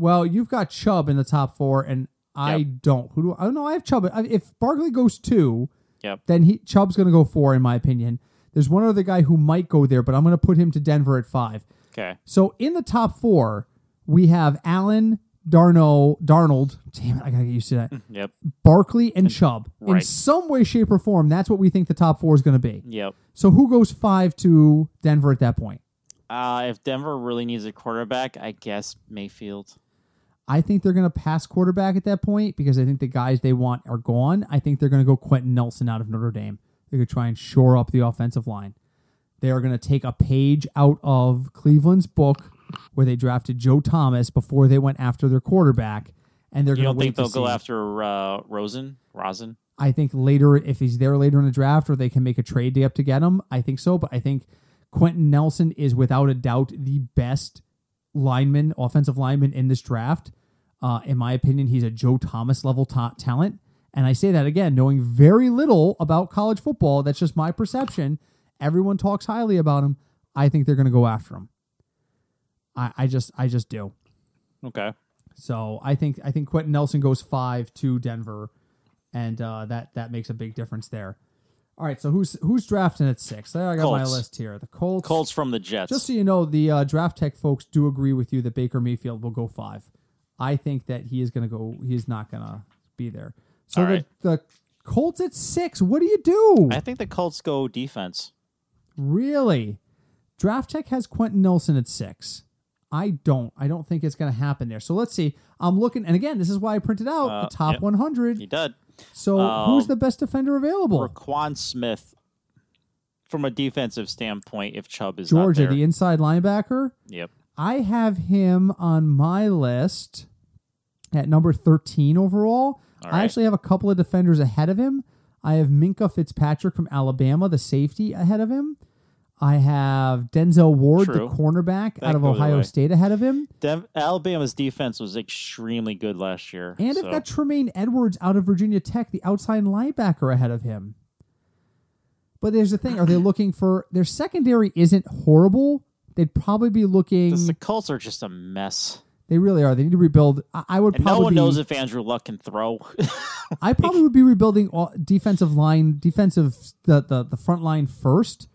Speaker 2: Well, you've got Chubb in the top four, and I don't. Who do I? Oh no, I have Chubb. I- If Barkley goes two,
Speaker 1: Yep.
Speaker 2: then he Chubb's going to go four, in my opinion. There's one other guy who might go there, but I'm going to put him to Denver at five.
Speaker 1: Okay.
Speaker 2: So in the top four, we have Allen, Darno, Darnold. Damn it, I gotta get used to that.
Speaker 1: Yep.
Speaker 2: Barkley and Chubb. In
Speaker 1: right.
Speaker 2: some way, shape, or form, that's what we think the top four is gonna be.
Speaker 1: Yep.
Speaker 2: So who goes five to Denver at that point?
Speaker 1: Uh, if Denver really needs a quarterback, I guess Mayfield.
Speaker 2: I think they're gonna pass quarterback at that point because I think the guys they want are gone. I think they're gonna go Quentin Nelson out of Notre Dame. They're gonna try and shore up the offensive line. They are gonna take a page out of Cleveland's book where they drafted Joe Thomas before they went after their quarterback. And they're
Speaker 1: You
Speaker 2: gonna
Speaker 1: don't think
Speaker 2: wait
Speaker 1: they'll
Speaker 2: to
Speaker 1: go
Speaker 2: see.
Speaker 1: after uh, Rosen? Rosen?
Speaker 2: I think later, if he's there later in the draft, or they can make a trade day up to get him, I think so. But I think Quentin Nelson is without a doubt the best lineman, offensive lineman in this draft. Uh, in my opinion, he's a Joe Thomas level ta- talent. And I say that again, knowing very little about college football. That's just my perception. Everyone talks highly about him. I think they're going to go after him. I, I just, I just do.
Speaker 1: Okay.
Speaker 2: So I think I think Quentin Nelson goes five to Denver, and uh, that that makes a big difference there. All right, so who's who's drafting at six? There I got my
Speaker 1: Colts.
Speaker 2: list here. The Colts.
Speaker 1: Colts from the Jets.
Speaker 2: Just so you know, the uh, draft tech folks do agree with you that Baker Mayfield will go five. I think that he is going to go. He is not going to be there. So
Speaker 1: All
Speaker 2: the,
Speaker 1: right.
Speaker 2: the Colts at six. What do you do?
Speaker 1: I think the Colts go defense.
Speaker 2: Really? Draft Tech has Quentin Nelson at six. I don't. I don't think it's going to happen there. So let's see. I'm looking, and again, this is why I printed out
Speaker 1: Uh,
Speaker 2: the top
Speaker 1: yep.
Speaker 2: 100.
Speaker 1: He did.
Speaker 2: So
Speaker 1: Um,
Speaker 2: who's the best defender available?
Speaker 1: Raquan Smith, from a defensive standpoint, if Chubb is
Speaker 2: Georgia,
Speaker 1: not there.
Speaker 2: the inside linebacker.
Speaker 1: yep.
Speaker 2: I have him on my list at number 13 overall.
Speaker 1: All
Speaker 2: I
Speaker 1: right.
Speaker 2: actually have a couple of defenders ahead of him. I have Minka Fitzpatrick from Alabama, the safety, ahead of him. I have Denzel Ward,
Speaker 1: True.
Speaker 2: the cornerback,
Speaker 1: That
Speaker 2: out of
Speaker 1: goes
Speaker 2: Ohio
Speaker 1: away.
Speaker 2: State, ahead of him.
Speaker 1: Dev- Alabama's defense was extremely good last year.
Speaker 2: And
Speaker 1: so.
Speaker 2: I've got Tremaine Edwards out of Virginia Tech, the outside linebacker ahead of him. But there's the thing: are they looking for their secondary? Isn't horrible. They'd probably be looking.
Speaker 1: This- the Colts are just a mess.
Speaker 2: they really are. They need to rebuild. I, I would
Speaker 1: And
Speaker 2: probably.
Speaker 1: no one knows if Andrew Luck can throw.
Speaker 2: I probably would be rebuilding all defensive line, defensive the, the the front line first.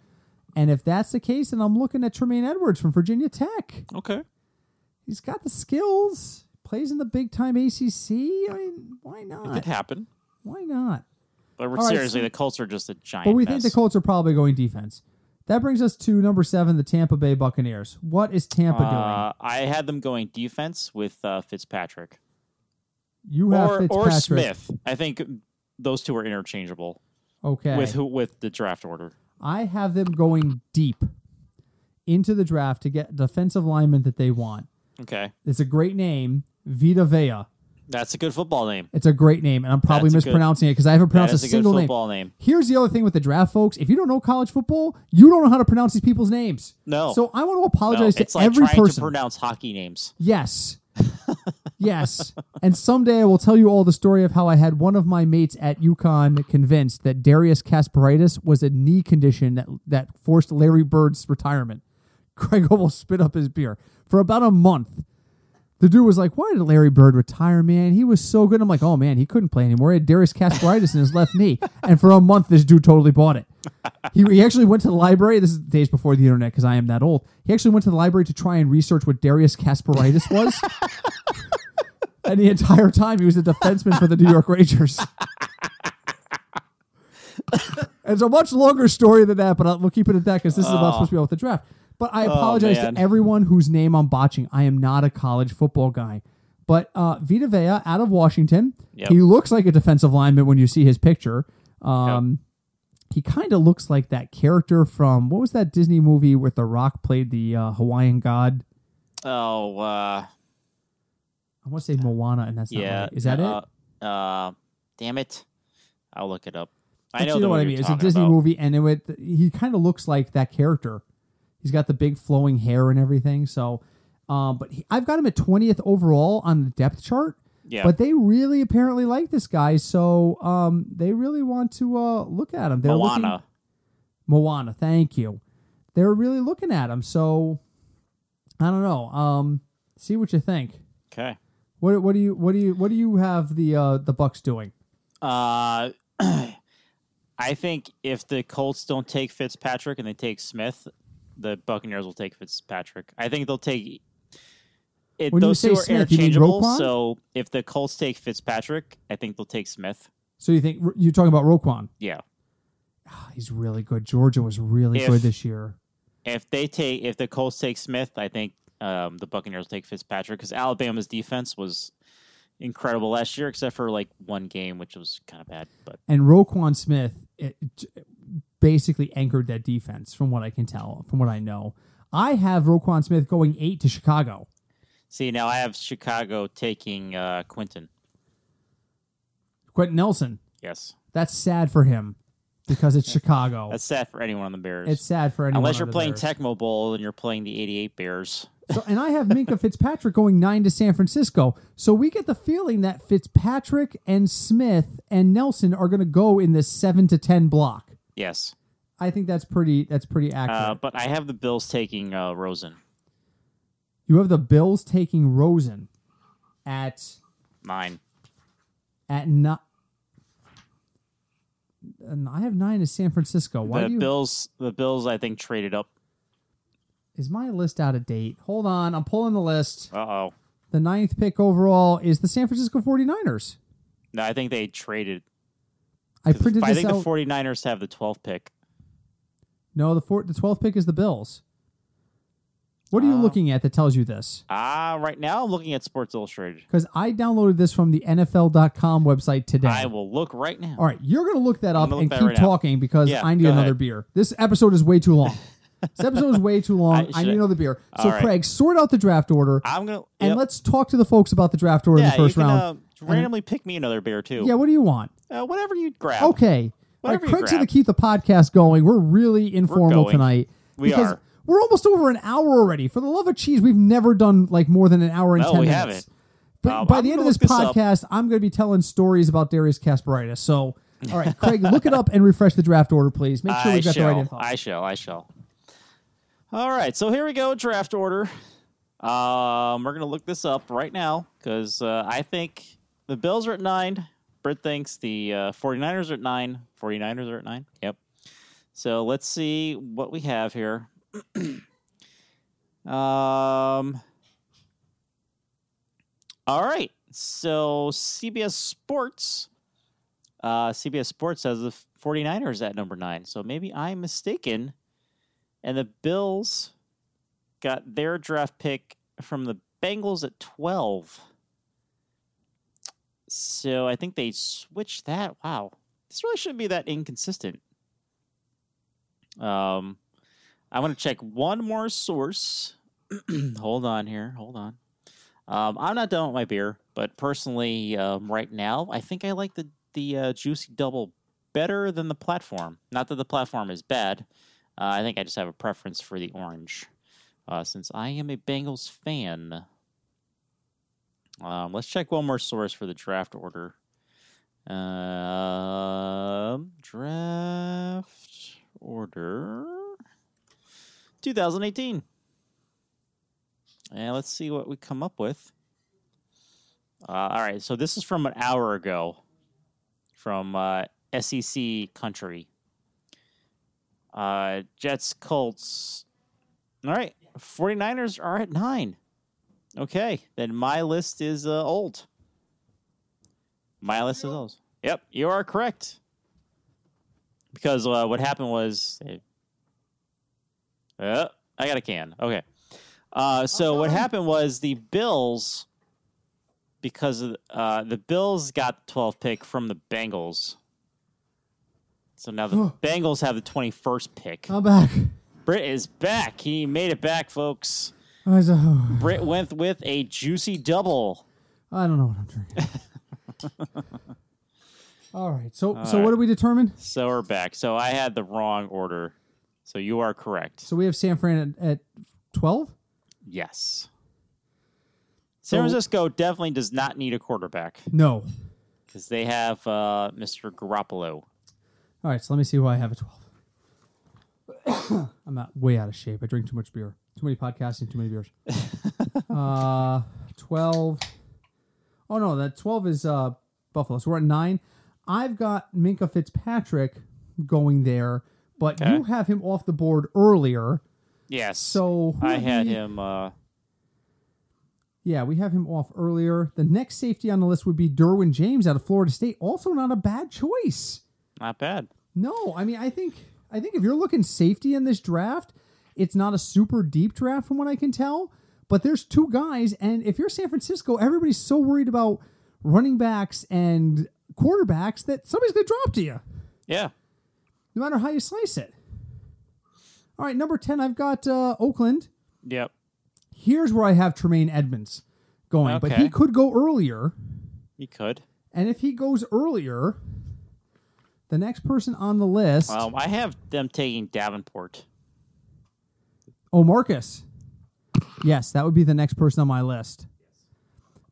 Speaker 2: And if that's the case, then I'm looking at Tremaine Edwards from Virginia Tech.
Speaker 1: okay.
Speaker 2: He's got the skills. Plays in the big time ACC. I mean, why
Speaker 1: It could
Speaker 2: not?
Speaker 1: happen.
Speaker 2: Why not?
Speaker 1: But
Speaker 2: right,
Speaker 1: seriously,
Speaker 2: so-
Speaker 1: the Colts are just a giant
Speaker 2: But we
Speaker 1: mess.
Speaker 2: think the Colts are probably going defense. That brings us to number seven, the Tampa Bay Buccaneers. What is Tampa doing?
Speaker 1: uh, I had them going defense with uh, Fitzpatrick.
Speaker 2: You have
Speaker 1: or,
Speaker 2: Fitzpatrick.
Speaker 1: or Smith. I think those two are interchangeable
Speaker 2: Okay.
Speaker 1: with who with the draft order.
Speaker 2: I have them going deep into the draft to get defensive linemen that they want.
Speaker 1: Okay.
Speaker 2: It's a great name, Vita Vea.
Speaker 1: That's a good football name.
Speaker 2: It's a great name, and I'm probably
Speaker 1: That's a good-
Speaker 2: mispronouncing it because I haven't
Speaker 1: That
Speaker 2: pronounced
Speaker 1: is
Speaker 2: a
Speaker 1: a good
Speaker 2: single name.
Speaker 1: football name.
Speaker 2: Here's the other thing with the draft, folks. If you don't know college football, you don't know how to pronounce these people's names.
Speaker 1: No.
Speaker 2: So I want to
Speaker 1: No,
Speaker 2: apologize
Speaker 1: it's
Speaker 2: to
Speaker 1: like
Speaker 2: every
Speaker 1: trying to
Speaker 2: person.
Speaker 1: pronounce hockey names.
Speaker 2: Yes. yes. And someday I will tell you all the story of how I had one of my mates at UConn convinced that Darius Kasparaitis was a knee condition that, that forced Larry Bird's retirement. Craig almost spit up his beer for about a month. The dude was like, "Why did Larry Bird retire, man? He was so good." I'm like, "Oh man, he couldn't play anymore. He had Darius Kasparaitis in his left knee." And for a month, this dude totally bought it. He, he actually went to the library. This is days before the internet because I am that old. He actually went to the library to try and research what Darius Kasparaitis was. and the entire time, he was a defenseman for the New York Rangers. It's a much longer story than that, but I'll, we'll keep it at that because this is about supposed to be about the draft. But I apologize
Speaker 1: Oh. man.
Speaker 2: to everyone whose name I'm botching. I am not a college football guy. But uh, Vita Vea out of Washington,
Speaker 1: Yep.
Speaker 2: he looks like a defensive lineman when you see his picture. Um, He kind of looks like that character from what was that Disney movie where The Rock played the uh, Hawaiian god?
Speaker 1: Oh, uh,
Speaker 2: I want to say Moana, and that's
Speaker 1: yeah.
Speaker 2: not right. Is that it?
Speaker 1: uh, Uh, damn it. I'll look it up. I
Speaker 2: But
Speaker 1: know,
Speaker 2: you
Speaker 1: the
Speaker 2: know what
Speaker 1: one
Speaker 2: I
Speaker 1: you're
Speaker 2: mean. It's a
Speaker 1: talking
Speaker 2: Disney
Speaker 1: about.
Speaker 2: movie, and it, would- he kind of looks like that character. He's got the big flowing hair and everything. So, um, but he, I've got him at twentieth overall on the depth chart.
Speaker 1: Yeah.
Speaker 2: But they really apparently like this guy, so um, they really want to uh, look at him. They're looking-
Speaker 1: Moana.
Speaker 2: Moana, thank you. They're really looking at him. So, I don't know. Um, see what you think.
Speaker 1: Okay.
Speaker 2: What, what do you what do you what do you have the uh, the Bucks doing?
Speaker 1: Uh, I think if the Colts don't take Fitzpatrick and they take Smith, the Buccaneers will take Fitzpatrick. I think they'll take. It,
Speaker 2: When you
Speaker 1: those
Speaker 2: say
Speaker 1: two are
Speaker 2: Smith, you mean
Speaker 1: interchangeable.
Speaker 2: Roquan?
Speaker 1: So if the Colts take Fitzpatrick, I think they'll take Smith.
Speaker 2: So you think you're talking about Roquan? Ah,
Speaker 1: Yeah.
Speaker 2: He's really good. Georgia was really
Speaker 1: If-
Speaker 2: good this year.
Speaker 1: If they take, if the Colts take Smith, I think um, the Buccaneers will take Fitzpatrick because Alabama's defense was incredible last year, except for like one game, which was kind of bad. But
Speaker 2: And Roquan Smith it, j- basically anchored that defense, from what I can tell, from what I know. I have Roquan Smith going eight to Chicago.
Speaker 1: see, now I have Chicago taking uh, Quinton.
Speaker 2: Quentin Nelson.
Speaker 1: Yes,
Speaker 2: That's sad for him because it's Chicago.
Speaker 1: that's sad for anyone on the Bears.
Speaker 2: it's sad for anyone.
Speaker 1: Unless you're
Speaker 2: other
Speaker 1: playing
Speaker 2: Bears.
Speaker 1: Tecmo Bowl and you're playing the 88 Bears.
Speaker 2: So, and I have Minka Fitzpatrick going nine to San Francisco. So we get the feeling that Fitzpatrick and Smith and Nelson are going to go in this seven to ten block.
Speaker 1: Yes.
Speaker 2: I think that's pretty. That's pretty accurate.
Speaker 1: Uh, but I have the Bills taking uh, Rosen.
Speaker 2: You have the Bills taking Rosen at
Speaker 1: Nine.
Speaker 2: at not. And I have nine to San Francisco. Why
Speaker 1: the
Speaker 2: do you,
Speaker 1: Bills the Bills I think traded up.
Speaker 2: is my list out of date? Hold on, I'm pulling the list.
Speaker 1: Uh-oh.
Speaker 2: The ninth pick overall is the San Francisco 49ers.
Speaker 1: No, I think they traded.
Speaker 2: I printed
Speaker 1: I
Speaker 2: this
Speaker 1: think
Speaker 2: out.
Speaker 1: the 49ers have the 12th pick.
Speaker 2: no, the four, the 12th pick is the Bills. What are you
Speaker 1: Oh.
Speaker 2: looking at that tells you this?
Speaker 1: Ah, right now I'm looking at Sports Illustrated.
Speaker 2: Because I downloaded this from the NFL.com website today.
Speaker 1: I will look right now.
Speaker 2: All right, you're gonna look that up
Speaker 1: gonna look
Speaker 2: and
Speaker 1: that
Speaker 2: keep
Speaker 1: right up.
Speaker 2: talking because
Speaker 1: Yeah,
Speaker 2: I need
Speaker 1: go
Speaker 2: another
Speaker 1: ahead.
Speaker 2: beer. This episode is way too long. this episode is way too long. I,
Speaker 1: I- should
Speaker 2: need
Speaker 1: I-
Speaker 2: another beer. So
Speaker 1: All right.
Speaker 2: Craig, sort out the draft order
Speaker 1: I'm going to
Speaker 2: and let's talk to the folks about the draft order
Speaker 1: yeah,
Speaker 2: in the first
Speaker 1: you can,
Speaker 2: round.
Speaker 1: Uh, randomly pick me another beer too.
Speaker 2: yeah, Oh, what do you want?
Speaker 1: Uh, whatever you grab.
Speaker 2: Okay. All right,
Speaker 1: Whatever you
Speaker 2: Craig's gonna
Speaker 1: grab.
Speaker 2: keep the podcast going. We're really informal
Speaker 1: going.
Speaker 2: tonight.
Speaker 1: We
Speaker 2: because
Speaker 1: are.
Speaker 2: We're almost over an hour already. For the love of cheese, we've never done like more than an hour and
Speaker 1: No,
Speaker 2: ten
Speaker 1: we
Speaker 2: minutes.
Speaker 1: haven't.
Speaker 2: But
Speaker 1: Um,
Speaker 2: by
Speaker 1: I'm
Speaker 2: the end of
Speaker 1: gonna
Speaker 2: this
Speaker 1: look this up.
Speaker 2: podcast, I'm going to be telling stories about Darius Kasparaitis. So, all right, Craig, look it up and refresh the draft order, please. Make sure
Speaker 1: I
Speaker 2: we've got
Speaker 1: shall.
Speaker 2: the right info.
Speaker 1: I shall. I shall. All right. So here we go. Draft order. Um, we're gonna look this up right now because uh, I think the Bills are at nine. Britt thinks the uh, 49ers are at nine. 49ers are at nine. Yep. So let's see what we have here. um. All right. So CBS Sports uh, CBS Sports has the 49ers at number nine. So maybe I'm mistaken. And the Bills got their draft pick from the Bengals at 12. So I think they switched that. Wow. This really shouldn't be that inconsistent. Um, I want to check one more source. Hold on here. Hold on. Um, I'm not done with my beer, but personally, um, right now, I think I like the the uh, juicy double better than the platform. Not that the platform is bad. Uh, I think I just have a preference for the orange, uh, since I am a Bengals fan. Um, let's check one more source for the draft order. Um, draft order 2018. And let's see what we come up with. Uh, all right, so this is from an hour ago from uh, SEC country. Uh, Jets, Colts. All right, 49ers are at nine. Okay, then my list is uh, old. My list is old. Yep, you are correct. Because uh, what happened was. Uh, I got a can. Okay. Uh, so what happened was the Bills, because of, uh, the Bills got the 12th pick from the Bengals. So now the Bengals have the 21st pick.
Speaker 2: I'm back.
Speaker 1: Britt is back. He made it back, folks.
Speaker 2: I was, oh,
Speaker 1: Britt went with a juicy double.
Speaker 2: I don't know what I'm drinking. All right. So so
Speaker 1: right.
Speaker 2: what do we determine?
Speaker 1: So we're back. So I had the wrong order. So you are correct.
Speaker 2: So we have San Fran at, at 12.
Speaker 1: Yes. San
Speaker 2: So-
Speaker 1: Francisco definitely does not need a quarterback
Speaker 2: No.
Speaker 1: because they have uh, Mr. Garoppolo.
Speaker 2: All right. So let me see who I have at 12. I'm not way out of shape. I drink too much beer. Too many podcasts and too many beers. uh, 12. Oh no, that 12 is uh Buffalo. So we're at 9. I've got Minka Fitzpatrick going there, but
Speaker 1: Okay.
Speaker 2: you have him off the board earlier.
Speaker 1: Yes.
Speaker 2: So who
Speaker 1: I
Speaker 2: do
Speaker 1: had
Speaker 2: we-
Speaker 1: him. Uh,
Speaker 2: Yeah, we have him off earlier. The next safety on the list would be Derwin James out of Florida State. Also not a bad choice.
Speaker 1: not bad.
Speaker 2: No, I mean I think I think if you're looking safety in this draft, it's not a super deep draft from what I can tell, but there's two guys and if you're San Francisco, everybody's so worried about running backs and quarterbacks that somebody's going to drop to you
Speaker 1: Yeah.
Speaker 2: no matter how you slice it. All right, number 10, I've got uh, Oakland.
Speaker 1: Yep.
Speaker 2: Here's where I have Tremaine Edmonds going, but he
Speaker 1: Okay.
Speaker 2: could go earlier.
Speaker 1: He could.
Speaker 2: And if he goes earlier, the next person on the list,
Speaker 1: Um, I have them taking Davenport.
Speaker 2: oh Marcus. Yes, that would be the next person on my list.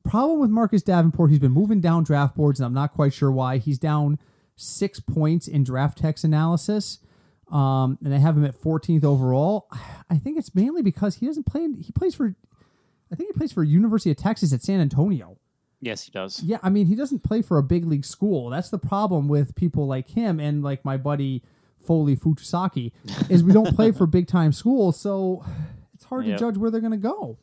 Speaker 2: Problem with Marcus Davenport, he's been moving down draft boards, and I'm not quite sure why. He's down six points in draft text analysis, um, and I have him at 14th overall. I think it's mainly because he doesn't play. He plays for, I think he plays for University of Texas at San Antonio.
Speaker 1: Yes, he does.
Speaker 2: Yeah, I mean, he doesn't play for a big league school. That's the problem with people like him and like my buddy Foley Futusaki is we don't play for big time schools, so it's hard
Speaker 1: Yep.
Speaker 2: to judge where they're going to go.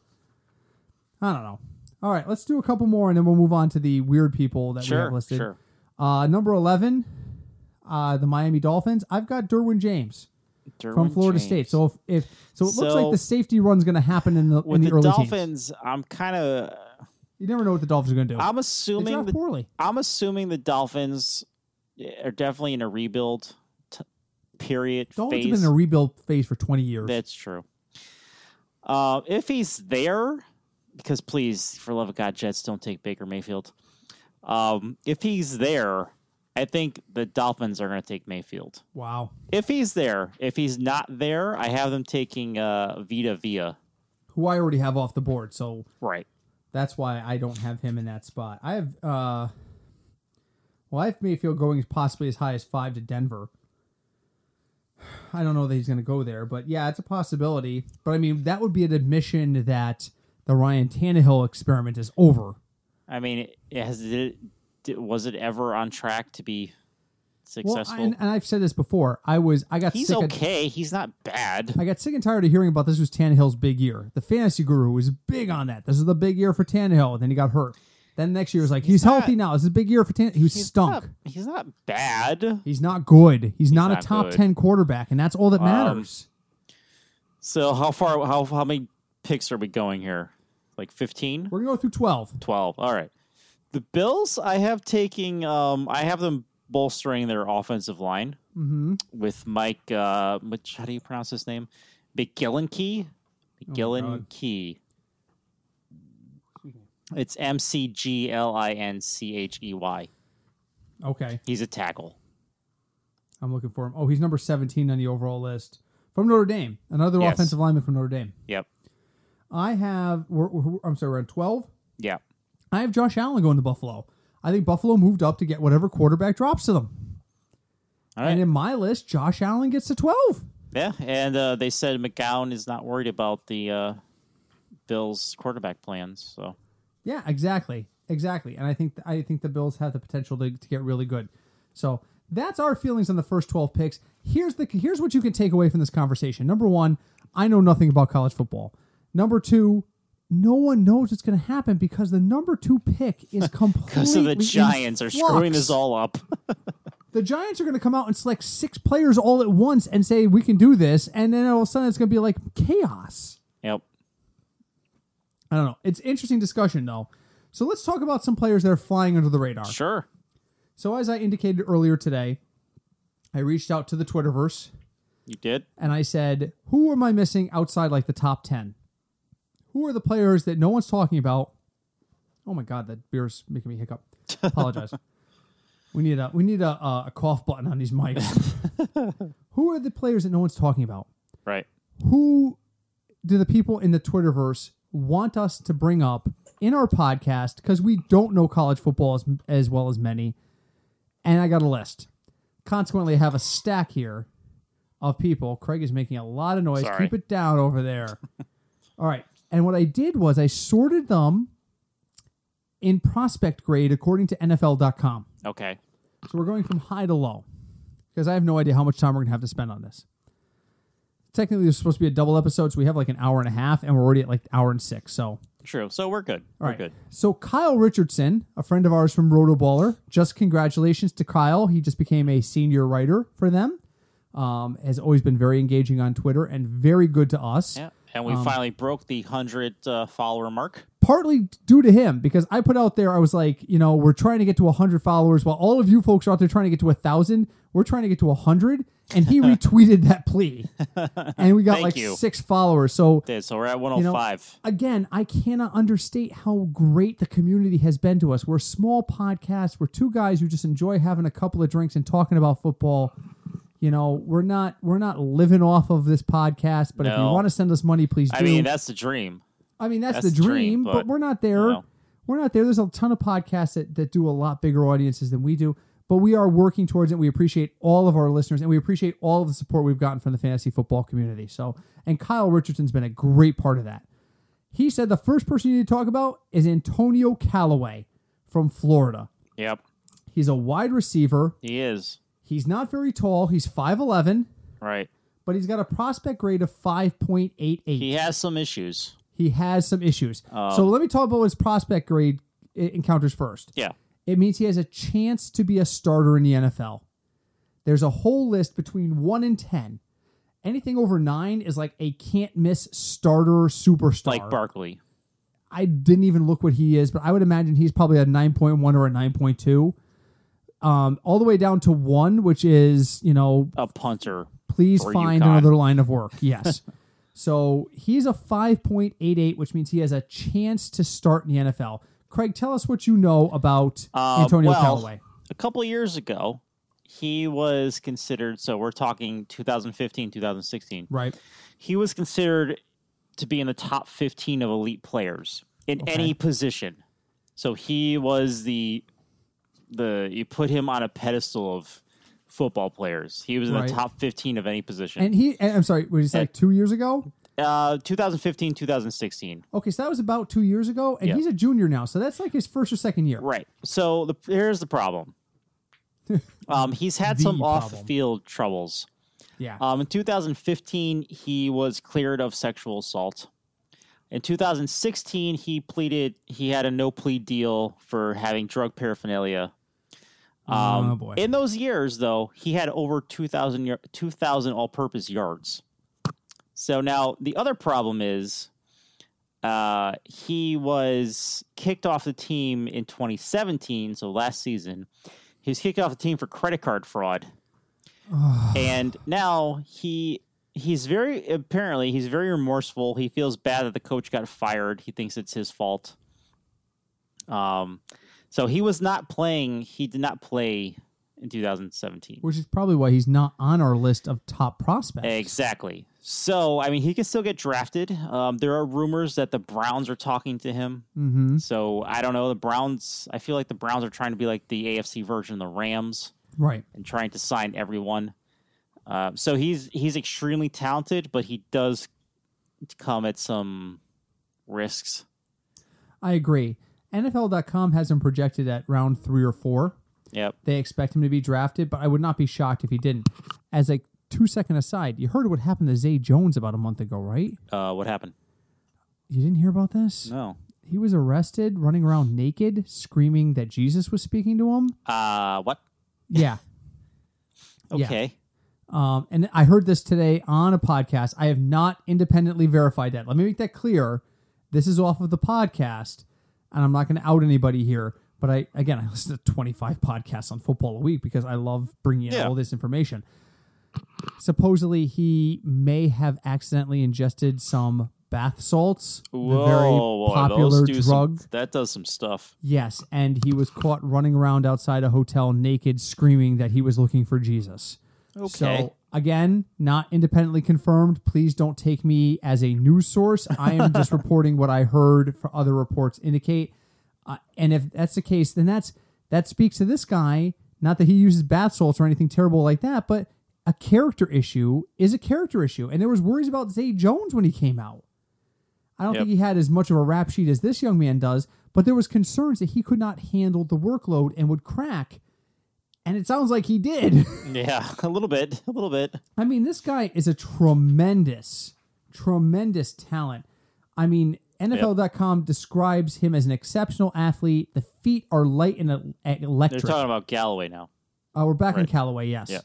Speaker 2: I don't know. All right, let's do a couple more, and then we'll move on to the weird people that we have
Speaker 1: Sure.
Speaker 2: listed.
Speaker 1: Sure.
Speaker 2: Uh, number eleven, uh, the Miami Dolphins. I've got Derwin James from
Speaker 1: Derwin
Speaker 2: Florida
Speaker 1: James.
Speaker 2: State. So if, if so, it looks like
Speaker 1: So-
Speaker 2: the safety run's going to happen in the
Speaker 1: with
Speaker 2: in the,
Speaker 1: the,
Speaker 2: early teens.
Speaker 1: Dolphins, I'm kind of.
Speaker 2: You never know what the Dolphins are going to do.
Speaker 1: I'm
Speaker 2: they
Speaker 1: assuming
Speaker 2: draft
Speaker 1: the
Speaker 2: poorly.
Speaker 1: I'm assuming the Dolphins are definitely in a rebuild t- period
Speaker 2: Dolphins
Speaker 1: phase.
Speaker 2: have been in a rebuild phase for 20 years.
Speaker 1: That's true. Uh, if he's there, because please, for love of God, Jets don't take Baker Mayfield. Um, if he's there, I think the Dolphins are going to take Mayfield.
Speaker 2: wow.
Speaker 1: If he's there, if he's not there, I have them taking uh, Vita Via.
Speaker 2: Who I already have off the board, so
Speaker 1: Right.
Speaker 2: that's why I don't have him in that spot. I have uh well, I have Mayfield going possibly as high as five to Denver. I don't know that he's gonna go there, but yeah, it's a possibility. But I mean that would be an admission that the Ryan Tannehill experiment is over.
Speaker 1: I mean, it has it, did- was it ever on track to be
Speaker 2: Well,
Speaker 1: successful?
Speaker 2: and, and I've said this before. I was I got
Speaker 1: he's
Speaker 2: sick of-
Speaker 1: okay. he's not bad.
Speaker 2: I got sick and tired of hearing about this was Tannehill's big year. The fantasy guru was big on that. This is the big year for Tannehill. And then he got hurt. Then next year was like, he's,
Speaker 1: He's not-
Speaker 2: healthy now. This is a big year for Tannehill. He was
Speaker 1: He's
Speaker 2: stunk.
Speaker 1: not- he's not bad.
Speaker 2: He's not good. He's, not,
Speaker 1: not
Speaker 2: a top
Speaker 1: good.
Speaker 2: 10 quarterback. And that's all that
Speaker 1: Um,
Speaker 2: matters.
Speaker 1: So how far? How how many picks are we going here? Like 15?
Speaker 2: We're going to go through 12.
Speaker 1: 12. All right. The Bills, I have taking. Um, I have them bolstering their offensive line
Speaker 2: Mm-hmm.
Speaker 1: with Mike. Uh, which how do you pronounce his name? McGillinkey.
Speaker 2: Oh
Speaker 1: McGillinkey. it's M C G L I N C H E Y.
Speaker 2: Okay.
Speaker 1: He's a tackle.
Speaker 2: I'm looking for him. Oh, he's number 17 on the overall list from Notre Dame. Another
Speaker 1: Yes.
Speaker 2: offensive lineman from Notre Dame.
Speaker 1: Yep.
Speaker 2: I have, we're, we're- I'm sorry, we're on 12.
Speaker 1: Yeah.
Speaker 2: I have Josh Allen going to Buffalo. I think Buffalo moved up to get whatever quarterback drops to them.
Speaker 1: All right.
Speaker 2: And in my list, Josh Allen gets to 12.
Speaker 1: Yeah, and uh, they said McGowan is not worried about the uh, Bills' quarterback plans. So
Speaker 2: Yeah, exactly. Exactly, and I think I think the Bills have the potential to, to get really good. So that's our feelings on the first twelve picks. Here's the here's what you can take away from this conversation. Number one, I know nothing about college football. Number two, no one knows what's going to happen because the number two pick is completely
Speaker 1: Because of the
Speaker 2: in
Speaker 1: Giants are screwing
Speaker 2: flux.
Speaker 1: this all up.
Speaker 2: The Giants are going to come out and select six players all at once and say we can do this, and then all of a sudden it's going to be like chaos.
Speaker 1: yep.
Speaker 2: I don't know. It's interesting discussion though. So let's talk about some players that are flying under the radar.
Speaker 1: Sure.
Speaker 2: So as I indicated earlier today, I reached out to the Twitterverse
Speaker 1: You did.
Speaker 2: and I said, "Who am I missing outside like the top 10? Who are the players that no one's talking about?" Oh my god, that beer's making me hiccup. Apologize. we need a we need a, uh, a a cough button on these mics. Who are the players that no one's talking about?
Speaker 1: Right.
Speaker 2: who do the people in the Twitterverse want us to bring up in our podcast because we don't know college football as, as well as many? And I got a list. Consequently, I have a stack here of people. Craig is making a lot of noise.
Speaker 1: Sorry.
Speaker 2: Keep it down over there. All right. And what I did was I sorted them in prospect grade according to NFL.com.
Speaker 1: Okay.
Speaker 2: So we're going from high to low because I have no idea how much time we're going to have to spend on this. Technically, there's supposed to be a double episode, so we have like an hour and a half, and we're already at like hour and six. So,
Speaker 1: True. So we're good.
Speaker 2: all
Speaker 1: we're
Speaker 2: right.
Speaker 1: good.
Speaker 2: So Kyle Richardson, a friend of ours from Roto Baller, just congratulations to Kyle. He just became a senior writer for them. Um, has always been very engaging on Twitter and very good to us.
Speaker 1: Yeah. And
Speaker 2: Um,
Speaker 1: we finally broke the 100 uh, follower mark.
Speaker 2: partly due to him because I put out there, I was like, you know, we're trying to get to 100 followers while all of you folks are out there trying to get to 1,000. We're trying to get to 100. And he retweeted that plea. And we got
Speaker 1: Thank
Speaker 2: like
Speaker 1: you.
Speaker 2: six followers. So
Speaker 1: Did. So we're at
Speaker 2: You know,
Speaker 1: 105.
Speaker 2: again, I cannot understate how great the community has been to us. We're a small podcast. We're two guys who just enjoy having a couple of drinks and talking about football. You know, we're not we're not living off of this podcast, but if you
Speaker 1: No.
Speaker 2: want to send us money, please do.
Speaker 1: I mean, that's the dream.
Speaker 2: I mean, that's,
Speaker 1: That's
Speaker 2: the
Speaker 1: the
Speaker 2: dream,
Speaker 1: dream,
Speaker 2: but,
Speaker 1: but,
Speaker 2: we're not there.
Speaker 1: you know.
Speaker 2: We're not there. There's a ton of podcasts that, that do a lot bigger audiences than we do, but we are working towards it. We appreciate all of our listeners and we appreciate all of the support we've gotten from the fantasy football community. So, and Kyle Richardson's been a great part of that. He said the first person you need to talk about is Antonio Callaway from Florida.
Speaker 1: Yep.
Speaker 2: He's a wide receiver.
Speaker 1: He is.
Speaker 2: He's not very tall. He's 5'11,
Speaker 1: Right.
Speaker 2: but he's got a prospect grade of 5.88.
Speaker 1: He has some issues.
Speaker 2: he has some issues. so let me talk about his prospect grade i- encounters first.
Speaker 1: Um, Yeah.
Speaker 2: It means he has a chance to be a starter in the NFL. There's a whole list between one and ten. Anything over nine is like a can't miss starter superstar.
Speaker 1: Like Barkley.
Speaker 2: I didn't even look what he is, but I would imagine he's probably a 9.1 or a 9.2. Um, all the way down to one, which is, you know,
Speaker 1: A punter.
Speaker 2: please
Speaker 1: Or
Speaker 2: find
Speaker 1: UConn.
Speaker 2: another line of work. Yes. so he's a 5.88, which means he has a chance to start in the NFL. Craig, tell us what you know about
Speaker 1: Uh,
Speaker 2: Antonio
Speaker 1: well,
Speaker 2: Callaway.
Speaker 1: A couple years ago, he was considered. So we're talking 2015, 2016.
Speaker 2: Right.
Speaker 1: He was considered to be in the top 15 of elite players in
Speaker 2: Okay.
Speaker 1: any position. So he was the the you put him on a pedestal of football players. He was in
Speaker 2: Right.
Speaker 1: the top 15 of any position.
Speaker 2: And he, and I'm sorry, what did you say,
Speaker 1: And-
Speaker 2: two years ago?
Speaker 1: uh 2015, 2016.
Speaker 2: Okay, so that was about two years ago, and
Speaker 1: Yeah.
Speaker 2: he's a junior now, so that's like his first or second year.
Speaker 1: Right. So the, here's the problem. um, he's had
Speaker 2: The
Speaker 1: some
Speaker 2: problem.
Speaker 1: off-field troubles.
Speaker 2: Yeah.
Speaker 1: Um, in 2015, he was cleared of sexual assault. In 2016, he pleaded he had a no plea deal for having drug paraphernalia. Um,
Speaker 2: Oh, boy.
Speaker 1: In those years, though, he had over 2,000 yar- 2,000 all purpose yards. So now the other problem is uh, he was kicked off the team in 2017, so last season. He was kicked off the team for credit card fraud and now he he's very apparently he's very remorseful. He feels bad that the coach got fired. He thinks it's his fault. Um, so he was not playing. He did not play in 2017.
Speaker 2: which is probably why he's not on our list of top prospects.
Speaker 1: Exactly. So I mean, he can still get drafted. Um, there are rumors that the Browns are talking to him.
Speaker 2: Mm-hmm.
Speaker 1: So I don't know. The Browns. I feel like the Browns are trying to be like the AFC version of the Rams.
Speaker 2: Right.
Speaker 1: and trying to sign everyone. Uh, so he's he's extremely talented, but he does come at some risks.
Speaker 2: I agree. NFL.com has him projected at round three or four.
Speaker 1: Yep.
Speaker 2: They expect him to be drafted, but I would not be shocked if he didn't. As a two second aside, you heard what happened to Zay Jones about a month ago, right?
Speaker 1: Uh, what happened?
Speaker 2: You didn't hear about this?
Speaker 1: No.
Speaker 2: He was arrested running around naked, screaming that Jesus was speaking to him.
Speaker 1: Uh, what?
Speaker 2: Yeah. Yeah.
Speaker 1: Okay.
Speaker 2: Um, and I heard this today on a podcast. I have not independently verified that. Let me make that clear. This is off of the podcast, and I'm not going to out anybody here. But I, again, I listen to 25 podcasts on football a week because I love bringing in
Speaker 1: Yeah.
Speaker 2: all this information. Supposedly, he may have accidentally ingested some bath salts,
Speaker 1: Whoa,
Speaker 2: the very
Speaker 1: boy,
Speaker 2: popular
Speaker 1: those do some-
Speaker 2: drug.
Speaker 1: that does some stuff.
Speaker 2: Yes, and he was caught running around outside a hotel naked, screaming that he was looking for Jesus.
Speaker 1: Okay.
Speaker 2: So again, not independently confirmed. Please don't take me as a news source. I am just reporting what I heard for other reports indicate. Uh, and if that's the case, then that's that speaks to this guy. Not that he uses bath salts or anything terrible like that, but a character issue is a character issue. And there was worries about Zay Jones when he came out. I don't
Speaker 1: Yep.
Speaker 2: think he had as much of a rap sheet as this young man does, but there was concerns that he could not handle the workload and would crack. And it sounds like he did.
Speaker 1: Yeah, a little bit, a little bit.
Speaker 2: I mean, this guy is a tremendous, tremendous talent. I mean, NFL.com describes him as an exceptional athlete. The feet are light and el-
Speaker 1: They're
Speaker 2: electric.
Speaker 1: talking about Galloway now.
Speaker 2: Uh, we're back in
Speaker 1: Right.
Speaker 2: Callaway, yes.
Speaker 1: Yeah.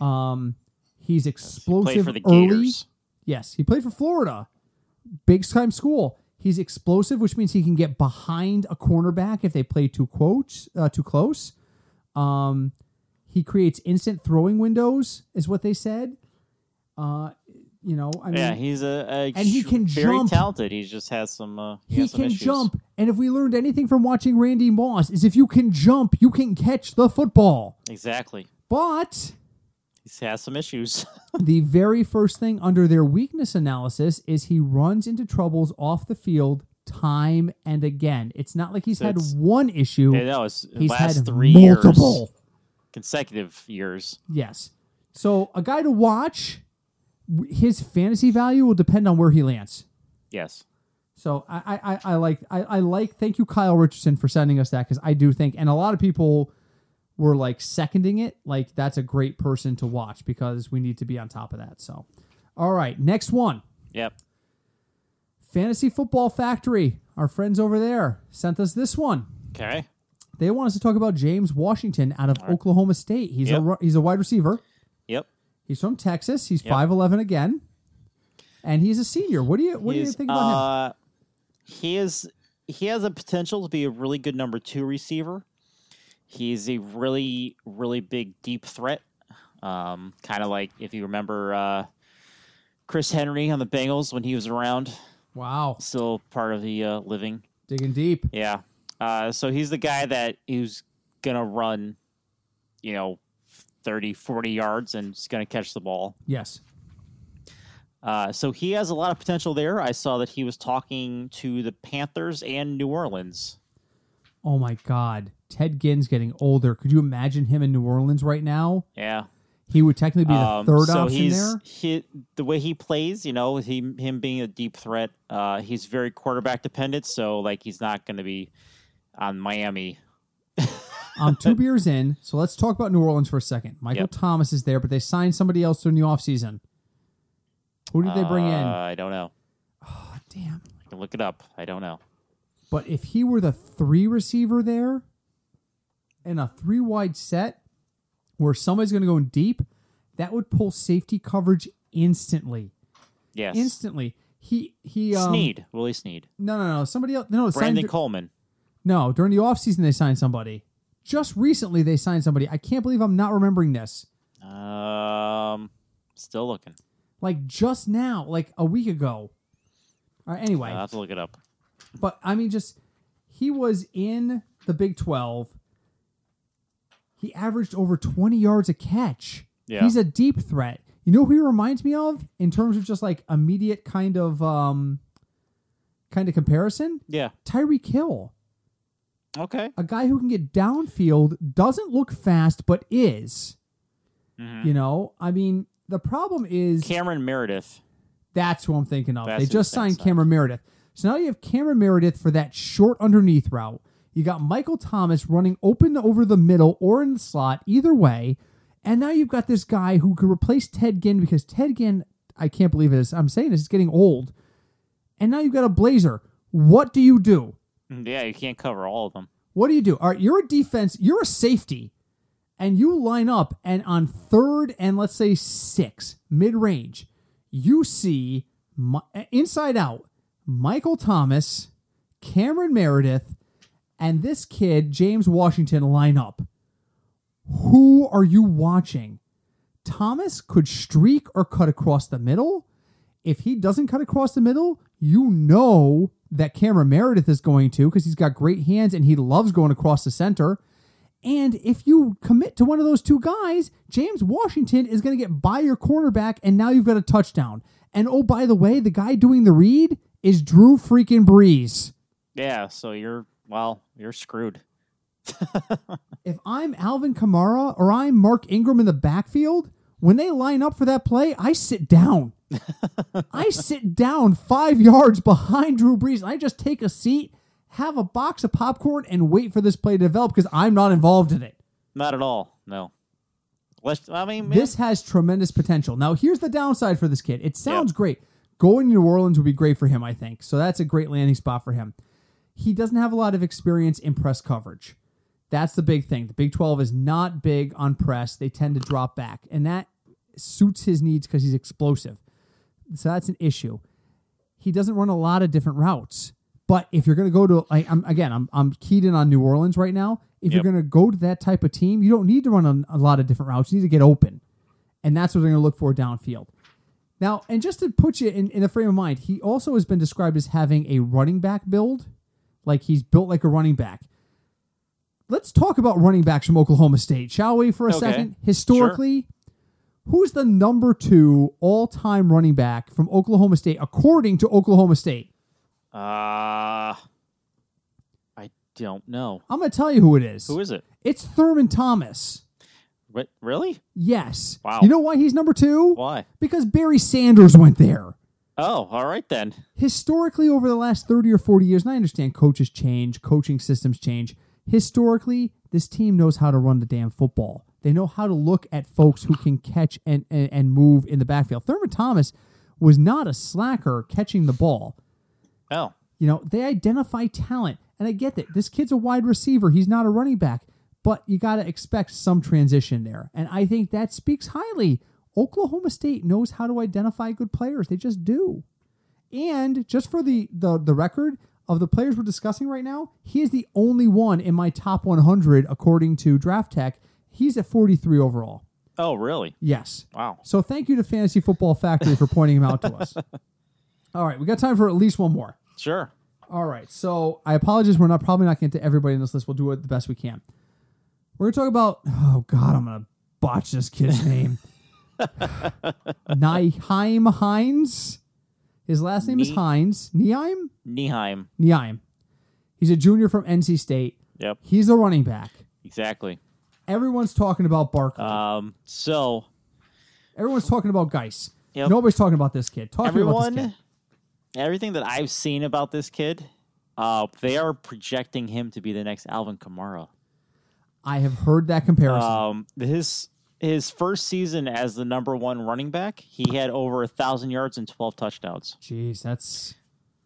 Speaker 2: Um, he's
Speaker 1: Played
Speaker 2: explosive
Speaker 1: for the
Speaker 2: early.
Speaker 1: Gators.
Speaker 2: Yes, he played for Florida, big time school. He's explosive, which means he can get behind a cornerback if they play too quotes uh, too close. Um, he creates instant throwing windows, is what they said. Uh, you know, I mean,
Speaker 1: yeah, he's a, a
Speaker 2: And he
Speaker 1: sh-
Speaker 2: can
Speaker 1: very
Speaker 2: jump.
Speaker 1: talented. He just has some. Uh, he
Speaker 2: he
Speaker 1: has some
Speaker 2: can
Speaker 1: issues.
Speaker 2: jump. And if we learned anything from watching Randy Moss, is if you can jump, you can catch the football.
Speaker 1: Exactly.
Speaker 2: But
Speaker 1: He has some issues.
Speaker 2: the very first thing under their weakness analysis is he runs into troubles off the field time and again. It's not like he's had
Speaker 1: It's-
Speaker 2: one issue.
Speaker 1: I know. It's
Speaker 2: he's
Speaker 1: last
Speaker 2: had
Speaker 1: three years,
Speaker 2: multiple.
Speaker 1: consecutive years.
Speaker 2: Yes. So a guy to watch, w- his fantasy value will depend on where he lands.
Speaker 1: Yes.
Speaker 2: So I I, I, I like I, I like thank you Kyle Richardson for sending us that because I do think and a lot of people were like seconding it like that's a great person to watch because we need to be on top of that. So all right, next one.
Speaker 1: Yep.
Speaker 2: Fantasy Football Factory, our friends over there, sent us this one.
Speaker 1: Okay.
Speaker 2: They want us to talk about James Washington out of Oklahoma State. He's a
Speaker 1: Yep.
Speaker 2: ru- he's a wide receiver.
Speaker 1: Yep.
Speaker 2: He's from Texas. He's
Speaker 1: Yep.
Speaker 2: five eleven again, and he's a senior. What do you what do you
Speaker 1: He's,
Speaker 2: think about him?
Speaker 1: uh, He is he has a potential to be a really good number two receiver. He's a really really big deep threat. Um, kind of like if you remember uh, Chris Henry on the Bengals when he was around,
Speaker 2: Wow,
Speaker 1: still part of the uh, living.
Speaker 2: digging deep.
Speaker 1: Yeah. Uh, so he's the guy that who's going to run, you know, 30, 40 yards and is going to catch the ball.
Speaker 2: Yes,
Speaker 1: Uh, so he has a lot of potential there. I saw that he was talking to the Panthers and New Orleans.
Speaker 2: Oh my God, Ted Ginn's getting older. Could you imagine him in New Orleans right now?
Speaker 1: Yeah.
Speaker 2: He would technically be the
Speaker 1: Um,
Speaker 2: third
Speaker 1: so
Speaker 2: option
Speaker 1: he's,
Speaker 2: there.
Speaker 1: He, the way he plays, you know, he, him being a deep threat, uh, he's very quarterback dependent. So, like, he's not going to be on Miami.
Speaker 2: I'm Um, two beers in, so let's talk about New Orleans for a second. Michael
Speaker 1: Yep.
Speaker 2: Thomas is there, but they signed somebody else during the offseason. Who did they bring
Speaker 1: uh,
Speaker 2: in?
Speaker 1: I don't know.
Speaker 2: Oh, damn.
Speaker 1: I can look it up. I don't know.
Speaker 2: But if he were the three receiver there in a three wide set where somebody's going to go in deep, that would pull safety coverage instantly.
Speaker 1: Yes.
Speaker 2: Instantly. He, he, um,
Speaker 1: Sneed. Willie Sneed.
Speaker 2: no, no, no. Somebody else. No, signed,
Speaker 1: Brandon Coleman.
Speaker 2: No, during the offseason, they signed somebody. Just recently, they signed somebody. I can't believe I'm not remembering this.
Speaker 1: Um, still looking.
Speaker 2: Like just now, like a week ago. All right, anyway.
Speaker 1: I'll have to look it up.
Speaker 2: but I mean, just he was in the Big 12. He averaged over 20 yards a catch.
Speaker 1: Yeah.
Speaker 2: He's a deep threat. You know who he reminds me of in terms of just like immediate kind of um kind of comparison?
Speaker 1: Yeah.
Speaker 2: Tyree Kill.
Speaker 1: Okay.
Speaker 2: a guy who can get downfield doesn't look fast but is
Speaker 1: Mhm.
Speaker 2: you know i mean the problem is
Speaker 1: Cameron Meredith.
Speaker 2: that's who i'm thinking of
Speaker 1: That's
Speaker 2: they
Speaker 1: who
Speaker 2: just
Speaker 1: Saints
Speaker 2: signed cameron meredith So now you have Cameron Meredith for that short underneath route. You got Michael Thomas running open over the middle or in the slot, either way. And now you've got this guy who could replace Ted Ginn because Ted Ginn, I can't believe it is. I'm saying this, is getting old. And now you've got a blazer. What do you do?
Speaker 1: Mm, Yeah, you can't cover all of them.
Speaker 2: What do you do? All right, you're a defense, you're a safety, and you line up, and on third and let's say six, mid range, you see Mi- inside out Michael Thomas, Cameron Meredith, and this kid, James Washington, line up. Who are you watching? Thomas could streak or cut across the middle. If he doesn't cut across the middle, you know that Cameron Meredith is going to because he's got great hands and he loves going across the center. And if you commit to one of those two guys, James Washington is going to get by your cornerback, and now you've got a touchdown. And oh, by the way, the guy doing the read is Drew freaking Brees.
Speaker 1: Yeah, so you're well, you're screwed.
Speaker 2: if I'm Alvin Kamara or I'm Mark Ingram in the backfield, when they line up for that play, I sit down. I sit down five yards behind Drew Brees and I just take a seat, have a box of popcorn, and wait for this play to develop because I'm not involved in it.
Speaker 1: Not at all. No. Let's, I mean, man,
Speaker 2: This has tremendous potential. Now, here's the downside for this kid it sounds great. Going to New Orleans would be great for him, I think. So that's a great landing spot for him. He doesn't have a lot of experience in press coverage. That's the big thing. The Big 12 is not big on press. They tend to drop back, and that suits his needs because he's explosive. So that's an issue. He doesn't run a lot of different routes. But if you're going to go to, I, I'm, again, I'm, I'm keyed in on New Orleans right now.
Speaker 1: Yep.
Speaker 2: If you're going to go to that type of team, you don't need to run a, a lot of different routes. You need to get open. And that's what they're going to look for downfield. Now, and just to put you in, in the frame of mind, he also has been described as having a running back build. Like he's built like a running back. Let's talk about running backs from Oklahoma State, shall we, for a
Speaker 1: Okay.
Speaker 2: second? Historically, who's the number two all time running back from Oklahoma State, according to Oklahoma State?
Speaker 1: uh, I don't know.
Speaker 2: I'm going to tell you who it is.
Speaker 1: Who is it?
Speaker 2: It's Thurman Thomas.
Speaker 1: Re- really?
Speaker 2: Yes.
Speaker 1: Wow.
Speaker 2: You know why he's number two?
Speaker 1: Why?
Speaker 2: Because Barry Sanders went there.
Speaker 1: Oh, all right then.
Speaker 2: historically over the last 30 or 40 years and i understand coaches change coaching systems change historically this team knows how to run the damn football they know how to look at folks who can catch and, and, and move in the backfield thurman thomas was not a slacker catching the ball
Speaker 1: Oh,
Speaker 2: you know they identify talent and i get that this kid's a wide receiver he's not a running back but you got to expect some transition there and i think that speaks highly oklahoma state knows how to identify good players they just do and just for the the, the record of the players we're discussing right now, he is the only one in my top 100 according to Draft Tech. He's at 43 overall.
Speaker 1: oh, really?
Speaker 2: Yes.
Speaker 1: Wow.
Speaker 2: So thank you to Fantasy Football Factory for pointing him out to us. All right, we got time for at least one more.
Speaker 1: Sure.
Speaker 2: All right. So I apologize. We're not probably not going to get to everybody in this list. We'll do it the best we can. We're going to talk about. Oh God, I'm going to botch this kid's name. Niheim Hines. His last name is
Speaker 1: Nee-
Speaker 2: Hines. Nieheim.
Speaker 1: Nieheim.
Speaker 2: Nieheim. He's a junior from NC State.
Speaker 1: Yep.
Speaker 2: He's a running back.
Speaker 1: Exactly.
Speaker 2: Everyone's talking about Barkley.
Speaker 1: Um. So
Speaker 2: Everyone's talking about Geis.
Speaker 1: Yep.
Speaker 2: Nobody's talking about this kid. Talking about this
Speaker 1: everyone,
Speaker 2: kid.
Speaker 1: everything that I've seen about this kid, uh, they are projecting him to be the next Alvin Kamara.
Speaker 2: I have heard that comparison.
Speaker 1: Um, his his first season as the number one running back, he had over a thousand yards and twelve touchdowns.
Speaker 2: Jeez, that's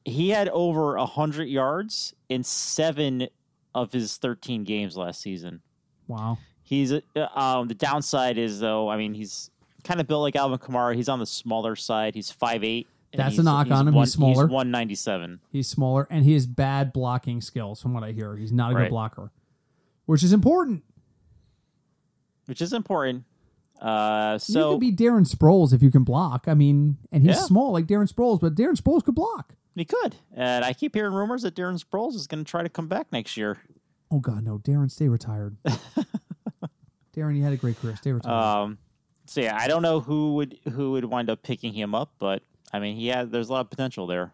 Speaker 1: He had over a hundred yards in seven of his thirteen games last season.
Speaker 2: wow.
Speaker 1: He's uh, um, the downside is though. I mean, he's kind of built like Alvin Kamara. He's on the smaller side. He's five eight.
Speaker 2: That's a knock on him. He's smaller.
Speaker 1: one ninety seven.
Speaker 2: He's smaller and he has bad blocking skills, from what I hear. He's not a good
Speaker 1: Right.
Speaker 2: blocker, which is important.
Speaker 1: which is important. Uh,
Speaker 2: you
Speaker 1: so
Speaker 2: could be Darren Sproles if you can block. I mean, and he's
Speaker 1: Yeah.
Speaker 2: small like Darren Sproles, but Darren Sproles could block.
Speaker 1: he could, and I keep hearing rumors that Darren Sproles is going to try to come back next year.
Speaker 2: Oh God, no, Darren, stay retired. Darren, you had a great career. Stay retired.
Speaker 1: Um, so yeah, I don't know who would who would wind up picking him up, but I mean, he had there's a lot of potential there.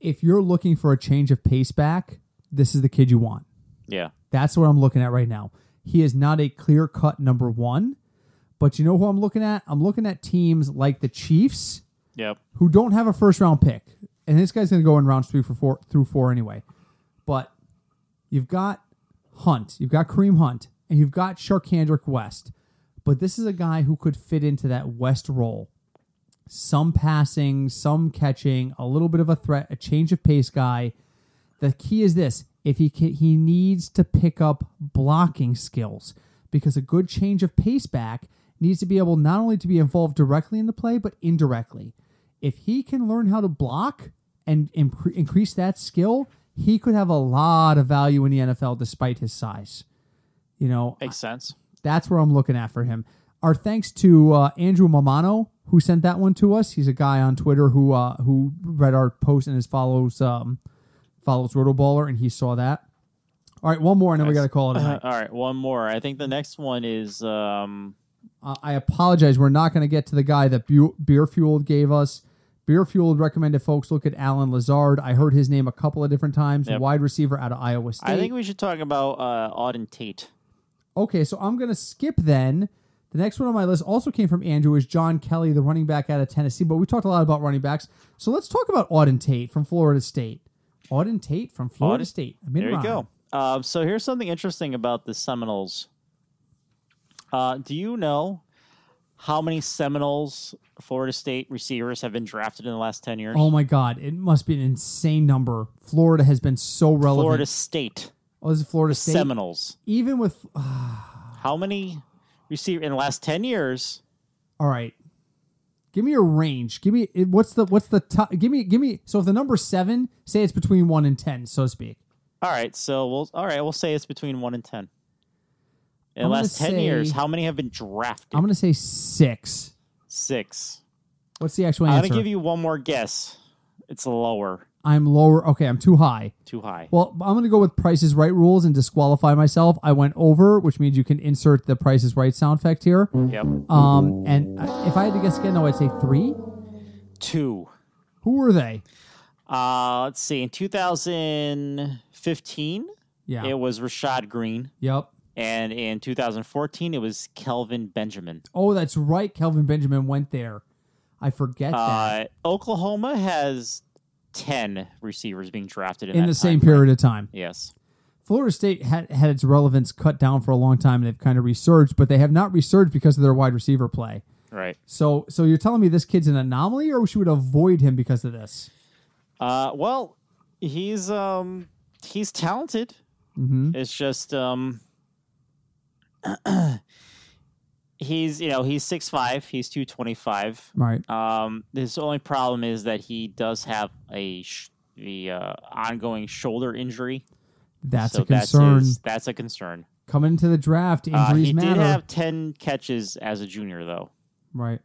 Speaker 2: if you're looking for a change of pace back, this is the kid you want.
Speaker 1: Yeah,
Speaker 2: That's what I'm looking at right now. He is not a clear cut number one, but you know who I'm looking at? I'm looking at teams like the Chiefs
Speaker 1: yep,
Speaker 2: who don't have a first round pick. and this guy's going to go in rounds three for four through four anyway. But you've got Hunt, you've got Kareem Hunt, and you've got Sharkhandrick West. But this is a guy who could fit into that West role. Some passing, some catching, a little bit of a threat, a change of pace guy. The key is this: if he can, he needs to pick up blocking skills because a good change of pace back needs to be able not only to be involved directly in the play but indirectly. If he can learn how to block and impre- increase that skill, he could have a lot of value in the NFL despite his size. You know,
Speaker 1: Makes sense.
Speaker 2: that's where I'm looking at for him. Our thanks to uh, Andrew Mamano who sent that one to us. He's a guy on Twitter who uh, who read our post and is follows um, follows Rotoballer, and he saw that. All right, one more, and then we
Speaker 1: Nice.
Speaker 2: got to call it a
Speaker 1: Uh,
Speaker 2: night.
Speaker 1: all right, one more. I think the next one is um,
Speaker 2: Uh, I apologize. We're not going to get to the guy that Bu- Beer Fueled gave us. Beer Fueled recommended folks look at Alan Lazard. I heard his name a couple of different times.
Speaker 1: Yep.
Speaker 2: Wide receiver out of Iowa State.
Speaker 1: I think we should talk about uh, Auden Tate.
Speaker 2: Okay, so I'm going to skip then. The next one on my list also came from Andrew is John Kelly, the running back out of Tennessee. But we talked a lot about running backs, so let's talk about Auden Tate from Florida State. Auden Tate from Florida
Speaker 1: Auden-
Speaker 2: State. A
Speaker 1: There you
Speaker 2: mid-round.
Speaker 1: go. Uh, so here's something interesting about the Seminoles. Uh, do you know how many Seminoles Florida State receivers have been drafted in the last ten years?
Speaker 2: Oh my God, it must be an insane number. Florida has been so relevant.
Speaker 1: Florida State
Speaker 2: oh, this is Florida State.
Speaker 1: Seminoles.
Speaker 2: Even with
Speaker 1: How many receiver in the last ten years?
Speaker 2: all right, give me a range. Give me it- what's the what's the top? Give me give me. So if the number's seven, say it's between one and ten, so to speak.
Speaker 1: All right, so we'll all right. We'll say it's between one and ten. In the
Speaker 2: I'm gonna
Speaker 1: last ten
Speaker 2: say-
Speaker 1: years, how many have been drafted?
Speaker 2: I'm gonna say six.
Speaker 1: Six.
Speaker 2: What's the actual
Speaker 1: I'm
Speaker 2: answer?
Speaker 1: gonna give you one more guess. It's lower,
Speaker 2: I'm lower. Okay, I'm too high.
Speaker 1: too high.
Speaker 2: Well, I'm going to go with Price is Right rules and disqualify myself. I went over, which means you can insert the Price is Right sound effect here.
Speaker 1: yep,
Speaker 2: Um, and I- if I had to guess again, though, I'd say three.
Speaker 1: two.
Speaker 2: Who were they?
Speaker 1: Uh, let's see. In 2015,
Speaker 2: Yeah.
Speaker 1: it was Rashad Green,
Speaker 2: yep.
Speaker 1: and in 2014, it was Kelvin Benjamin.
Speaker 2: Oh, that's right. Kelvin Benjamin went there. I forget
Speaker 1: Uh,
Speaker 2: that.
Speaker 1: Oklahoma has 10 receivers being drafted in,
Speaker 2: In
Speaker 1: that
Speaker 2: the
Speaker 1: time
Speaker 2: same
Speaker 1: frame.
Speaker 2: period of time,
Speaker 1: Yes.
Speaker 2: Florida State had, had its relevance cut down for a long time, and they've kind of resurged, but they have not resurged because of their wide receiver play.
Speaker 1: Right.
Speaker 2: So, so you're telling me this kid's an anomaly, or we should avoid him because of this?
Speaker 1: Uh, well, he's um he's talented.
Speaker 2: Mm-hmm.
Speaker 1: It's just um he's you know he's six five. He's two twenty five.
Speaker 2: Right.
Speaker 1: Um, his only problem is that he does have a sh- the uh, ongoing shoulder injury.
Speaker 2: That's
Speaker 1: so
Speaker 2: a concern.
Speaker 1: That's, his- that's a concern.
Speaker 2: coming into the draft,
Speaker 1: Uh,
Speaker 2: injuries
Speaker 1: he
Speaker 2: matter.
Speaker 1: did have ten catches as a junior, though,
Speaker 2: right.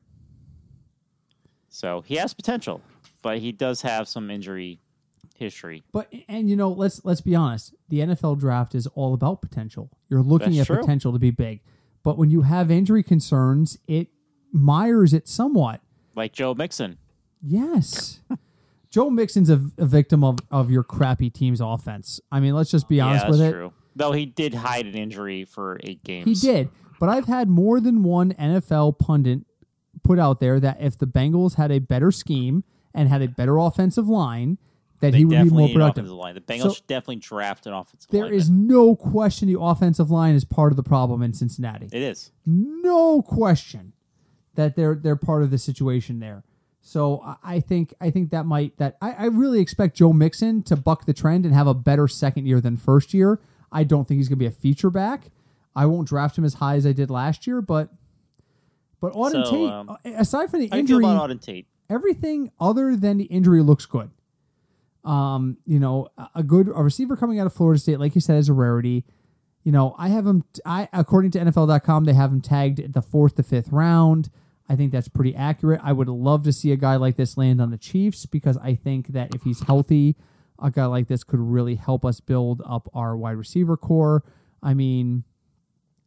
Speaker 1: so he has potential, but he does have some injury history.
Speaker 2: But and you know, let's let's be honest. The NFL draft is all about potential. You're looking
Speaker 1: That's
Speaker 2: at
Speaker 1: true.
Speaker 2: potential to be big. But when you have injury concerns, it mires it somewhat.
Speaker 1: Like Joe Mixon,
Speaker 2: Yes. Joe Mixon's a, a victim of, of your crappy team's offense. I mean, let's just be
Speaker 1: yeah,
Speaker 2: honest
Speaker 1: that's
Speaker 2: with it.
Speaker 1: true. Though he did hide an injury for eight
Speaker 2: He
Speaker 1: games.
Speaker 2: did. But I've had more than one NFL pundit put out there that if the Bengals had a better scheme and had a better offensive line, that
Speaker 1: They
Speaker 2: he would be
Speaker 1: definitely
Speaker 2: more
Speaker 1: need an
Speaker 2: productive.
Speaker 1: offensive line. The Bengals
Speaker 2: So-
Speaker 1: should definitely draft an offensive
Speaker 2: There
Speaker 1: lineman.
Speaker 2: is no question the offensive line is part of the problem in Cincinnati.
Speaker 1: It is.
Speaker 2: No question that they're they're part of the situation there. So I- I think I think that might that I, I really expect Joe Mixon to buck the trend and have a better second year than first year. I don't think he's going to be a feature back. I won't draft him as high as I did last year, but but Auden
Speaker 1: So,
Speaker 2: Tate,
Speaker 1: um,
Speaker 2: uh, aside from the
Speaker 1: How do you feel
Speaker 2: injury,
Speaker 1: about Auden Tate?
Speaker 2: everything other than the injury looks good. Um, you know, a- a good a receiver coming out of Florida State, like you said, is a rarity. You know, I have him. I according to NFL.com, they have him tagged at the fourth to fifth round. I think that's pretty accurate. I would love to see a guy like this land on the Chiefs because I think that if he's healthy, a guy like this could really help us build up our wide receiver core. I mean,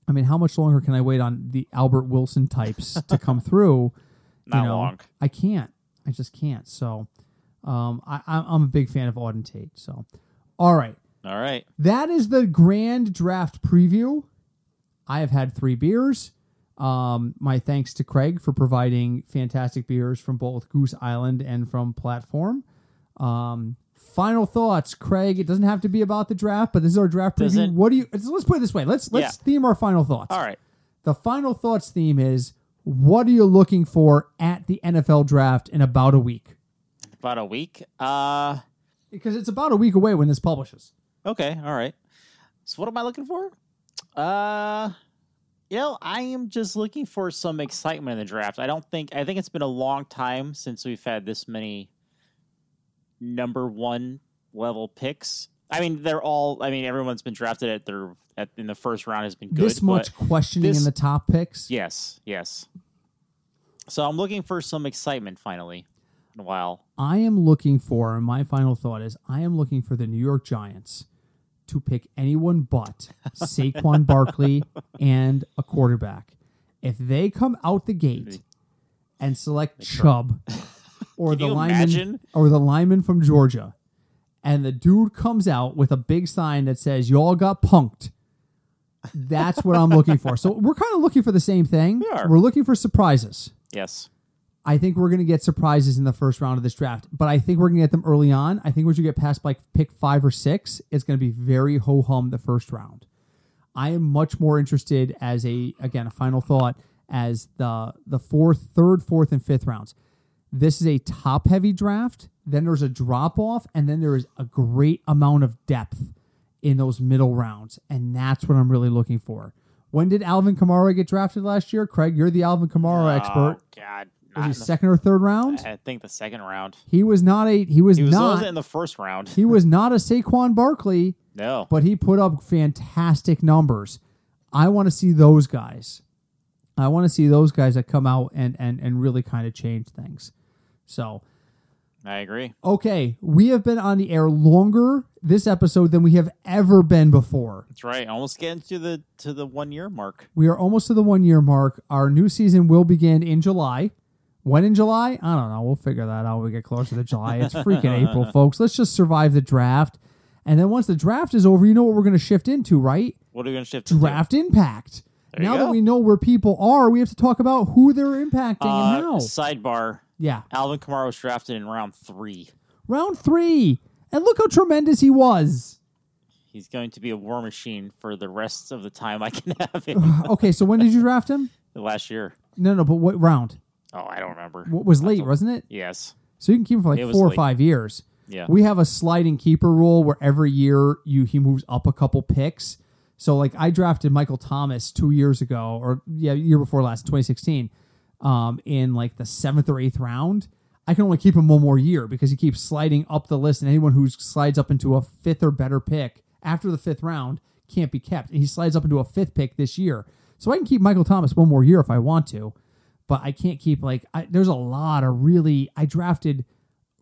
Speaker 2: I mean, how much longer can I wait on the Albert Wilson types to come through?
Speaker 1: Not
Speaker 2: know,
Speaker 1: long.
Speaker 2: I can't. I just can't. So, um, I, I- I'm a big fan of Auden Tate. So, all right,
Speaker 1: All right.
Speaker 2: that is the grand draft preview. I have had three beers. Um, my thanks to Craig for providing fantastic beers from both Goose Island and from Platform. Um, final thoughts, Craig. It doesn't have to be about the draft, but this is our draft
Speaker 1: Does
Speaker 2: preview.
Speaker 1: it-
Speaker 2: What do you? Let's put it this way. Let's let's theme our final thoughts.
Speaker 1: All right.
Speaker 2: The final thoughts theme is: What are you looking for at the NFL draft in about a week?
Speaker 1: About a week. Uh
Speaker 2: Because it's about a week away when this publishes.
Speaker 1: okay, all right. So what am I looking for? Uh you know, I am just looking for some excitement in the draft. I don't think I think it's been a long time since we've had this many number one level picks. I mean, they're all I mean, everyone's been drafted at their at in the first round has been good.
Speaker 2: this much questioning
Speaker 1: this-
Speaker 2: in the top picks.
Speaker 1: Yes, yes. So I'm looking for some excitement finally in a while.
Speaker 2: I am looking for, and my final thought is I am looking for the New York Giants to pick anyone but Saquon Barkley and a quarterback. If they come out the gate and select Chubb or
Speaker 1: Can
Speaker 2: the
Speaker 1: you
Speaker 2: lineman
Speaker 1: imagine?
Speaker 2: or the lineman from Georgia, and the dude comes out with a big sign that says "Y'all got punked." That's what I'm looking for. So we're kind of looking for the same thing.
Speaker 1: We are.
Speaker 2: We're looking for surprises.
Speaker 1: Yes.
Speaker 2: I think we're going to get surprises in the first round of this draft, but I think we're going to get them early on. I think once you get past like pick five or six, it's going to be very ho hum the first round. I am much more interested as a again a final thought as the the fourth, third, fourth, and fifth rounds. This is a top heavy draft. Then there's a drop off, and then there is a great amount of depth in those middle rounds, and that's what I'm really looking for. When did Alvin Kamara get drafted last year? Craig, you're the Alvin Kamara expert.
Speaker 1: Oh, God.
Speaker 2: Was
Speaker 1: Not
Speaker 2: he
Speaker 1: in the-
Speaker 2: second or third round?
Speaker 1: I think the second round.
Speaker 2: He was not a he was,
Speaker 1: He was
Speaker 2: not
Speaker 1: also in the first round.
Speaker 2: he was not a Saquon Barkley,
Speaker 1: No.
Speaker 2: but he put up fantastic numbers. I want to see those guys. I want to see those guys that come out and and and really kind of change things. So
Speaker 1: I agree.
Speaker 2: okay, we have been on the air longer this episode than we have ever been before.
Speaker 1: That's right. Almost getting to the to the one year mark.
Speaker 2: We are almost to the one year mark. Our new season will begin in July. When in July? I don't know. We'll figure that out when we get closer to July. It's freaking April, folks. Let's just survive the draft. And then once the draft is over, you know what we're going to shift into, right?
Speaker 1: What are we going to shift to?
Speaker 2: Draft impact.
Speaker 1: There you
Speaker 2: now that
Speaker 1: go.
Speaker 2: we know where people are, we have to talk about who they're impacting
Speaker 1: Uh,
Speaker 2: and how.
Speaker 1: Sidebar:
Speaker 2: Yeah.
Speaker 1: Alvin Kamara was drafted in round three.
Speaker 2: Round three. And look how tremendous he was.
Speaker 1: He's going to be a war machine for the rest of the time I can have him.
Speaker 2: Okay, so when did you draft him?
Speaker 1: Last year.
Speaker 2: No, no, but what round?
Speaker 1: Oh, I don't remember.
Speaker 2: What was late, wasn't it?
Speaker 1: Yes.
Speaker 2: So you can keep him for like
Speaker 1: It was
Speaker 2: four or
Speaker 1: late.
Speaker 2: five years.
Speaker 1: Yeah.
Speaker 2: We have a sliding keeper rule where every year you he moves up a couple picks. So like I drafted Michael Thomas two years ago, or yeah, year before last, 2016, um, in like the seventh or eighth round. I can only keep him one more year because he keeps sliding up the list, and anyone who slides up into a fifth or better pick after the fifth round can't be kept. And he slides up into a fifth pick this year, so I can keep Michael Thomas one more year if I want to, but I can't keep like I, there's a lot of really I drafted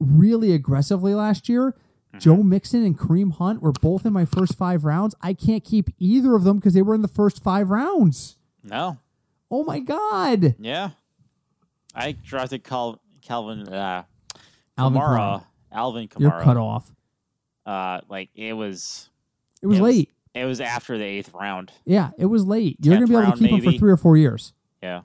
Speaker 2: really aggressively last year.
Speaker 1: Mm-hmm.
Speaker 2: Joe Mixon and Kareem Hunt were both in my first five rounds. I can't keep either of them because they were in the first five rounds.
Speaker 1: No.
Speaker 2: Oh my God.
Speaker 1: Yeah. I drafted Cal- Calvin uh,
Speaker 2: Alvin
Speaker 1: Kamara. Alvin Kamara.
Speaker 2: You're cut off.
Speaker 1: Uh, like it was.
Speaker 2: It was
Speaker 1: It was-
Speaker 2: late.
Speaker 1: It was after the eighth round.
Speaker 2: yeah, it was late. You're going
Speaker 1: Tenth
Speaker 2: to be able to
Speaker 1: round,
Speaker 2: keep him for
Speaker 1: maybe.
Speaker 2: three or four years.
Speaker 1: Yeah.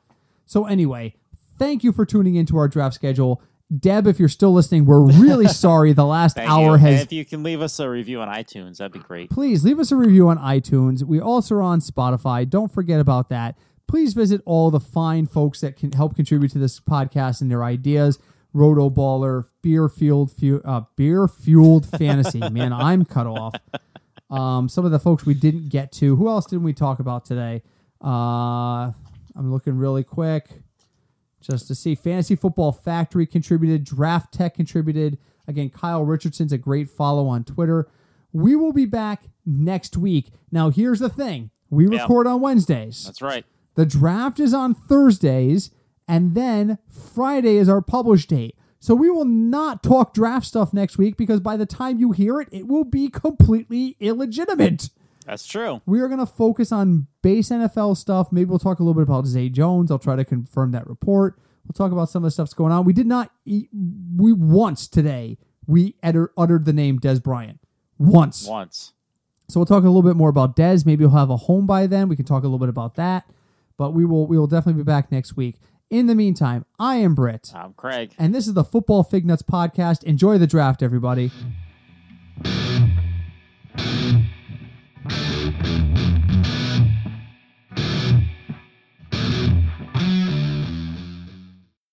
Speaker 2: So, anyway, thank you for tuning into our draft schedule. Deb, if you're still listening, we're really sorry the last
Speaker 1: Thank
Speaker 2: hour
Speaker 1: you. And
Speaker 2: has
Speaker 1: if you can leave us a review on iTunes, that'd be great.
Speaker 2: please leave us a review on iTunes. We also are on Spotify. Don't forget about that. Please visit all the fine folks that can help contribute to this podcast and their ideas. Roto Baller, Beer Fueled, Fu- uh, Beer Fueled Fantasy. Man, I'm cut off. Um, some of the folks we didn't get to. Who else didn't we talk about today? Uh, I'm looking really quick just to see. Fantasy Football Factory contributed, Draft Tech contributed. Again, Kyle Richardson's a great follow on Twitter. We will be back next week. Now, here's the thing we
Speaker 1: Yeah.
Speaker 2: record on Wednesdays,
Speaker 1: That's right.
Speaker 2: the draft is on Thursdays, and then Friday is our publish date. So we will not talk draft stuff next week because by the time you hear it, it will be completely illegitimate.
Speaker 1: That's true.
Speaker 2: We are going to focus on base NFL stuff. Maybe we'll talk a little bit about Zay Jones. I'll try to confirm that report. We'll talk about some of the stuff's going on. We did not, eat, we once today, we utter, uttered the name Des Bryant. Once.
Speaker 1: Once.
Speaker 2: So we'll talk a little bit more about Dez. Maybe he'll have a home by then. We can talk a little bit about that. But we will we will definitely be back next week. In the meantime, I am Britt,
Speaker 1: I'm Craig.
Speaker 2: and this is the Football Fig Nuts Podcast. Enjoy the draft, everybody.